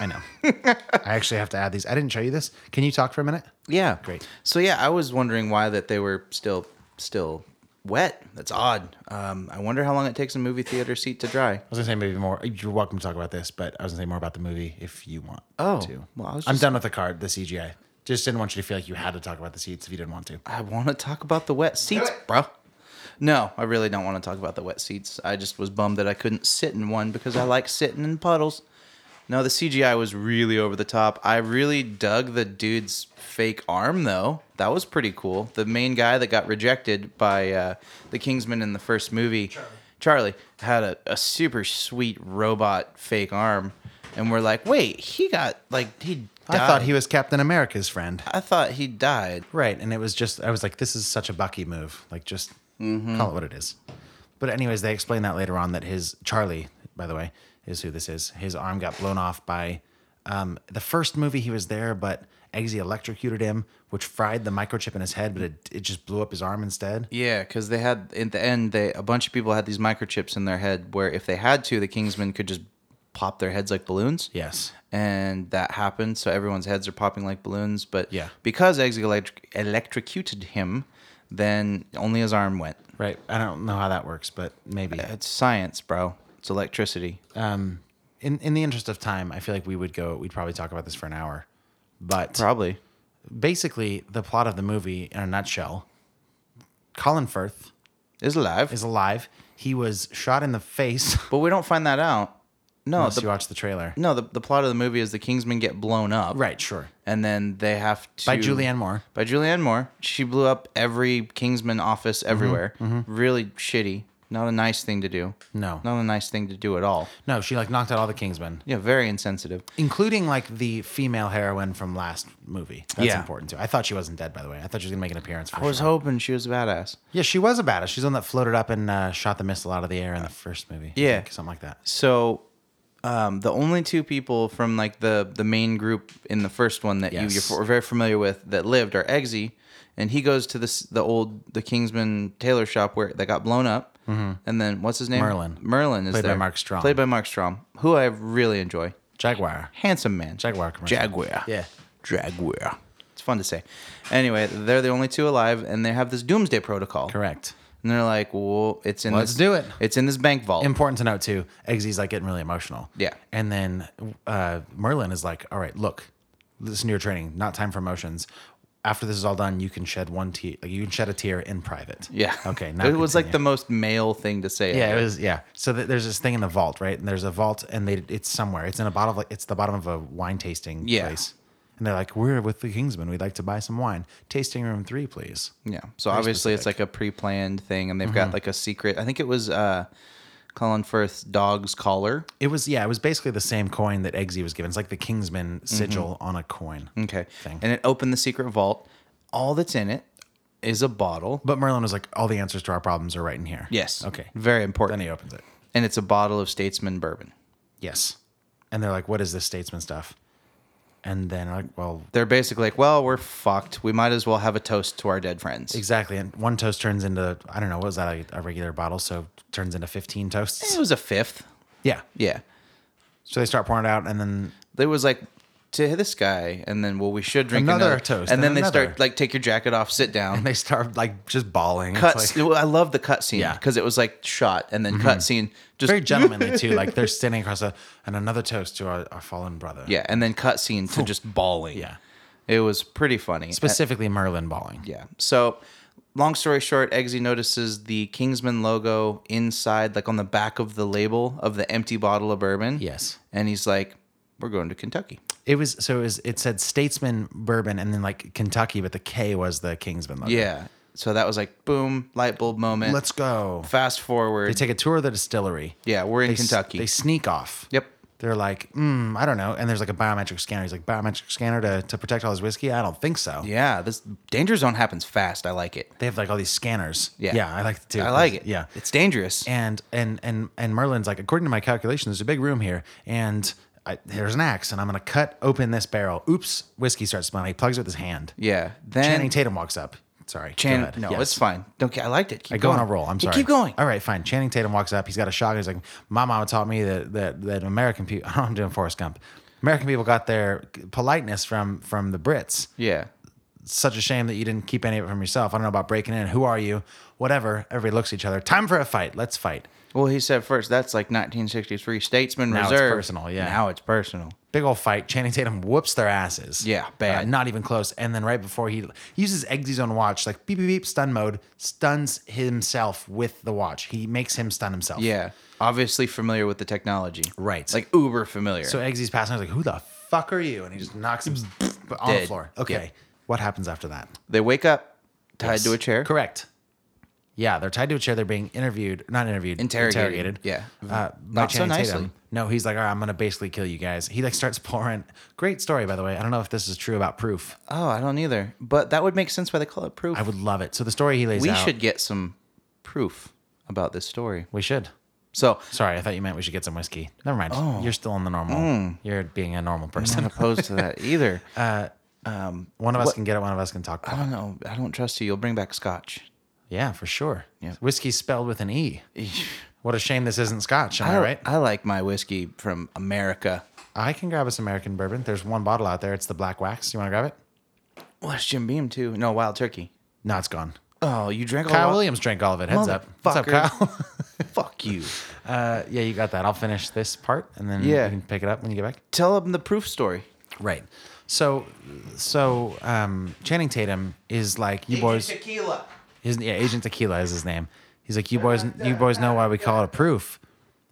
Speaker 7: I know. I actually have to add these. I didn't show you this. Can you talk for a minute?
Speaker 1: Yeah.
Speaker 7: Great.
Speaker 1: So yeah, I was wondering why that they were still still wet. That's odd. Um, I wonder how long it takes a movie theater seat to dry.
Speaker 7: I was gonna say maybe more. You're welcome to talk about this, but I was gonna say more about the movie if you want.
Speaker 1: Oh,
Speaker 7: to.
Speaker 1: well, I was
Speaker 7: I'm
Speaker 1: just-
Speaker 7: done with the card, the CGI. Just didn't want you to feel like you had to talk about the seats if you didn't want to.
Speaker 1: I want to talk about the wet seats, bro. No, I really don't want to talk about the wet seats. I just was bummed that I couldn't sit in one because I like sitting in puddles. No, the CGI was really over the top. I really dug the dude's fake arm though. That was pretty cool. The main guy that got rejected by uh, the Kingsman in the first movie, Charlie, had a, a super sweet robot fake arm, and we're like, wait, he got like he.
Speaker 7: I
Speaker 1: Died.
Speaker 7: thought he was Captain America's friend.
Speaker 1: I thought he died.
Speaker 7: Right, and it was just I was like, this is such a Bucky move. Like, just call it what it is. But anyways, they explain that later on that his Charlie, by the way, is who this is. His arm got blown off by um, the first movie he was there, but Eggsy electrocuted him, which fried the microchip in his head, but it, it just blew up his arm instead.
Speaker 1: Yeah, because they had at the end, they a bunch of people had these microchips in their head where if they had to, the Kingsmen could just pop their heads like balloons.
Speaker 7: Yes.
Speaker 1: and that happened, so everyone's heads are popping like balloons. But
Speaker 7: Yeah.
Speaker 1: because Eggsy electric- electrocuted him, then only his arm went.
Speaker 7: Right. I don't know how that works, but maybe.
Speaker 1: It's science, bro. It's electricity.
Speaker 7: In in the interest of time, I feel like we would go we'd probably talk about this for an hour. But
Speaker 1: Probably.
Speaker 7: basically the plot of the movie in a nutshell, Colin Firth
Speaker 1: Is alive,
Speaker 7: is alive. He was shot in the face.
Speaker 1: but we don't find that out. No,
Speaker 7: Unless you
Speaker 1: the,
Speaker 7: watch the trailer.
Speaker 1: no. The, the plot of the movie is the Kingsmen get blown up,
Speaker 7: Right, sure.
Speaker 1: And then they have to
Speaker 7: By Julianne Moore.
Speaker 1: by Julianne Moore. She blew up every Kingsman office
Speaker 7: Mm-hmm,
Speaker 1: everywhere. Really shitty. Not a nice thing to do.
Speaker 7: No.
Speaker 1: Not a nice thing to do at all.
Speaker 7: No, she like knocked out all the Kingsmen,
Speaker 1: Yeah, very insensitive.
Speaker 7: including like the female heroine from last movie. That's
Speaker 1: Yeah.
Speaker 7: important too. I thought she wasn't dead, by the way. I thought she was gonna make an appearance. For
Speaker 1: I was
Speaker 7: sure.
Speaker 1: hoping she was a badass.
Speaker 7: yeah, she was a badass. She's the one that floated up and uh, shot the missile out of the air in the first movie. I
Speaker 1: Yeah.
Speaker 7: think, something like that.
Speaker 1: So um, the only two people from like the the main group in the first one that
Speaker 7: Yes.
Speaker 1: you you're f- very familiar with that lived are Eggsy, and he goes to this the old the Kingsman tailor shop where that got blown up. And then what's his name?
Speaker 7: Mm-hmm. Merlin.
Speaker 1: Merlin is
Speaker 7: Played by
Speaker 1: there.
Speaker 7: Mark Strong.
Speaker 1: Played by Mark Strong, who I really enjoy.
Speaker 7: Jaguar.
Speaker 1: Handsome man.
Speaker 7: Jaguar commercial.
Speaker 1: Jaguar.
Speaker 7: Yeah.
Speaker 1: Jaguar. It's fun to say. Anyway, they're the only two alive, and they have this doomsday protocol.
Speaker 7: Correct.
Speaker 1: And they're like, "Well, it's in.
Speaker 7: Let's
Speaker 1: this,
Speaker 7: do it."
Speaker 1: It's in this bank vault.
Speaker 7: Important to note too, Eggsy's like getting really emotional.
Speaker 1: Yeah.
Speaker 7: And then uh, Merlin is like, all right, look, listen to your training, not time for emotions. After this is all done, you can shed one tear. Like you can shed a tear in private.
Speaker 1: yeah.
Speaker 7: Okay.
Speaker 1: It
Speaker 7: Now
Speaker 1: was like the
Speaker 7: continue.
Speaker 1: most male thing to say.
Speaker 7: Yeah, it was. Yeah. So th- there's this thing in the vault, right? And there's a vault, and they it's somewhere. It's in a bottle of like it's the bottom of a wine tasting
Speaker 1: Yeah.
Speaker 7: place. And they're like, we're with the Kingsman. We'd like to buy some wine. Tasting room three, please.
Speaker 1: Yeah. So obviously it's like a pre-planned thing,
Speaker 7: Mm-hmm.
Speaker 1: and they've got like a secret. I think it was uh, Colin Firth's dog's collar.
Speaker 7: It was yeah. It was basically the same coin that Eggsy was given. It's like the Kingsman sigil
Speaker 1: Mm-hmm.
Speaker 7: on a coin.
Speaker 1: Okay.
Speaker 7: Thing.
Speaker 1: And it opened the secret vault. All that's in it is a bottle.
Speaker 7: But Merlin was like, all the answers to our problems are right in here.
Speaker 1: Yes.
Speaker 7: Okay.
Speaker 1: Very
Speaker 7: Then
Speaker 1: important.
Speaker 7: he opens it.
Speaker 1: And it's a bottle of Statesman bourbon.
Speaker 7: Yes. And they're like, what is this statesman stuff? And then like, well,
Speaker 1: They're basically like, well, we're fucked. We might as well have a toast to our dead friends.
Speaker 7: exactly. And one toast turns into, I don't know, what was that, like a regular bottle? So turns into 15 toasts.
Speaker 1: It was a fifth.
Speaker 7: Yeah.
Speaker 1: Yeah.
Speaker 7: So they start pouring it out and then,
Speaker 1: There was like to this guy, and then well, we should drink
Speaker 7: Another
Speaker 1: another,
Speaker 7: toast,
Speaker 1: and
Speaker 7: and
Speaker 1: then they
Speaker 7: another.
Speaker 1: start like take your jacket off, sit down.
Speaker 7: and they start like just bawling. It's
Speaker 1: Cuts.
Speaker 7: like-
Speaker 1: well, I love the cut scene
Speaker 7: Yeah. Mm-hmm.
Speaker 1: because it was like shot and then cut scene. Just
Speaker 7: very gentlemanly too. Like they're standing across a, and another toast to our, our fallen brother.
Speaker 1: yeah, and then cut scene to just bawling.
Speaker 7: Yeah.
Speaker 1: it was pretty funny.
Speaker 7: Specifically Merlin bawling.
Speaker 1: Yeah. So, long story short, Eggsy notices the Kingsman logo inside, like on the back of the label of the empty bottle of bourbon.
Speaker 7: Yes.
Speaker 1: And he's like, "We're going to Kentucky."
Speaker 7: It was so it was it said Statesman bourbon and then like Kentucky, but the K was the Kingsman logo.
Speaker 1: Yeah. So that was like boom, light bulb moment.
Speaker 7: Let's go.
Speaker 1: fast forward.
Speaker 7: They take a tour of the distillery.
Speaker 1: yeah, we're in
Speaker 7: They s-
Speaker 1: Kentucky.
Speaker 7: They sneak off.
Speaker 1: yep.
Speaker 7: They're like, mm, I don't know. And there's like a biometric scanner. He's like, biometric scanner to, to protect all his whiskey? I don't think so.
Speaker 1: Yeah, this danger zone happens fast. I like it.
Speaker 7: They have like all these scanners.
Speaker 1: Yeah.
Speaker 7: Yeah, I like it too.
Speaker 1: I like it.
Speaker 7: Yeah.
Speaker 1: It's dangerous.
Speaker 7: and and and and Merlin's like, according to my calculations, there's a big room here, and I, there's an axe, and I'm gonna cut open this barrel. Oops, whiskey starts smelling. He plugs it with his hand.
Speaker 1: yeah. Then
Speaker 7: Channing Tatum walks up. Sorry,
Speaker 1: Chan-
Speaker 7: Go ahead.
Speaker 1: no,
Speaker 7: Yes.
Speaker 1: it's fine. Okay, I liked it. Keep
Speaker 7: I go
Speaker 1: going.
Speaker 7: on a roll. I'm
Speaker 1: Yeah,
Speaker 7: sorry.
Speaker 1: Keep going.
Speaker 7: All right, fine. Channing Tatum walks up. He's got a shotgun. He's like, "My mama taught me that that that American people. I'm doing Forrest Gump. American people got their politeness from from the Brits.
Speaker 1: Yeah.
Speaker 7: Such a shame that you didn't keep any of it from yourself. I don't know about breaking in. Who are you? Whatever. Everybody looks at each other. Time for a fight. Let's fight.
Speaker 1: Well, he said first that's like 1963 Statesman
Speaker 7: Now it's
Speaker 1: Reserve.
Speaker 7: personal, yeah.
Speaker 1: Now it's personal.
Speaker 7: big old fight. Channing Tatum whoops their asses.
Speaker 1: Yeah, bad.
Speaker 7: Uh, not even close. And then right before he, he uses Eggsy's own watch, like beep beep beep, stun mode, stuns himself with the watch. He makes him stun himself.
Speaker 1: Yeah. Obviously familiar with the technology.
Speaker 7: Oh. Right.
Speaker 1: Like uber familiar.
Speaker 7: So Eggsy's passing. He's like, "Who the fuck are you?" And he just knocks him on the
Speaker 1: Mm. Dead.
Speaker 7: floor. Okay.
Speaker 1: Yep.
Speaker 7: What happens after that?
Speaker 1: they wake up tied to a chair.
Speaker 7: Correct. Yeah, they're tied to a chair. They're being interviewed, not interviewed,
Speaker 1: Interrogated.
Speaker 7: interrogated.
Speaker 1: Yeah.
Speaker 7: Uh, by
Speaker 1: Not so
Speaker 7: Channing
Speaker 1: nicely.
Speaker 7: Tatum. No, he's like, all right, I'm gonna basically kill you guys. He like starts pouring. Great story, by the way. I don't know if this is true about proof.
Speaker 1: Oh, I don't either. But that would make sense why they call it proof.
Speaker 7: I would love it. So the story he lays
Speaker 1: we
Speaker 7: out.
Speaker 1: should get some proof about this story.
Speaker 7: We should.
Speaker 1: So
Speaker 7: Sorry, I thought you meant we should get some whiskey. Never mind.
Speaker 1: Oh.
Speaker 7: You're still in the normal.
Speaker 1: Hmm.
Speaker 7: You're being a normal
Speaker 1: I'm
Speaker 7: person.
Speaker 1: not opposed to that either.
Speaker 7: one of us can get it. One of us can talk.
Speaker 1: I
Speaker 7: About
Speaker 1: don't
Speaker 7: it.
Speaker 1: know. I don't trust you. You'll bring back scotch.
Speaker 7: Yeah, for sure.
Speaker 1: Yeah.
Speaker 7: Whiskey's spelled with an e. What a shame this isn't Scotch. Am I, right?
Speaker 1: I like my whiskey from America.
Speaker 7: I can grab us American bourbon. There's one bottle out there. It's the Black Wax. You want to grab it?
Speaker 1: Well, that's Jim Beam too. No, Wild Turkey.
Speaker 7: No, it's gone.
Speaker 1: Oh, you drank all
Speaker 7: Kyle
Speaker 1: the-
Speaker 7: Williams drank all of it. Heads up. What's up,
Speaker 1: Motherfucker.
Speaker 7: Kyle?
Speaker 1: Fuck you.
Speaker 7: uh, yeah, you got that. I'll finish this part and then
Speaker 1: Yeah.
Speaker 7: you can pick it up when you get back.
Speaker 1: Tell them the proof story.
Speaker 7: Right. So, so um, Channing Tatum is like, you boys.
Speaker 1: Tequila.
Speaker 7: His yeah, Agent Tequila is his name. He's like, you boys, you boys know why we call it a proof.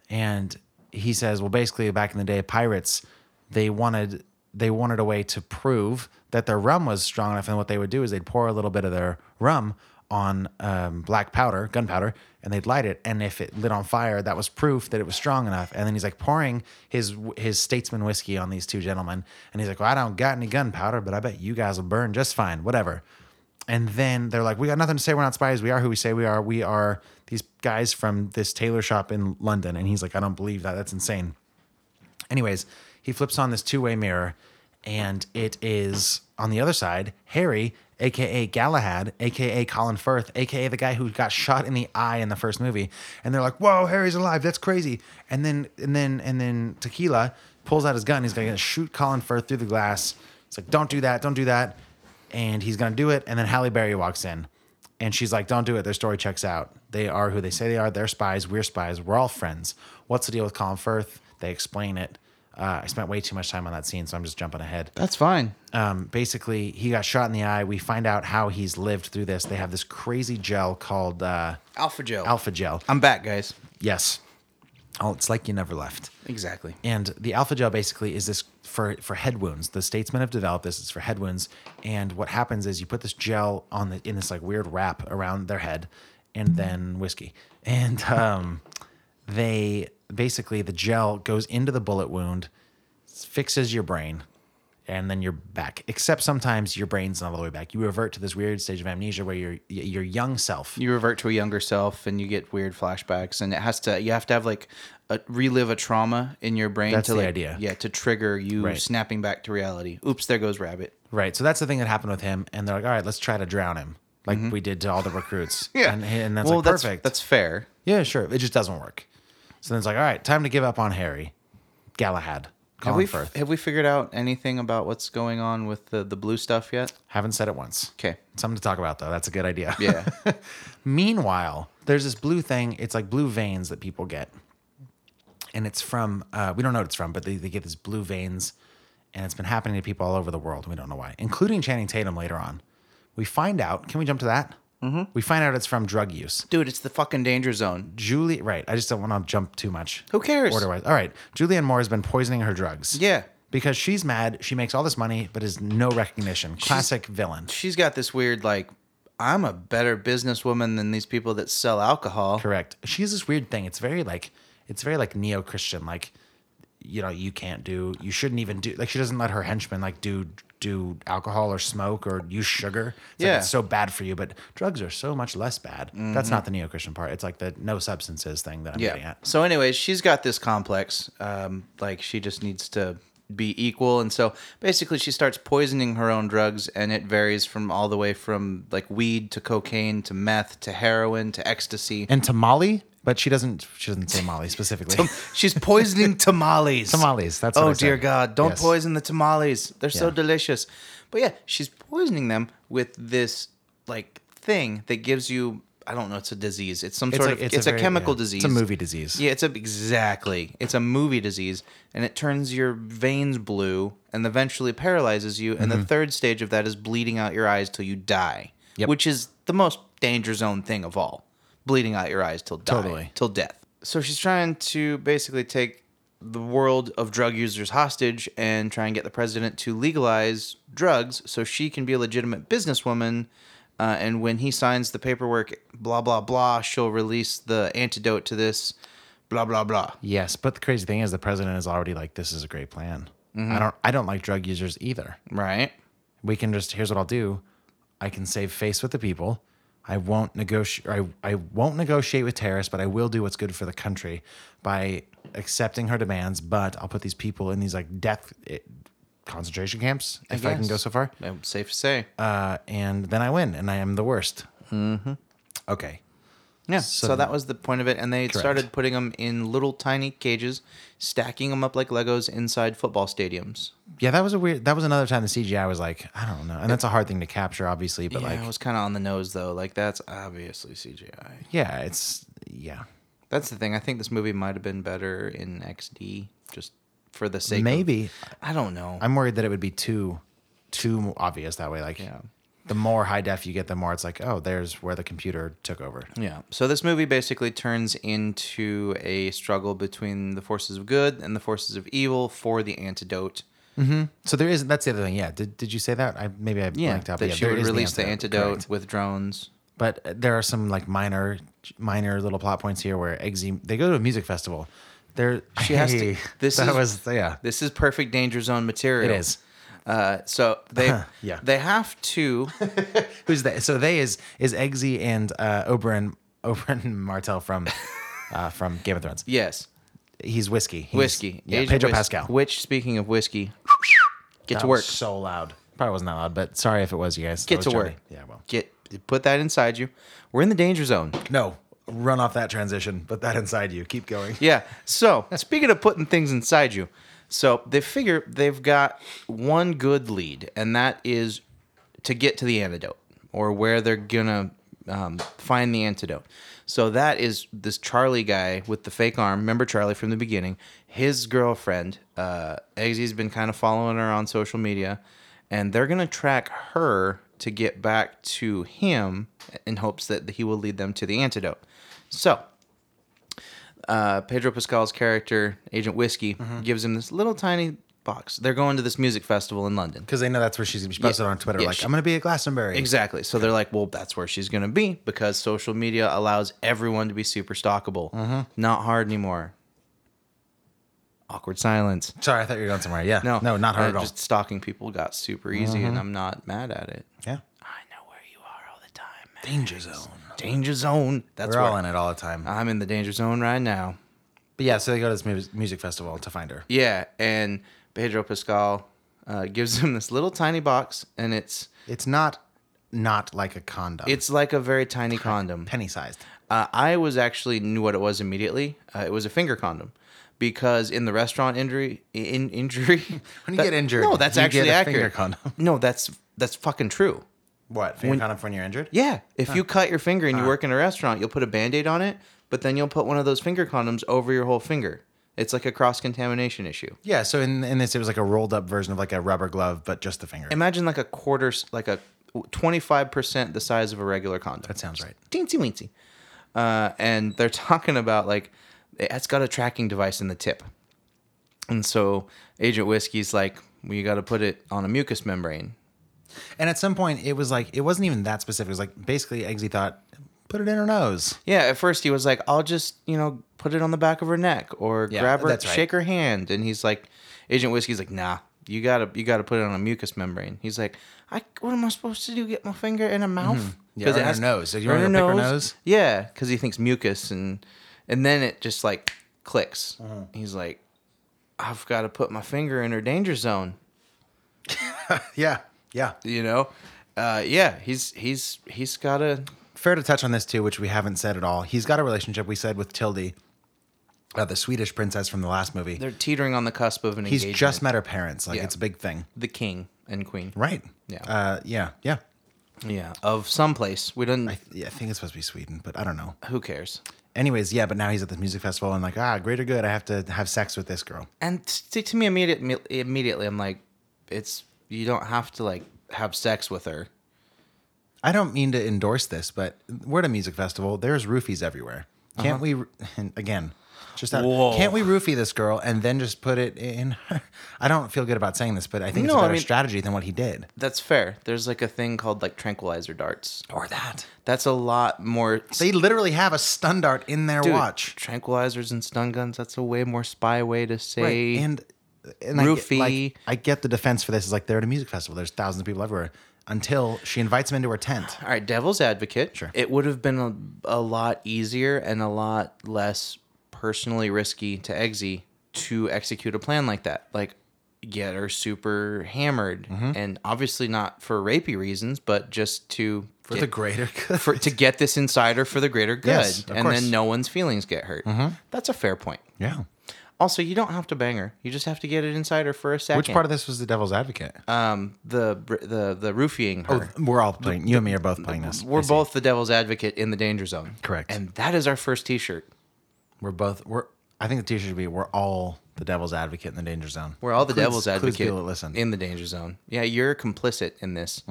Speaker 7: And he says, well, basically, back in the day, pirates, they wanted they wanted a way to prove that their rum was strong enough, and what they would do is they'd pour a little bit of their rum on um, black powder, gunpowder, and they'd light it, and if it lit on fire, that was proof that it was strong enough. And then he's like pouring his his Statesman whiskey on these two gentlemen, and he's like, well, I don't got any gunpowder, but I bet you guys will burn just fine, whatever. And then they're like, we got nothing to say. We're not spies. We are who we say we are. We are these guys from this tailor shop in London. And he's like, I don't believe that. That's insane. Anyways, he flips on this two way mirror, and it is on the other side Harry, aka Galahad, aka Colin Firth, aka the guy who got shot in the eye in the first movie. And they're like, "Whoa, Harry's alive! That's crazy!" And then and then and then Tequila pulls out his gun. He's gonna shoot Colin Firth through the glass. He's like, "Don't do that! Don't do that!" And he's gonna do it. And then Halle Berry walks in. And she's like, don't do it. Their story checks out. They are who they say they are. They're spies. We're spies. We're all friends. What's the deal with Colin Firth? They explain it. Uh, I spent way too much time on that scene, so I'm just jumping ahead.
Speaker 1: That's fine.
Speaker 7: Um, basically, he got shot in the eye. We find out how he's lived through this. They have this crazy gel called uh,
Speaker 1: Alpha Joe.
Speaker 7: Alpha Gel.
Speaker 1: I'm back, guys.
Speaker 7: Yes. Oh, it's like you never left.
Speaker 1: Exactly.
Speaker 7: And the alpha gel basically is this for for head wounds. The statesmen have developed this. It's for head wounds. And what happens is you put this gel on the in this like weird wrap around their head, and then whiskey. And um, they basically the gel goes into the bullet wound, fixes your brain, and then you're back. Except sometimes your brain's not all the way back. You revert to this weird stage of amnesia where your your young self.
Speaker 1: You revert to a younger self and you get weird flashbacks and it has to you have to have like a, relive a trauma in your brain
Speaker 7: That's
Speaker 1: to
Speaker 7: the
Speaker 1: like
Speaker 7: idea.
Speaker 1: yeah, to trigger you
Speaker 7: Right.
Speaker 1: snapping back to reality. Oops, there goes rabbit.
Speaker 7: Right. So that's the thing that happened with him. And they're like, all right, let's try to drown him. Like we did to all the recruits. And, and that's
Speaker 1: Mm-hmm. well,
Speaker 7: like,
Speaker 1: that's,
Speaker 7: perfect.
Speaker 1: That's fair.
Speaker 7: yeah, sure. It just doesn't work. So then it's like, all right, time to give up on Harry, Galahad, Colin
Speaker 1: Have we,
Speaker 7: Firth.
Speaker 1: have we figured out anything about what's going on with the, the blue stuff yet?
Speaker 7: Haven't said it once.
Speaker 1: Okay.
Speaker 7: Something to talk about, though. That's a good idea.
Speaker 1: Yeah.
Speaker 7: Meanwhile, there's this blue thing. It's like blue veins that people get. And it's from, uh, we don't know what it's from, but they, they get these blue veins. And it's been happening to people all over the world. We don't know why, including Channing Tatum later on. We find out, can we jump to that? Mm-hmm. We find out it's from drug use.
Speaker 1: Dude, it's the fucking danger zone.
Speaker 7: Julie, right. I just don't want to jump too much.
Speaker 1: Who cares?
Speaker 7: Order wise. All right. Julianne Moore has been poisoning her drugs.
Speaker 1: Yeah.
Speaker 7: because she's mad. She makes all this money, but is no recognition. Classic villain.
Speaker 1: She's got this weird like I'm a better businesswoman than these people that sell alcohol.
Speaker 7: Correct. She has this weird thing. It's very like it's very like neo Christian. Like you know, you can't do, you shouldn't even do. Like she doesn't let her henchmen like do do alcohol or smoke or use sugar. It's
Speaker 1: Yeah. Mm-hmm.
Speaker 7: like, it's so bad for you, but drugs are so much less bad. That's not the neo Christian part. It's like the no substances thing that I'm getting
Speaker 1: Yeah.
Speaker 7: at.
Speaker 1: So, anyways, she's got this complex. Um, like she just needs to be equal, and so basically, she starts poisoning her own drugs, and it varies from all the way from like weed to cocaine to meth to heroin to ecstasy.
Speaker 7: And tamale, but she doesn't. She doesn't say Molly specifically.
Speaker 1: she's poisoning tamales.
Speaker 7: Tamales, that's what
Speaker 1: oh
Speaker 7: I said.
Speaker 1: dear God! Don't
Speaker 7: Yes.
Speaker 1: poison the tamales. They're so
Speaker 7: Yeah.
Speaker 1: delicious. But yeah, she's poisoning them with this like thing that gives you. I don't know. It's a disease. It's some
Speaker 7: It's
Speaker 1: sort
Speaker 7: like-
Speaker 1: of. It's,
Speaker 7: it's
Speaker 1: a,
Speaker 7: a very-
Speaker 1: chemical
Speaker 7: yeah,
Speaker 1: disease.
Speaker 7: it's a movie disease.
Speaker 1: Yeah, it's a exactly. It's a movie disease, and it turns your veins blue, and eventually paralyzes you.
Speaker 7: Mm-hmm.
Speaker 1: And the third stage of that is bleeding out your eyes till you die,
Speaker 7: Yep.
Speaker 1: which is the most danger zone thing of all. Bleeding out your eyes till die,
Speaker 7: Totally.
Speaker 1: till death. So she's trying to basically take the world of drug users hostage and try and get the president to legalize drugs so she can be a legitimate businesswoman. Uh, and when he signs the paperwork, blah blah blah, she'll release the antidote to this, blah blah blah.
Speaker 7: Yes, but the crazy thing is, the president is already like, "This is a great plan."
Speaker 1: Mm-hmm.
Speaker 7: I don't. I don't like drug users either.
Speaker 1: Right?
Speaker 7: we can just here's what I'll do. I can save face with the people. I won't negotiate. I, I won't negotiate with terrorists, but I will do what's good for the country by accepting her demands. But I'll put these people in these like death eh, concentration camps if I, can
Speaker 1: guess.
Speaker 7: go so far,
Speaker 1: Um, Safe to say.
Speaker 7: uh, and then I win, and I am the worst. Mm-hmm. Okay,
Speaker 1: Yeah. So,
Speaker 7: So-
Speaker 1: that was the point of it, and they started putting them in little tiny cages, stacking them up like Legos inside football stadiums.
Speaker 7: yeah, that was a weird. That was another time the CGI was like, I don't know, and that's a hard thing to capture, obviously. But
Speaker 1: yeah,
Speaker 7: like,
Speaker 1: it was kind of on the nose though. Like that's obviously CGI.
Speaker 7: yeah, it's yeah,
Speaker 1: That's the thing. I think this movie might have been better in XD, just for the sake. of-
Speaker 7: maybe
Speaker 1: I don't know.
Speaker 7: I'm worried that it would be too too obvious that way. Like,
Speaker 1: Yeah.
Speaker 7: the more high def you get, the more it's like, oh, there's where the computer took over.
Speaker 1: yeah. So this movie basically turns into a struggle between the forces of good and the forces of evil for the antidote.
Speaker 7: So there is. That's the other thing. Yeah. Did, did you say that? I maybe I blanked out.
Speaker 1: that
Speaker 7: yeah,
Speaker 1: she
Speaker 7: there
Speaker 1: would
Speaker 7: is
Speaker 1: release the antidote,
Speaker 7: correct.
Speaker 1: with drones.
Speaker 7: But uh, there are some like minor minor little plot points here where Eggsy they go to a music festival. There
Speaker 1: She has to- this
Speaker 7: that
Speaker 1: is-
Speaker 7: was yeah.
Speaker 1: This is perfect danger zone material.
Speaker 7: It is.
Speaker 1: Uh, so they
Speaker 7: Yeah.
Speaker 1: they have to
Speaker 7: Who's that? So they is is Eggsy and uh, Oberyn Oberyn Martell from uh, from Game of Thrones.
Speaker 1: yes
Speaker 7: He's whiskey. He's-
Speaker 1: whiskey
Speaker 7: Yeah.
Speaker 1: Agent
Speaker 7: Pedro
Speaker 1: Whis-
Speaker 7: Pascal.
Speaker 1: Which speaking of whiskey, get
Speaker 7: That
Speaker 1: to
Speaker 7: was
Speaker 1: work.
Speaker 7: So loud. Probably wasn't that loud, but sorry if it was, you guys. That
Speaker 1: get
Speaker 7: was
Speaker 1: to
Speaker 7: Johnny.
Speaker 1: work.
Speaker 7: Yeah, well.
Speaker 1: get put that inside you. We're in the danger zone.
Speaker 7: No, run off that transition. Put that inside you. Keep going.
Speaker 1: Yeah. So speaking of putting things inside you, so they figure they've got one good lead, and that is to get to the antidote or where they're gonna um, find the antidote. So that is this Charlie guy with the fake arm. Remember Charlie from the beginning? His girlfriend, uh, Eggsy's been kind of following her on social media, and they're gonna track her to get back to him in hopes that he will lead them to the antidote. So uh, Pedro Pascal's character, Agent Whiskey, gives him this little tiny box. They're going to this music festival in London.
Speaker 7: Because they know that's where she's going to be. She posted
Speaker 1: Yeah.
Speaker 7: on Twitter,
Speaker 1: Yeah,
Speaker 7: like,
Speaker 1: she-
Speaker 7: I'm going to be at Glastonbury.
Speaker 1: Exactly. So they're like, well, that's where she's going to be because social media allows everyone to be super stalkable. Not hard anymore. Awkward silence.
Speaker 7: Sorry, I thought you were going somewhere. Yeah.
Speaker 1: No,
Speaker 7: No, not her
Speaker 1: uh,
Speaker 7: at all.
Speaker 1: Just stalking people got super easy, and I'm not mad at it.
Speaker 7: yeah.
Speaker 1: Mm-hmm. I know where you are all the time. man.
Speaker 7: Danger zone.
Speaker 1: Danger zone. That's
Speaker 7: We're all
Speaker 1: where Uh,
Speaker 7: in it all the time.
Speaker 1: I'm in the danger zone right now.
Speaker 7: But yeah, so they go to this mu- music festival to find her.
Speaker 1: Yeah, and Pedro Pascal uh, gives him this little tiny box, and it's
Speaker 7: It's not not like a condom.
Speaker 1: it's like a very tiny condom.
Speaker 7: penny sized.
Speaker 1: Uh, I was actually knew what it was immediately. Uh, it was a finger condom, because in the restaurant injury in injury
Speaker 7: When you get injured,
Speaker 1: no, that's
Speaker 7: you
Speaker 1: actually
Speaker 7: get a
Speaker 1: accurate.
Speaker 7: finger condom.
Speaker 1: No, that's that's fucking true.
Speaker 7: What? Finger condom for when you're injured?
Speaker 1: Yeah, if you cut your finger and you work in a restaurant, you'll put a band-aid on it, but then you'll put one of those finger condoms over your whole finger. It's like a cross contamination issue.
Speaker 7: Yeah. So in, in this, it was like a rolled up version of like a rubber glove, but just the finger.
Speaker 1: imagine like a quarter, like a 25% the size of a regular condom.
Speaker 7: that sounds right.
Speaker 1: teensy weensy. Uh, and they're talking about like, it's got a tracking device in the tip. And so Agent Whiskey's like, we got to put it on a mucous membrane.
Speaker 7: And at some point, it was like it wasn't even that specific. It was like basically, Eggsy thought, put it in her nose.
Speaker 1: Yeah, at first he was like, I'll just, you know, put it on the back of her neck or
Speaker 7: Yeah,
Speaker 1: grab her,
Speaker 7: that's right.
Speaker 1: shake her hand. And he's like, Agent Whiskey's like, nah, you gotta, you gotta put it on a mucous membrane. He's like, I, what am I supposed to do? Get my finger in her mouth?
Speaker 7: Mm-hmm. Yeah, or in her nose. Did you
Speaker 1: or
Speaker 7: want
Speaker 1: in
Speaker 7: her to pick her nose?
Speaker 1: Yeah, because he thinks mucus and, and then it just like clicks.
Speaker 7: Mm-hmm.
Speaker 1: He's like, I've got to put my finger in her danger zone.
Speaker 7: Yeah, yeah.
Speaker 1: You know, uh, yeah, he's he's he's gotta
Speaker 7: Fair to touch on this too, which we haven't said at all. He's got a relationship we said with Tilde, uh, the Swedish princess from the last movie.
Speaker 1: they're teetering on the cusp of an
Speaker 7: He's
Speaker 1: engagement.
Speaker 7: just met her parents. Like
Speaker 1: Yeah.
Speaker 7: it's a big thing,
Speaker 1: the king and queen.
Speaker 7: right?
Speaker 1: Yeah.
Speaker 7: uh, yeah, yeah.
Speaker 1: Yeah, of someplace. We don't.
Speaker 7: I, th- yeah. I think it's supposed to be Sweden, but I don't know.
Speaker 1: Who cares?
Speaker 7: Anyways, yeah. But now he's at this music festival and like, ah, greater good. I have to have sex with this girl.
Speaker 1: And t- to me, immediate, me- immediately, I'm like, it's you don't have to like have sex with her.
Speaker 7: I don't mean to endorse this, but we're at a music festival. There's roofies everywhere. Can't we? And again, just out,
Speaker 1: Uh-huh. Whoa.
Speaker 7: can't we roofie this girl and then just put it in? Her? I don't feel good about saying this, but I think it's
Speaker 1: No, I
Speaker 7: a better
Speaker 1: mean-
Speaker 7: strategy than what he did.
Speaker 1: That's fair. There's like a thing called like tranquilizer darts.
Speaker 7: Or that
Speaker 1: That's a lot more.
Speaker 7: they literally have a stun dart in their
Speaker 1: Dude,
Speaker 7: watch.
Speaker 1: tranquilizers and stun guns. That's a way more spy way to say.
Speaker 7: Right. And, and I get-
Speaker 1: Roofie.
Speaker 7: like, I get the defense for this is like they're at a music festival. There's thousands of people everywhere until she invites him into her tent.
Speaker 1: All right, devil's advocate.
Speaker 7: Sure.
Speaker 1: It would have been a, a lot easier and a lot less personally risky to Eggsy to execute a plan like that. Like, get her super hammered.
Speaker 7: Mm-hmm.
Speaker 1: And obviously not for rapey reasons, but just to.
Speaker 7: For
Speaker 1: get-
Speaker 7: the greater good.
Speaker 1: for, to get this insider for the greater good,
Speaker 7: Yes, of
Speaker 1: and
Speaker 7: course. Mm-hmm.
Speaker 1: then no one's feelings get hurt. That's a fair point.
Speaker 7: yeah.
Speaker 1: Also, you don't have to bang her; you just have to get it inside her for a second.
Speaker 7: Which part of this was the devil's advocate?
Speaker 1: um the the the roofying her?
Speaker 7: oh, we're all playing. you and me are both playing this.
Speaker 1: We're
Speaker 7: I see.
Speaker 1: both the devil's advocate in the danger zone.
Speaker 7: Correct.
Speaker 1: And that is our first T-shirt.
Speaker 7: We're both. We're. I think the T-shirt should be "We're all the devil's advocate in the danger zone."
Speaker 1: We're all the
Speaker 7: Includes-
Speaker 1: devil's
Speaker 7: includes
Speaker 1: advocate
Speaker 7: People that listen, Mm-hmm.
Speaker 1: in the danger zone. Yeah, you're complicit in this.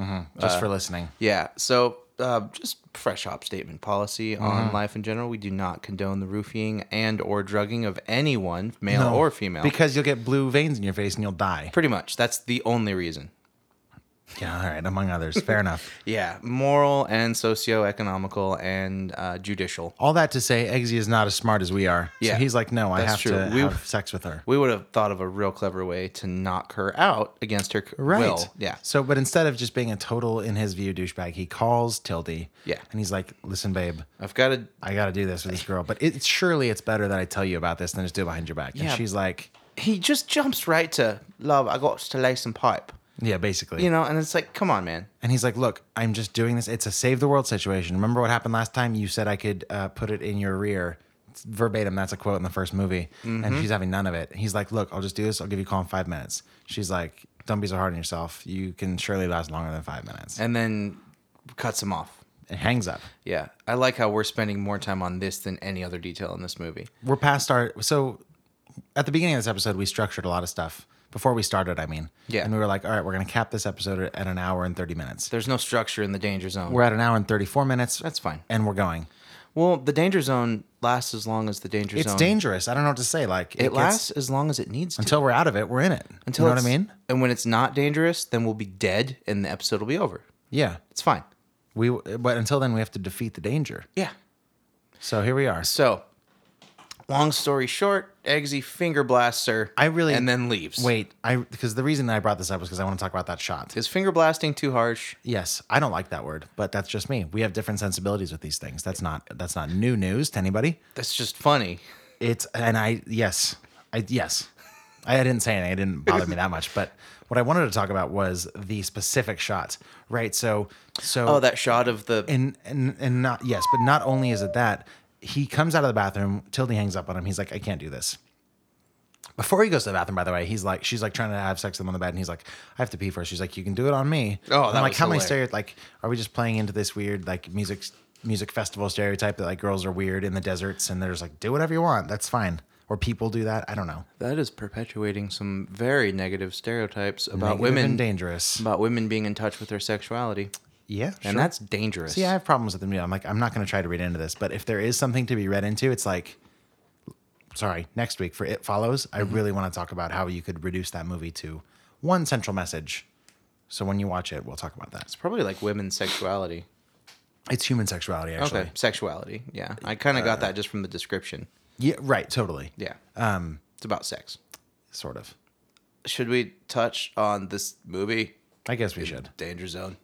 Speaker 7: just
Speaker 1: uh,
Speaker 7: for listening.
Speaker 1: Yeah. So uh, just fresh hop statement policy
Speaker 7: Mm-hmm.
Speaker 1: on life in general. We do not condone the roofing and or drugging of anyone, male
Speaker 7: No,
Speaker 1: or female.
Speaker 7: because you'll get blue veins in your face and you'll die.
Speaker 1: pretty much that's the only reason.
Speaker 7: Yeah, all right. Among others, fair enough.
Speaker 1: Yeah, moral and socio-economical and uh, judicial.
Speaker 7: All that to say, Eggsy is not as smart as we are.
Speaker 1: Yeah.
Speaker 7: so he's like, no, I
Speaker 1: That's
Speaker 7: have
Speaker 1: true.
Speaker 7: to
Speaker 1: We-
Speaker 7: have sex with her.
Speaker 1: We would have thought of a real clever way to knock her out against her c-
Speaker 7: Right.
Speaker 1: will. Yeah.
Speaker 7: So, but instead of just being a total, in his view, douchebag, he calls Tildy.
Speaker 1: Yeah.
Speaker 7: And he's like, listen, babe,
Speaker 1: I've got to
Speaker 7: I got to do this with this girl. But it's surely it's better that I tell you about this than just do it behind your back.
Speaker 1: Yeah.
Speaker 7: And she's like,
Speaker 1: he just jumps right to love. I got to lay some pipe,
Speaker 7: yeah, basically.
Speaker 1: you know, and it's like, come on, man.
Speaker 7: And he's like, "Look, I'm just doing this. It's a save the world situation. Remember what happened last time? You said I could uh, put it in your rear, It's verbatim. That's a quote in the first movie." And
Speaker 1: Mm-hmm.
Speaker 7: she's having none of it. He's like, "Look, I'll just do this. I'll give you a call in five minutes." She's like, "Don't be so hard on yourself. You can surely last longer than five minutes."
Speaker 1: And
Speaker 7: And
Speaker 1: then cuts him off.
Speaker 7: it hangs up.
Speaker 1: Yeah, I like how we're spending more time on this than any other detail in this movie.
Speaker 7: We're past our so at the beginning of this episode, we structured a lot of stuff before we started. I mean,
Speaker 1: Yeah.
Speaker 7: And we were like, "All right, we're gonna cap this episode at an hour and thirty minutes."
Speaker 1: There's no structure in the danger zone.
Speaker 7: We're at an hour and thirty-four minutes.
Speaker 1: That's fine.
Speaker 7: and we're going.
Speaker 1: Well, the danger zone lasts as long as the danger
Speaker 7: It's
Speaker 1: zone.
Speaker 7: dangerous. I don't know what to say. Like
Speaker 1: It
Speaker 7: gets-
Speaker 1: lasts as long as it needs to.
Speaker 7: until we're out of it, we're in it. Until you know what I
Speaker 1: it's-
Speaker 7: mean?
Speaker 1: And when it's not dangerous, then we'll be dead, and the episode will be over.
Speaker 7: Yeah.
Speaker 1: It's fine.
Speaker 7: We but until then we have to defeat the danger.
Speaker 1: Yeah.
Speaker 7: So here we are.
Speaker 1: So, long story short, Eggsy finger blasts her.
Speaker 7: I really-
Speaker 1: and then leaves.
Speaker 7: Wait, I because the reason I brought this up was because I want to talk about that shot.
Speaker 1: is finger blasting too harsh?
Speaker 7: Yes, I don't like that word, but that's just me. We have different sensibilities with these things. That's not that's not new news to anybody.
Speaker 1: That's just funny.
Speaker 7: It's and I yes, I yes. I didn't say anything. It didn't bother me that much. But what I wanted to talk about was the specific shot, right? So so
Speaker 1: Oh, that shot of the
Speaker 7: and and and not yes, but not only is it that he comes out of the bathroom, Tildy hangs up on him. He's like, I can't do this. Before he goes to the bathroom, by the way, he's like, she's like trying to have sex with him on the bed, and he's like, I have to pee first. She's like, you can do it on me.
Speaker 1: Oh,
Speaker 7: And
Speaker 1: that
Speaker 7: I'm like
Speaker 1: was
Speaker 7: how many
Speaker 1: hilarious.
Speaker 7: stereotypes? Like, are we just playing into this weird like music music festival stereotype that like girls are weird in the deserts and they're just like, do whatever you want, that's fine, or people do that. I don't know.
Speaker 1: that is perpetuating some very negative stereotypes about
Speaker 7: Negative
Speaker 1: women.
Speaker 7: and dangerous.
Speaker 1: About women being in touch with their sexuality,
Speaker 7: Yeah,
Speaker 1: and
Speaker 7: sure.
Speaker 1: that's dangerous.
Speaker 7: See, I have problems with the media. I'm like, I'm not going to try to read into this, but if there is something to be read into, it's like sorry, next week for It Follows, I
Speaker 1: Mm-hmm.
Speaker 7: really want to talk about how you could reduce that movie to one central message. So when you watch it, we'll talk about that.
Speaker 1: It's probably like women's sexuality.
Speaker 7: It's human sexuality, actually.
Speaker 1: Okay, sexuality. Yeah, I kind of
Speaker 7: Uh,
Speaker 1: got that just from the description.
Speaker 7: Yeah, right, totally.
Speaker 1: Yeah, um, it's about sex.
Speaker 7: Sort of.
Speaker 1: Should we touch on this movie,
Speaker 7: I guess we should.
Speaker 1: Danger Zone?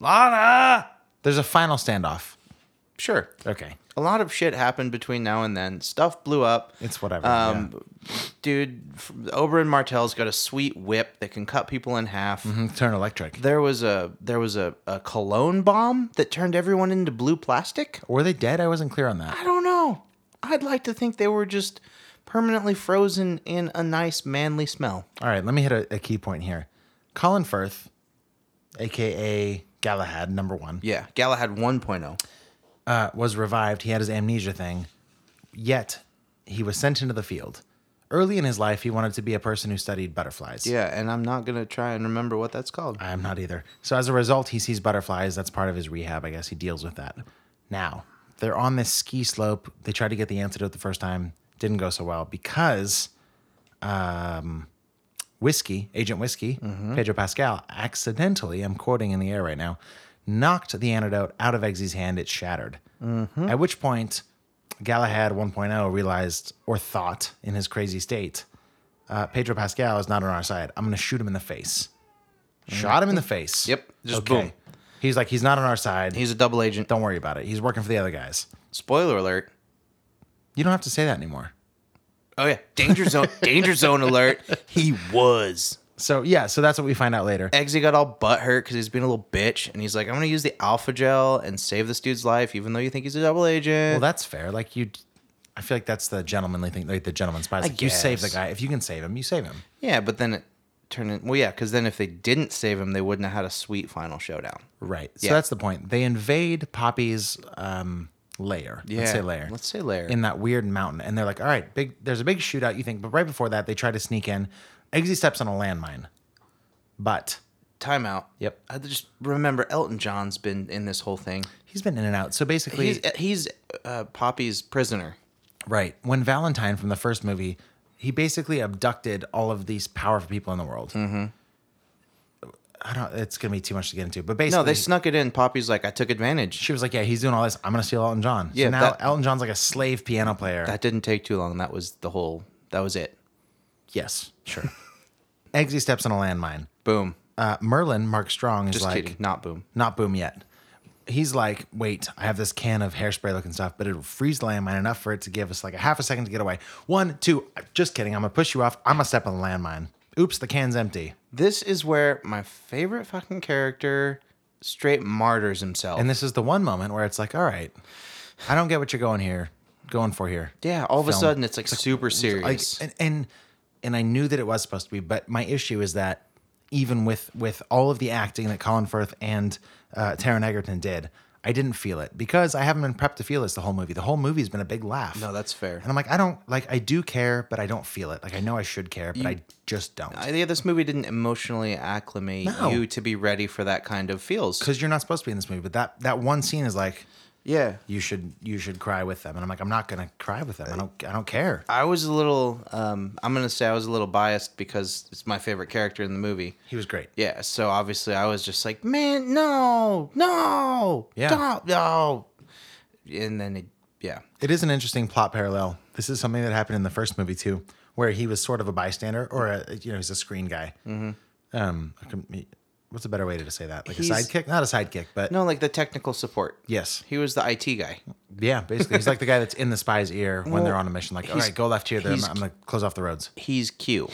Speaker 7: Lana! There's a final standoff.
Speaker 1: Sure.
Speaker 7: Okay.
Speaker 1: A lot of shit happened between now and then. Stuff blew up.
Speaker 7: It's whatever.
Speaker 1: Um, dude, f- Oberyn Martell's got a sweet whip that can cut people in half.
Speaker 7: yeah. Turn electric.
Speaker 1: There was a there was a, a cologne bomb that turned everyone into blue plastic.
Speaker 7: Were they dead? I wasn't clear on that.
Speaker 1: I don't know. I'd like to think they were just permanently frozen in a nice manly smell.
Speaker 7: All right, let me hit a, a key point here. Colin Firth, aka Galahad, number one,
Speaker 1: Yeah, Galahad oh. 1.0.
Speaker 7: uh, was revived. He had his amnesia thing, yet he was sent into the field. Early in his life, he wanted to be a person who studied butterflies.
Speaker 1: Yeah, and I'm not going to try and remember what that's called.
Speaker 7: I am not either. So as a result, he sees butterflies. That's part of his rehab, I guess. He deals with that. Now, they're on this ski slope. They tried to get the antidote the first time, didn't go so well because um, Whiskey, Agent Whiskey,
Speaker 1: Mm-hmm.
Speaker 7: Pedro Pascal, accidentally, I'm quoting in the air right now, knocked the antidote out of Eggsy's hand. It shattered.
Speaker 1: Mm-hmm.
Speaker 7: At which point, Galahad 1.0 realized or thought in his crazy state, uh, Pedro Pascal is not on our side. I'm going to shoot him in the face. Shot him in the face.
Speaker 1: Mm-hmm. Yep, just boom.
Speaker 7: He's like, he's not on our side.
Speaker 1: He's a double agent.
Speaker 7: Don't worry about it. He's working for the other guys.
Speaker 1: Spoiler alert.
Speaker 7: You don't have to say that anymore.
Speaker 1: Oh yeah, danger zone, danger zone alert. He was.
Speaker 7: So yeah, so that's what we find out later.
Speaker 1: Eggsy got all butt hurt because he's being a little bitch, and he's like, "I'm gonna use the alpha gel and save this dude's life, even though you think he's a double agent."
Speaker 7: Well, that's fair. Like you, I feel like that's the gentlemanly thing. Like the gentleman spies. Like, you save the
Speaker 1: guess.
Speaker 7: guy if you can save him, you save him.
Speaker 1: yeah, but then it turned. In, well, yeah, because then if they didn't save him, they wouldn't have had a sweet final showdown.
Speaker 7: Right.
Speaker 1: Yeah.
Speaker 7: So that's the point. They invade Poppy's um, lair. Let's say lair.
Speaker 1: Let's say layer.
Speaker 7: in that weird mountain. And they're like, all right, big there's a big shootout, you think, but right before that, they try to sneak in. Eggsy steps on a landmine. But
Speaker 1: timeout.
Speaker 7: Yep.
Speaker 1: I just remember Elton John's been in this whole thing.
Speaker 7: he's been in and out. So basically
Speaker 1: He's he's uh, Poppy's prisoner.
Speaker 7: Right. When Valentine from the first movie, he basically abducted all of these powerful people in the world. Mm-hmm. I don't it's gonna be too much to get into. But basically
Speaker 1: No, they snuck it in. Poppy's like, I took advantage.
Speaker 7: she was like, Yeah, he's doing all this. I'm gonna steal Elton John.
Speaker 1: Yeah,
Speaker 7: so now
Speaker 1: that-
Speaker 7: Elton John's like a slave piano player.
Speaker 1: That didn't take too long. That was the whole. That was it.
Speaker 7: yes, sure. Eggsy steps on a landmine.
Speaker 1: Boom.
Speaker 7: Uh, Merlin, Mark Strong, is
Speaker 1: Just
Speaker 7: like
Speaker 1: kidding. Not boom.
Speaker 7: not boom yet. He's like, wait, I have this can of hairspray looking stuff, but it'll freeze the landmine enough for it to give us like a half a second to get away. One, two, just kidding. I'm gonna push you off. I'm gonna step on the landmine. Oops, the can's empty.
Speaker 1: This is where my favorite fucking character straight martyrs himself.
Speaker 7: And this is the one moment where it's like, all right, I don't get what you're going here, going for here.
Speaker 1: yeah, all of a
Speaker 7: Film.
Speaker 1: sudden it's like super
Speaker 7: Like,
Speaker 1: serious.
Speaker 7: and, and and I knew that it was supposed to be, but my issue is that even with with all of the acting that Colin Firth and uh, Taron Egerton did, I didn't feel it because I haven't been prepped to feel this the whole movie. The whole movie's been a big laugh.
Speaker 1: no, that's fair.
Speaker 7: And I'm like, I don't like. I do care, but I don't feel it. Like I know I should care, but I just don't.
Speaker 1: I- yeah, this movie didn't emotionally acclimate
Speaker 7: No.
Speaker 1: you to be ready for that kind of feels.
Speaker 7: Because you're not supposed to be in this movie. But that that one scene is like,
Speaker 1: Yeah,
Speaker 7: you should you should cry with them. And I'm like, I'm not gonna cry with them. I don't I don't care.
Speaker 1: I was a little. Um, I'm gonna say I was a little biased because it's my favorite character in the movie.
Speaker 7: He was great.
Speaker 1: Yeah, so obviously I was just like, man, no, no,
Speaker 7: Yeah.
Speaker 1: stop, no. And then, it, yeah,
Speaker 7: It is an interesting plot parallel. This is something that happened in the first movie too, where he was sort of a bystander or a you know he's a screen guy. Mm-hmm. Um, I can- what's a better way to say that? Like
Speaker 1: He's-
Speaker 7: a sidekick, not a sidekick, but
Speaker 1: no, like the technical support.
Speaker 7: yes,
Speaker 1: He was the IT guy.
Speaker 7: yeah. Basically, he's like the guy that's in the spy's ear when they're
Speaker 1: Well,
Speaker 7: on a mission. Like, all
Speaker 1: he's-
Speaker 7: right, go left here. Then I'm,
Speaker 1: he's-
Speaker 7: I'm gonna close off the roads.
Speaker 1: He's Q.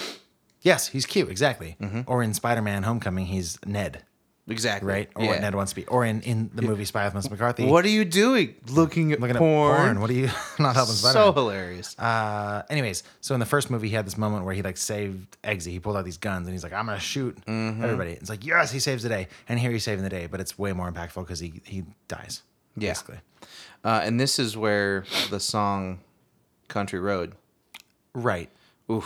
Speaker 7: Yes, he's cute, exactly.
Speaker 1: Mm-hmm.
Speaker 7: Or in Spider-Man: Homecoming, he's Ned,
Speaker 1: Exactly.
Speaker 7: right? Oh, Or what
Speaker 1: yeah.
Speaker 7: Ned wants to be. Or in, in the movie Spy with Miss McCarthy,
Speaker 1: What are you doing? Looking at
Speaker 7: looking
Speaker 1: porn.
Speaker 7: at porn? What are you not helping
Speaker 1: so
Speaker 7: Spider-Man?
Speaker 1: hilarious.
Speaker 7: Uh, anyways, so in the first movie, he had this moment where he like saved Eggsy. He pulled out these guns and he's like, "I'm gonna shoot everybody." It's like, yes, he saves the day, and here he's saving the day, but it's way more impactful because he he dies.
Speaker 1: Yeah.
Speaker 7: basically.
Speaker 1: Uh, and this is where the song "Country Road."
Speaker 7: right.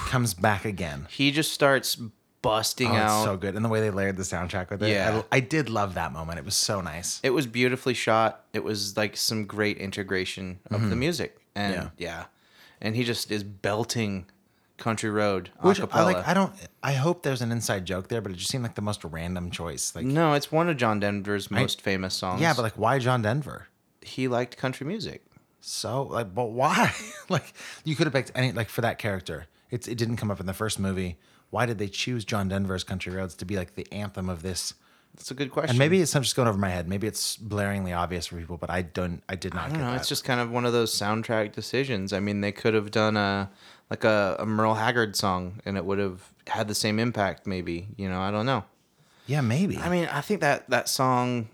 Speaker 7: Comes back again.
Speaker 1: He just starts busting
Speaker 7: Oh,
Speaker 1: out.
Speaker 7: it's so good, and the way they layered the soundtrack with it,
Speaker 1: Yeah.
Speaker 7: I, I did love that moment. It was so nice.
Speaker 1: it was
Speaker 7: Mm-hmm.
Speaker 1: beautifully shot. It was like some great integration of the music. And yeah. and he just is belting Country Road a
Speaker 7: Which I
Speaker 1: cappella.
Speaker 7: like. I don't. I hope there's an inside joke there, but it just seemed like the most random choice. Like,
Speaker 1: no, it's one of John Denver's most famous songs.
Speaker 7: yeah, but like, why John Denver?
Speaker 1: he liked country music.
Speaker 7: So like, but why? like, you could have picked any like for that character. It's it didn't come up in the first movie. Why did they choose John Denver's Country Roads to be like the anthem of this?
Speaker 1: That's a good question.
Speaker 7: And maybe it's I'm just going over my head. Maybe it's blaringly obvious for people, but I don't. I did not.
Speaker 1: I don't
Speaker 7: get
Speaker 1: know.
Speaker 7: That.
Speaker 1: It's just kind of one of those soundtrack decisions. I mean, they could have done a like a, a Merle Haggard song, and it would have had the same impact. Maybe you know, I don't know.
Speaker 7: yeah, maybe.
Speaker 1: I mean, I think that that song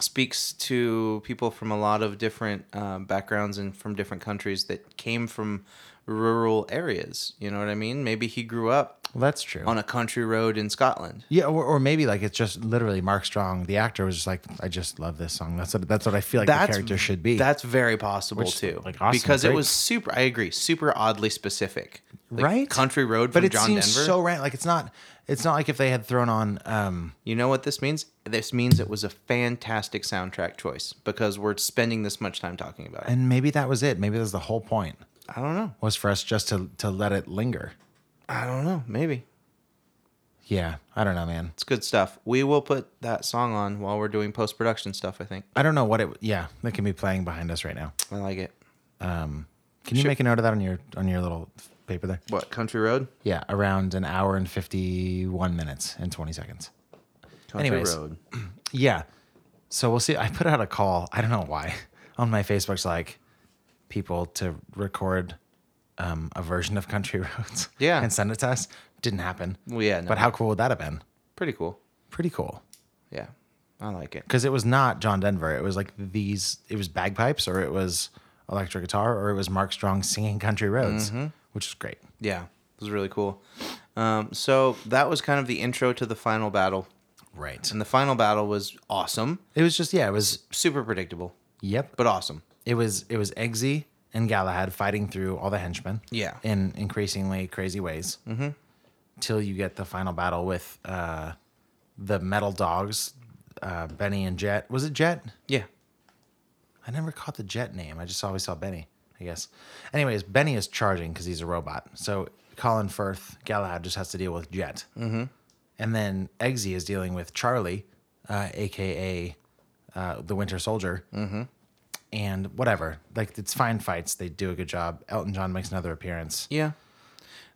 Speaker 1: speaks to people from a lot of different um, backgrounds and from different countries that came from rural areas. You know what I mean? Maybe he grew up
Speaker 7: well, that's true.
Speaker 1: on a country road in Scotland.
Speaker 7: yeah, or, or maybe like it's just literally Mark Strong, the actor, was just like, I just love this song. That's what that's what I feel like the character should be.
Speaker 1: That's very possible
Speaker 7: Which,
Speaker 1: too,
Speaker 7: like, awesome,
Speaker 1: because it
Speaker 7: great.
Speaker 1: was super. I agree, super oddly specific. Like,
Speaker 7: Right?
Speaker 1: country road,
Speaker 7: but
Speaker 1: from
Speaker 7: it
Speaker 1: John
Speaker 7: seems
Speaker 1: Denver.
Speaker 7: so random. Like it's not. It's not like if they had thrown on. um
Speaker 1: You know what this means? This means it was a fantastic soundtrack choice because we're spending this much time talking about it.
Speaker 7: And maybe that was it. Maybe that was the whole point
Speaker 1: I don't know.
Speaker 7: was for us just to to let it linger.
Speaker 1: I don't know. Maybe
Speaker 7: Yeah, I don't know, man.
Speaker 1: it's good stuff. We will put that song on while we're doing post production stuff. I think
Speaker 7: I don't know what it. Yeah, that can be playing behind us right now.
Speaker 1: I like it.
Speaker 7: Can you make a note of that on your on your little paper there?
Speaker 1: What country road?
Speaker 7: Yeah, around an hour and fifty one minutes and twenty seconds.
Speaker 1: Country
Speaker 7: Anyways.
Speaker 1: road.
Speaker 7: Yeah. So we'll see. I put out a call. I don't know why on my Facebook's like people to record um, a version of Country Roads.
Speaker 1: Yeah.
Speaker 7: And send it to us. Didn't happen.
Speaker 1: Well, yeah, no.
Speaker 7: But how cool would that have been?
Speaker 1: Pretty cool.
Speaker 7: Pretty cool.
Speaker 1: Yeah, I like it.
Speaker 7: because it was not John Denver. It was like these. It was bagpipes, or it was electric guitar, or it was Mark Strong singing "Country Roads," which is great.
Speaker 1: Yeah, it was really cool. Um, so that was kind of the intro to the final battle,
Speaker 7: Right.
Speaker 1: and the final battle was awesome,
Speaker 7: It was just yeah. It was
Speaker 1: super predictable,
Speaker 7: yep. But
Speaker 1: but awesome.
Speaker 7: it was it was Eggsy and Galahad fighting through all the henchmen.
Speaker 1: Yeah.
Speaker 7: In increasingly crazy ways. Mm-hmm. Till you get the final battle with uh, the metal dogs, uh, Benny and Jet. Was it Jet?
Speaker 1: Yeah,
Speaker 7: I never caught the jet name. I just always saw Benny, I guess. Anyways, Benny is charging because he's a robot. So Colin Firth, Galahad, just has to deal with Jet. Mm-hmm. And then Eggsy is dealing with Charlie, uh, AKA uh, the Winter Soldier. Mm-hmm. And whatever. Like, it's fine fights. They do a good job. Elton John makes another appearance.
Speaker 1: yeah.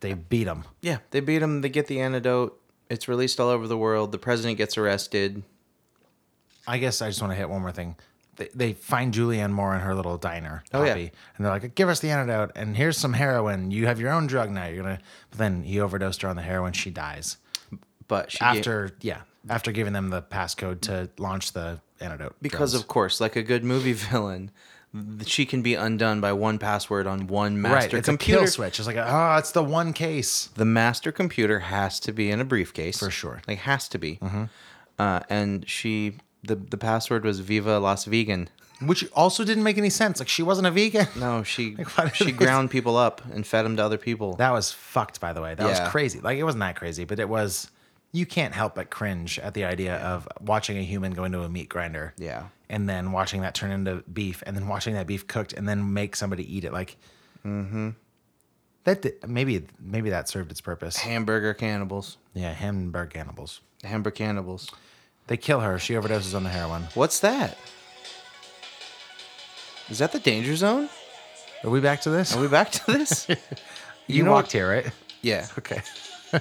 Speaker 7: They beat him.
Speaker 1: Yeah, they beat him. They get the antidote. It's released all over the world. The president gets arrested.
Speaker 7: I guess I just want to hit one more thing. They, they find Julianne Moore in her little diner,
Speaker 1: Oh, yeah.
Speaker 7: Poppy, and they're like, "Give us the antidote, and here's some heroin. You have your own drug now. You're gonna." But then he overdosed her on the heroin. She dies
Speaker 1: But she
Speaker 7: after, yeah, after giving them the passcode to launch the antidote
Speaker 1: because
Speaker 7: drugs.
Speaker 1: of course, like a good movie villain, th- she can be undone by one password on one
Speaker 7: right,
Speaker 1: master
Speaker 7: it's a
Speaker 1: computer.
Speaker 7: kill switch. It's like, oh, it's the one case.
Speaker 1: The master computer has to be in a briefcase for
Speaker 7: sure. Mm-hmm.
Speaker 1: Like has to be. Uh, and she, the the password was Viva Las Vegan.
Speaker 7: Which also didn't make any sense. Like she wasn't a vegan.
Speaker 1: No, she
Speaker 7: why did
Speaker 1: she
Speaker 7: they-
Speaker 1: ground people up and fed them to other people.
Speaker 7: That was fucked, by the way. That
Speaker 1: Yeah.
Speaker 7: was crazy. Like it wasn't that crazy, but it was. You can't help but cringe at the idea of watching a human go into a meat grinder.
Speaker 1: Yeah.
Speaker 7: And then watching that turn into beef, and then watching that beef cooked, and then make somebody eat it. Like, that did, maybe maybe that served its purpose.
Speaker 1: Hamburger cannibals.
Speaker 7: Yeah, Hamburg cannibals.
Speaker 1: Hamburger cannibals.
Speaker 7: They kill her. She overdoses on the heroin.
Speaker 1: What's that? Is that the danger zone?
Speaker 7: Are we back to this?
Speaker 1: Are we back to this?
Speaker 7: Oh, you
Speaker 1: know
Speaker 7: walked
Speaker 1: what-
Speaker 7: here, right?
Speaker 1: yeah.
Speaker 7: Okay.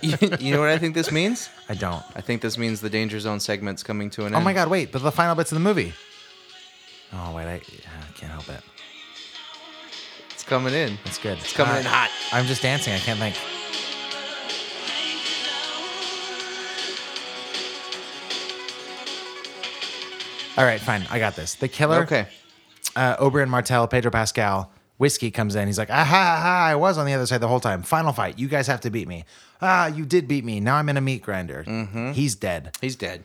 Speaker 1: you, you know what I think this means?
Speaker 7: I don't.
Speaker 1: I think this means the danger zone segment's coming to an
Speaker 7: Oh
Speaker 1: end.
Speaker 7: my god! Wait, but the final bits of the movie. Oh wait, I, I can't help it.
Speaker 1: It's coming in.
Speaker 7: It's good. It's
Speaker 1: coming in hot.
Speaker 7: I'm just dancing. I can't think. All right, fine. I got this. The killer,
Speaker 1: Okay.
Speaker 7: uh, Oberyn Martell, Pedro Pascal, Whiskey comes in. He's like, "Ah, aha, aha, I was on the other side the whole time. Final fight. You guys have to beat me. Ah, you did beat me. Now I'm in a meat grinder.
Speaker 1: Mm-hmm.
Speaker 7: He's dead.
Speaker 1: He's dead.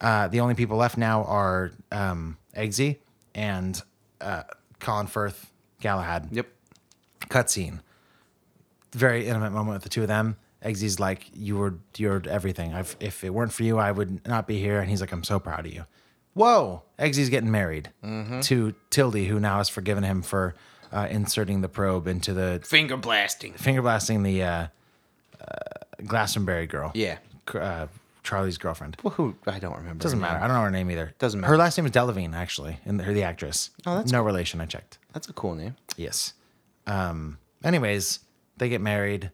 Speaker 7: Uh, the only people left now are um, Eggsy and uh, Colin Firth, Galahad
Speaker 1: Yep.
Speaker 7: cutscene. Very intimate moment with the two of them. Eggsy's like, "You were, you're everything. I've, if it weren't for you, I would not be here." And he's like, "I'm so proud of
Speaker 1: Mm-hmm.
Speaker 7: you." Whoa! Eggsy's getting married to Tildy, who now has forgiven him for uh, inserting the probe into the
Speaker 1: Finger blasting.
Speaker 7: finger blasting the uh, uh, Glastonbury girl.
Speaker 1: Yeah.
Speaker 7: C- Uh, Charlie's girlfriend.
Speaker 1: Well, who? I don't remember.
Speaker 7: Doesn't matter. I don't know her name either.
Speaker 1: Doesn't
Speaker 7: Her
Speaker 1: matter.
Speaker 7: last name is Delavine, actually, and her the actress.
Speaker 1: Oh, that's
Speaker 7: no relation. I checked.
Speaker 1: That's a cool name.
Speaker 7: Yes. Um, anyways, they get married,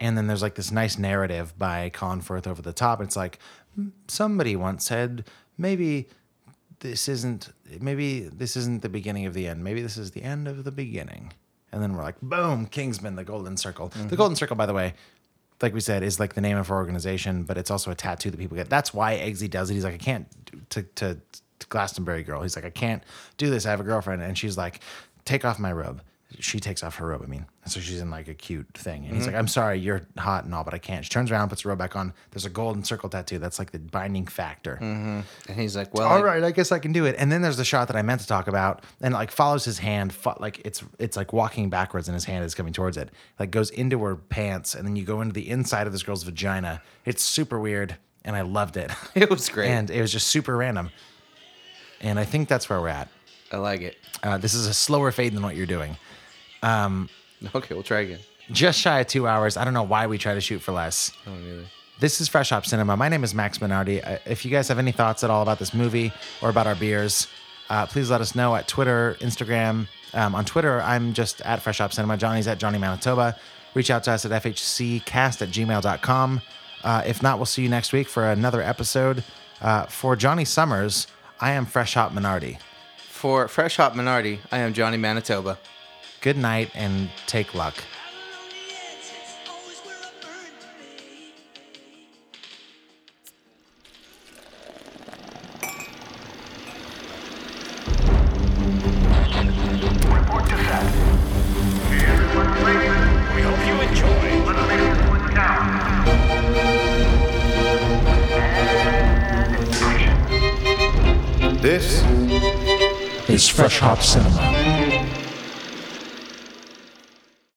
Speaker 7: and then there's like this nice narrative by Colin Firth over the top. It's like "Hmm, somebody once said, maybe this isn't maybe this isn't the beginning of the end. Maybe this is the end of the beginning. And then we're like, boom, Kingsman, the Golden Circle. The Golden Circle, by the way, like we said, is like the name of our organization, but it's also a tattoo that people get. That's why Eggsy does it. He's like, I can't do- to to, to Glastonbury girl. He's like, I can't do this. I have a girlfriend, and she's like, take off my robe. She takes off her robe. I mean, and so she's in like a cute thing, and he's like, "I'm sorry, you're hot and all, but I can't." She turns around, puts her robe back on. There's a golden circle tattoo. That's like the binding factor.
Speaker 1: And he's like, well,
Speaker 7: All
Speaker 1: I-
Speaker 7: right, I guess I can do it. And then there's the shot that I meant to talk about, and it, like follows his hand, fo- like it's it's like walking backwards, and his hand is coming towards it. Like goes into her pants, and then you go into the inside of this girl's vagina. It's super weird, and I loved it.
Speaker 1: it was great.
Speaker 7: and it was just super random. And I think that's where we're at.
Speaker 1: I like it.
Speaker 7: Uh, this is a slower fade than what you're doing.
Speaker 1: Okay, we'll try again.
Speaker 7: Just shy of two hours. I don't know why we try to shoot for less. This is Fresh Hop Cinema. My name is Max Minardi. Uh, If you guys have any thoughts at all about this movie or about our beers, uh, please let us know at Twitter, Instagram. Um, on Twitter, I'm just at Fresh Hop Cinema. Johnny's at Johnny Manitoba. Reach out to us at fhccast at gmail.com. Uh, if not, we'll see you next week for another episode. Uh, for Johnny Summers, I am Fresh Hop Minardi.
Speaker 1: For Fresh Hot Minority, I am Johnny Manitoba.
Speaker 7: Good night and take luck.
Speaker 3: Out along the edge, it's always where I burn to be.
Speaker 5: Report to set. Everyone please. We hope you enjoy. Let's make this one count. And action.
Speaker 11: This is Fresh Hop Cinema.